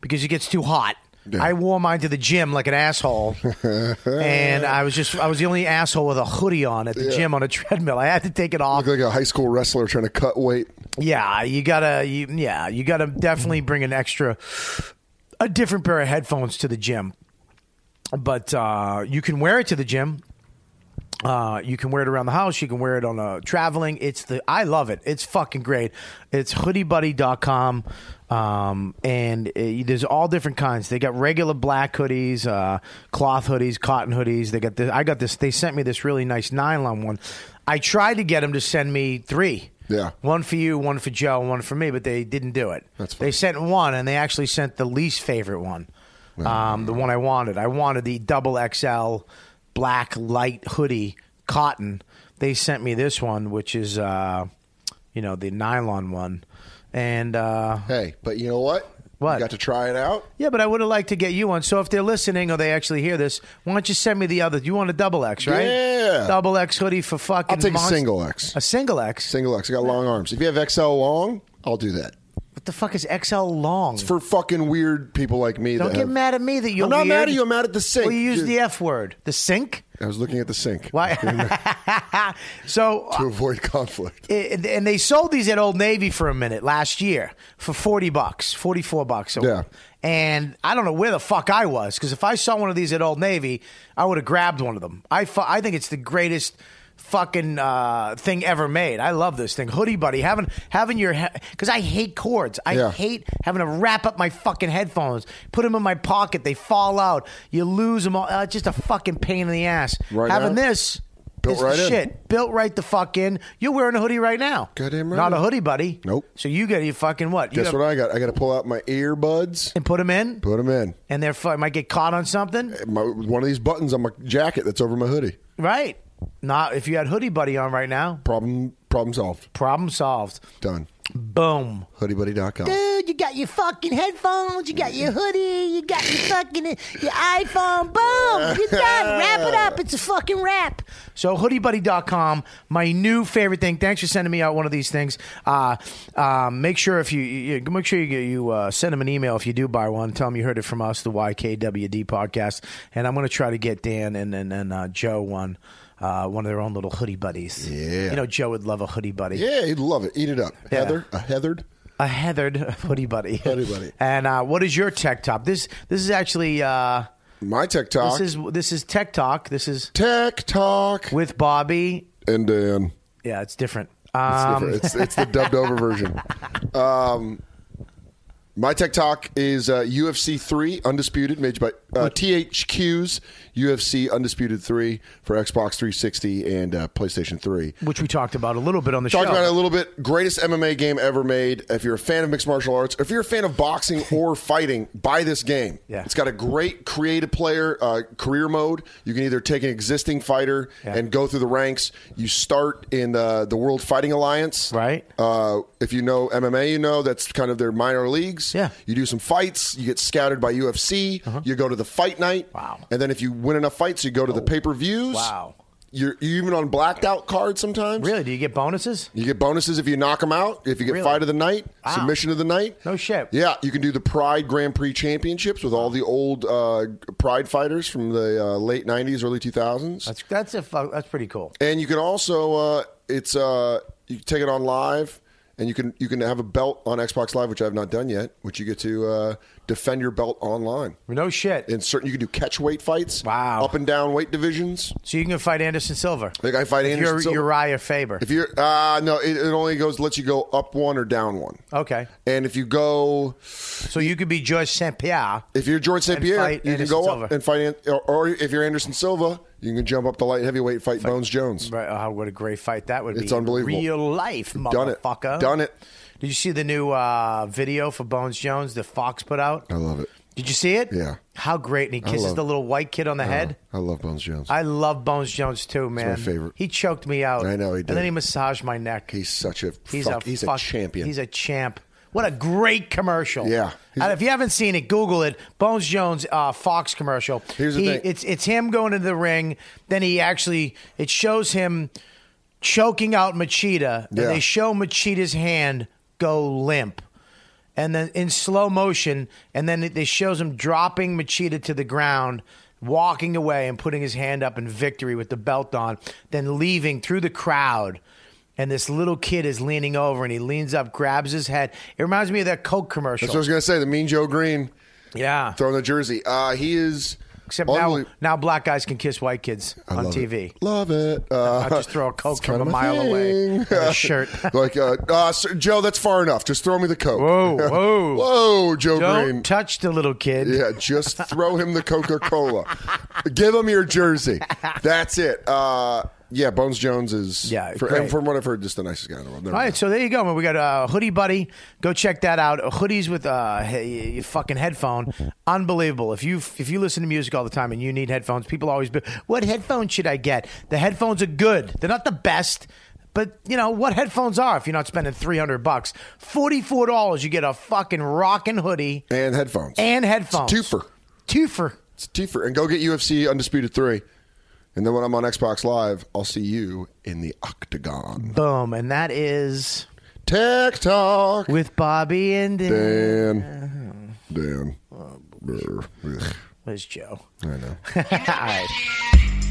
S1: because it gets too hot.
S4: Yeah.
S1: I wore mine to the gym like an asshole, and I was just I was the only asshole with a hoodie on at the gym on a treadmill. I had to take it off.
S4: Look like a high school wrestler trying to cut weight.
S1: Yeah, you gotta. You, yeah, you gotta definitely bring an extra, a different pair of headphones to the gym. But uh, you can wear it to the gym. Uh, you can wear it around the house. You can wear it on uh, traveling. It's the I love it. It's fucking great. It's hoodiebuddy.com. Um, and uh, there's all different kinds. They got regular black hoodies, uh, cloth hoodies, cotton hoodies. They got this. I got this. They sent me this really nice nylon one. I tried to get them to send me three.
S4: Yeah.
S1: One for you, one for Joe, and one for me, but they didn't do it.
S4: That's fine.
S1: they sent one, and they actually sent the least favorite one, um, the one I wanted. I wanted the double XL black light hoodie cotton. They sent me this one, which is, uh, you know, the nylon one. And uh,
S4: Hey, but you know what?
S1: What?
S4: You got to try it out.
S1: yeah, but I would have liked to get you one. So if they're listening or they actually hear this, why don't you send me the other? You want a double X, right?
S4: Yeah.
S1: Double X hoodie for fucking.
S4: I'll take a
S1: monst-
S4: single X.
S1: A single X.
S4: Single X. I got long arms. If you have XL long, I'll do that.
S1: What the fuck is XL long?
S4: For fucking weird people like me.
S1: Don't
S4: that
S1: get
S4: have-
S1: mad at me that you're
S4: I'm not
S1: weird.
S4: mad at you. I'm mad at the sink.
S1: Well, you use
S4: Dude,
S1: the F word, the sink.
S4: I was looking at the sink
S1: Why? so,
S4: to avoid conflict.
S1: it- and they sold these at Old Navy for a minute last year for forty bucks, forty four bucks. a-
S4: Yeah.
S1: And I don't know where the fuck I was because if I saw one of these at Old Navy, I would have grabbed one of them. I fu- I think it's the greatest fucking uh, thing ever made. I love this thing, hoodie buddy. Having having your because I hate cords. I
S4: Yeah.
S1: hate having to wrap up my fucking headphones, put them in my pocket. They fall out. You lose them all. Uh, it's just a fucking pain in the ass.
S4: Right
S1: having
S4: now?
S1: this.
S4: Built
S1: is the
S4: right in.
S1: shit built right the fuck in. You're wearing a hoodie right now.
S4: Goddamn right.
S1: Not a hoodie, buddy.
S4: Nope.
S1: So you got your fucking what? You
S4: Guess
S1: got-
S4: what I got? I got to pull out my earbuds.
S1: and put them in,
S4: Put them in.
S1: and they're fu- might get caught on something,
S4: My, one of these buttons on my jacket that's over my hoodie.
S1: right? Not if you had hoodie buddy on right now.
S4: Problem problem solved.
S1: Problem solved.
S4: Done.
S1: Boom.
S4: Hoodiebuddy.com.
S5: Dude, you got your fucking headphones, you got your hoodie, you got your fucking your iPhone. Boom, you're done. Wrap it up. It's a fucking wrap.
S1: So hoodiebuddy.com, my new favorite thing. Thanks for sending me out one of these things. Uh, um, make sure if you, you you- make sure you you uh, send them an email if you do buy one. Tell them you heard it from us, the YKWd podcast. And I'm going to try to get Dan and and, and uh, Joe one. Uh, one of their own little hoodie buddies.
S4: Yeah.
S1: you know Joe would love a hoodie buddy.
S4: Yeah, you'd love it. Eat it up.
S1: Yeah.
S4: Heather, a heathered.
S1: A heathered hoodie buddy.
S4: Hoodie buddy.
S1: And uh, what is your tech top? This this is actually uh,
S4: My tech talk.
S1: this is this is tech talk. This is
S4: tech talk.
S1: with Bobby.
S4: And Dan.
S1: Yeah, it's different.
S4: It's
S1: Um,
S4: different. It's, it's the dubbed over version. Um, my tech talk is uh, UFC three undisputed, made by
S2: uh, THQ's UFC Undisputed 3 for Xbox 360 and uh, PlayStation 3.
S1: which we talked about a little bit on the
S2: Talked
S1: show.
S2: about it a little bit. Greatest MMA game ever made. If you're a fan of mixed martial arts, if you're a fan of boxing or fighting, buy this game.
S1: Yeah.
S2: It's got a great creative player uh, career mode. You can either take an existing fighter
S1: Yeah.
S2: and go through the ranks. You start in uh, the World Fighting Alliance.
S1: Right.
S2: Uh, if you know MMA, you know that's kind of their minor leagues.
S1: Yeah. Uh-huh.
S2: You do some fights. You get scouted by UFC. You go to the fight night.
S1: Wow. Oh.
S2: And then if you win enough fights, you go to the pay per views.
S1: Wow.
S2: You're, you're even on blacked out cards sometimes.
S1: Really? Do you get bonuses?
S2: You get bonuses if you knock them out. If you get
S1: Really?
S2: fight of the night, submission of the night.
S1: No shit.
S2: Yeah, you can do the Pride Grand Prix Championships with all the old uh, Pride fighters from the uh, late '90s, early 2000s.
S1: That's that's a fu- that's pretty cool.
S2: and you can also uh, it's uh, you can take it on live, and you can you can have a belt on Xbox Live, which I have not done yet, which you get to uh, defend your belt online.
S1: No shit.
S2: And certain you can do catch weight fights.
S1: Wow.
S2: Up and down weight divisions.
S1: so you can fight Anderson Silva.
S2: Like I fight Anderson.
S1: Uri-
S2: Silva.
S1: Uriah Faber.
S2: If you're uh, no, it, it only goes lets you go up one or down one.
S1: okay.
S2: And if you go,
S1: So you could be George St. Pierre.
S2: if you're George St.
S1: And
S2: Pierre, you
S1: fight
S2: can
S1: Anderson
S2: go up
S1: Silva.
S2: and fight, An- or, or if you're Anderson Silva, you can jump up to light heavyweight, fight, Bones Jones.
S1: Right. Oh, what a great fight that would be.
S2: It's unbelievable.
S1: Real life,
S2: Done it.
S1: motherfucker.
S2: Done it.
S1: Did you see the new uh, video for Bones Jones that Fox put out?
S2: I love it.
S1: Did you see it?
S2: Yeah.
S1: How great. And he kisses
S2: love- Uh-huh.
S1: the little white kid on the head.
S2: I love Bones Jones.
S1: I love Bones Jones too, man.
S2: favorite.
S1: He choked me out.
S2: I know he
S1: And
S2: did.
S1: then he massaged my neck.
S2: he's such a
S1: He's
S2: fuck,
S1: a
S2: he's
S1: fuck-
S2: a champion.
S1: He's a champ. What a great commercial!
S2: Yeah.
S1: And if you haven't seen it, Google it. Bones Jones uh, Fox commercial.
S2: Here's the
S1: He-
S2: thing.
S1: It's it's him going into the ring. Then he actually it shows him choking out Machida.
S2: Yeah.
S1: And they show Machida's hand go limp, and then in slow motion, and then it, it shows him dropping Machida to the ground. Walking away and putting his hand up in victory with the belt on, then leaving through the crowd and this little kid is leaning over and he leans up, grabs his head. It reminds me of that Coke commercial.
S2: That's what I was gonna say. The Mean Joe Green
S1: yeah.
S2: throwing the jersey. Uh, he is
S1: Except now,
S2: unbelie-
S1: now black guys can kiss white kids
S2: I
S1: on
S2: love
S1: TV.
S2: it. Love it. Uh,
S1: I'll just throw a Coke
S2: it's
S1: from
S2: kind
S1: a
S2: of
S1: mile away
S2: thing.
S1: and a shirt.
S2: like, uh, uh, sir- Joe, that's far enough. Just throw me the Coke.
S1: Whoa, whoa.
S2: whoa, Joe
S1: Don't
S2: Green.
S1: touch the little kid.
S2: Yeah, just throw him the Coca Cola. Give him your jersey. That's it. Uh, yeah, Bones Jones is.
S1: Yeah,
S2: for-
S1: great.
S2: and from what I've heard, just the nicest guy in the world. Never
S1: All right,
S2: mind.
S1: so there you go. man. We got uh, Hoodie Buddy. Go check that out. Hoodies with uh, hey, your fucking headphone. Unbelievable. If you if you listen to music all the time and you need headphones, people always be, what headphones should I get? The headphones are good. They're not the best, but you know what headphones are. If you're not spending three hundred bucks, forty four dollars, you get a fucking rockin' hoodie
S2: and headphones.
S1: and headphones.
S2: It's a twofer.
S1: Twofer.
S2: It's a twofer. And go get UFC Undisputed 3. And then when I'm on Xbox Live, I'll see you in the Octagon.
S1: Boom, and that is
S2: TikTok.
S1: with Bobby and
S2: Dan.
S1: Uh-huh.
S2: Dan. Brr. Ugh.
S1: Where's Joe?
S2: I know.
S1: all right.